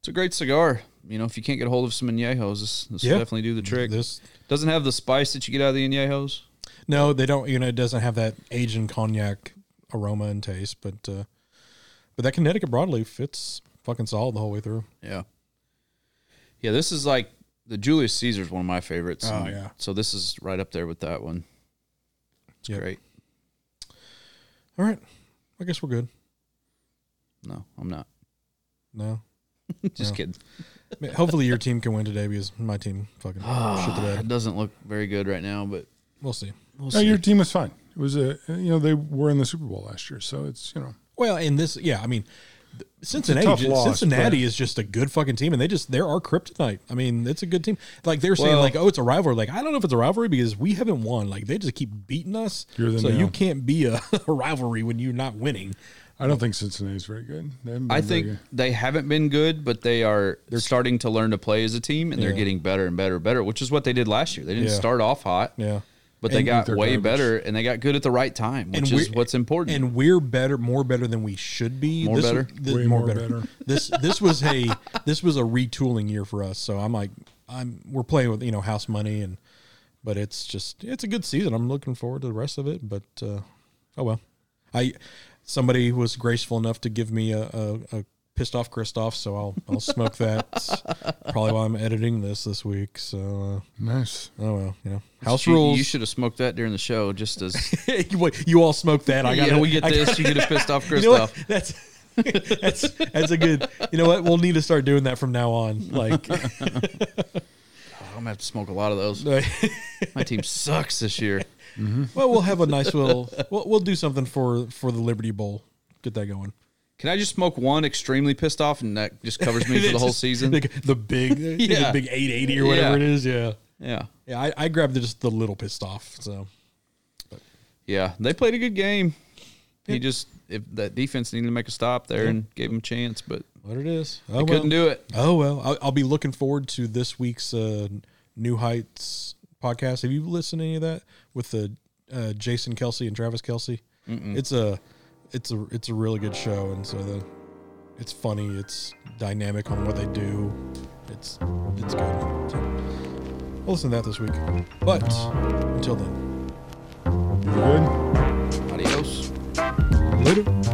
Speaker 3: It's a great cigar. You know, if you can't get a hold of some añejos, this, this
Speaker 1: Yeah.
Speaker 3: will definitely do the trick.
Speaker 1: This
Speaker 3: Doesn't have the spice that you get out of the añejos.
Speaker 1: no, they don't. You know, it doesn't have that Asian cognac aroma and taste, but uh, but that Connecticut broadleaf, it's fucking solid the whole way through.
Speaker 3: Yeah. Yeah, this is like the Julius Caesar's one of my favorites.
Speaker 1: Oh,
Speaker 3: and
Speaker 1: yeah.
Speaker 3: So this is right up there with that one. It's
Speaker 1: Yep.
Speaker 3: great.
Speaker 1: All right, I guess we're good.
Speaker 3: No, I'm not.
Speaker 1: No,
Speaker 3: Just
Speaker 1: Yeah.
Speaker 3: kidding.
Speaker 1: I mean, hopefully your team can win today because my team fucking shit the
Speaker 3: It
Speaker 1: bed.
Speaker 3: doesn't look very good right now, but
Speaker 1: We'll see.
Speaker 3: we'll
Speaker 2: No,
Speaker 3: see.
Speaker 2: your team was fine. It was a you know they were in the Super Bowl last year, so it's you know
Speaker 1: Well, and this, yeah, I mean, th- Cincinnati,
Speaker 2: tough
Speaker 1: ju-
Speaker 2: loss,
Speaker 1: Cincinnati
Speaker 2: but-
Speaker 1: is just a good fucking team, and they just they're our kryptonite. I mean, it's a good team. Like they're saying,
Speaker 3: Well-
Speaker 1: like, oh, it's a rivalry. Like I don't know if it's a rivalry because we haven't won. Like they just keep beating us.
Speaker 2: You're the
Speaker 1: so
Speaker 2: man.
Speaker 1: you can't be a, a rivalry when you're not winning.
Speaker 2: I don't think Cincinnati's very good. They haven't been
Speaker 3: I
Speaker 2: very
Speaker 3: think
Speaker 2: good.
Speaker 3: they haven't been good, but they are they're starting to learn to play as a team and
Speaker 1: Yeah.
Speaker 3: they're getting better and better and better, which is what they did last year. They didn't
Speaker 1: Yeah.
Speaker 3: start off hot.
Speaker 1: Yeah.
Speaker 3: But they
Speaker 1: And-
Speaker 3: got
Speaker 2: They're
Speaker 3: way
Speaker 2: garbage.
Speaker 3: better and they got good at the right time,
Speaker 1: And
Speaker 3: which is
Speaker 1: we're-
Speaker 3: what's important.
Speaker 1: And we're better, more better than we should be.
Speaker 3: More
Speaker 1: This-
Speaker 3: better?
Speaker 1: this-
Speaker 2: Way
Speaker 1: more,
Speaker 2: more
Speaker 1: better.
Speaker 2: better.
Speaker 1: this this was a this was a retooling year for us. So I'm like, I'm we're playing with you know house money and, but it's just it's a good season. I'm looking forward to the rest of it. But uh, oh well, I somebody was graceful enough to give me a. a, a Pissed off Christoph, so I'll I'll smoke that. Probably while I'm editing this this week. So
Speaker 2: nice.
Speaker 1: uh, oh well, you know, house
Speaker 3: you,
Speaker 1: rules.
Speaker 3: you should have smoked that during the show just as
Speaker 1: you, you all smoke that. I got
Speaker 3: yeah, we get
Speaker 1: I got-
Speaker 3: this, you get a pissed off
Speaker 1: You know what?
Speaker 3: Christoph.
Speaker 1: That's that's that's a good. You know what? We'll need to start doing that from now on. Like,
Speaker 3: Oh, I'm gonna have to smoke a lot of those.
Speaker 1: well,
Speaker 3: My team sucks this year.
Speaker 1: we'll have a nice little. We'll, we'll do something for for the Liberty Bowl. Get that going.
Speaker 3: Can I just smoke one extremely pissed off and that just covers me for the whole season?
Speaker 1: Like, the big,
Speaker 3: Yeah.
Speaker 1: the big eight eighty or whatever
Speaker 3: Yeah.
Speaker 1: it is. Yeah,
Speaker 3: Yeah.
Speaker 1: yeah. I, I grabbed just the little pissed off. So
Speaker 3: Yeah. They played a good game. He just if that defense needed to make a stop there and gave him a chance, but
Speaker 1: what it is? Oh, well.
Speaker 3: couldn't do it.
Speaker 1: Oh well, I'll, I'll be looking forward to this week's uh, New Heights podcast. Have you listened to any of that with the uh, Jason Kelsey and Travis Kelsey? It's a it's a it's a really good show, and so the it's funny, it's dynamic on what they do. It's it's good. So, we'll listen to that this week. But until then,
Speaker 2: You good?
Speaker 3: Adios.
Speaker 1: later.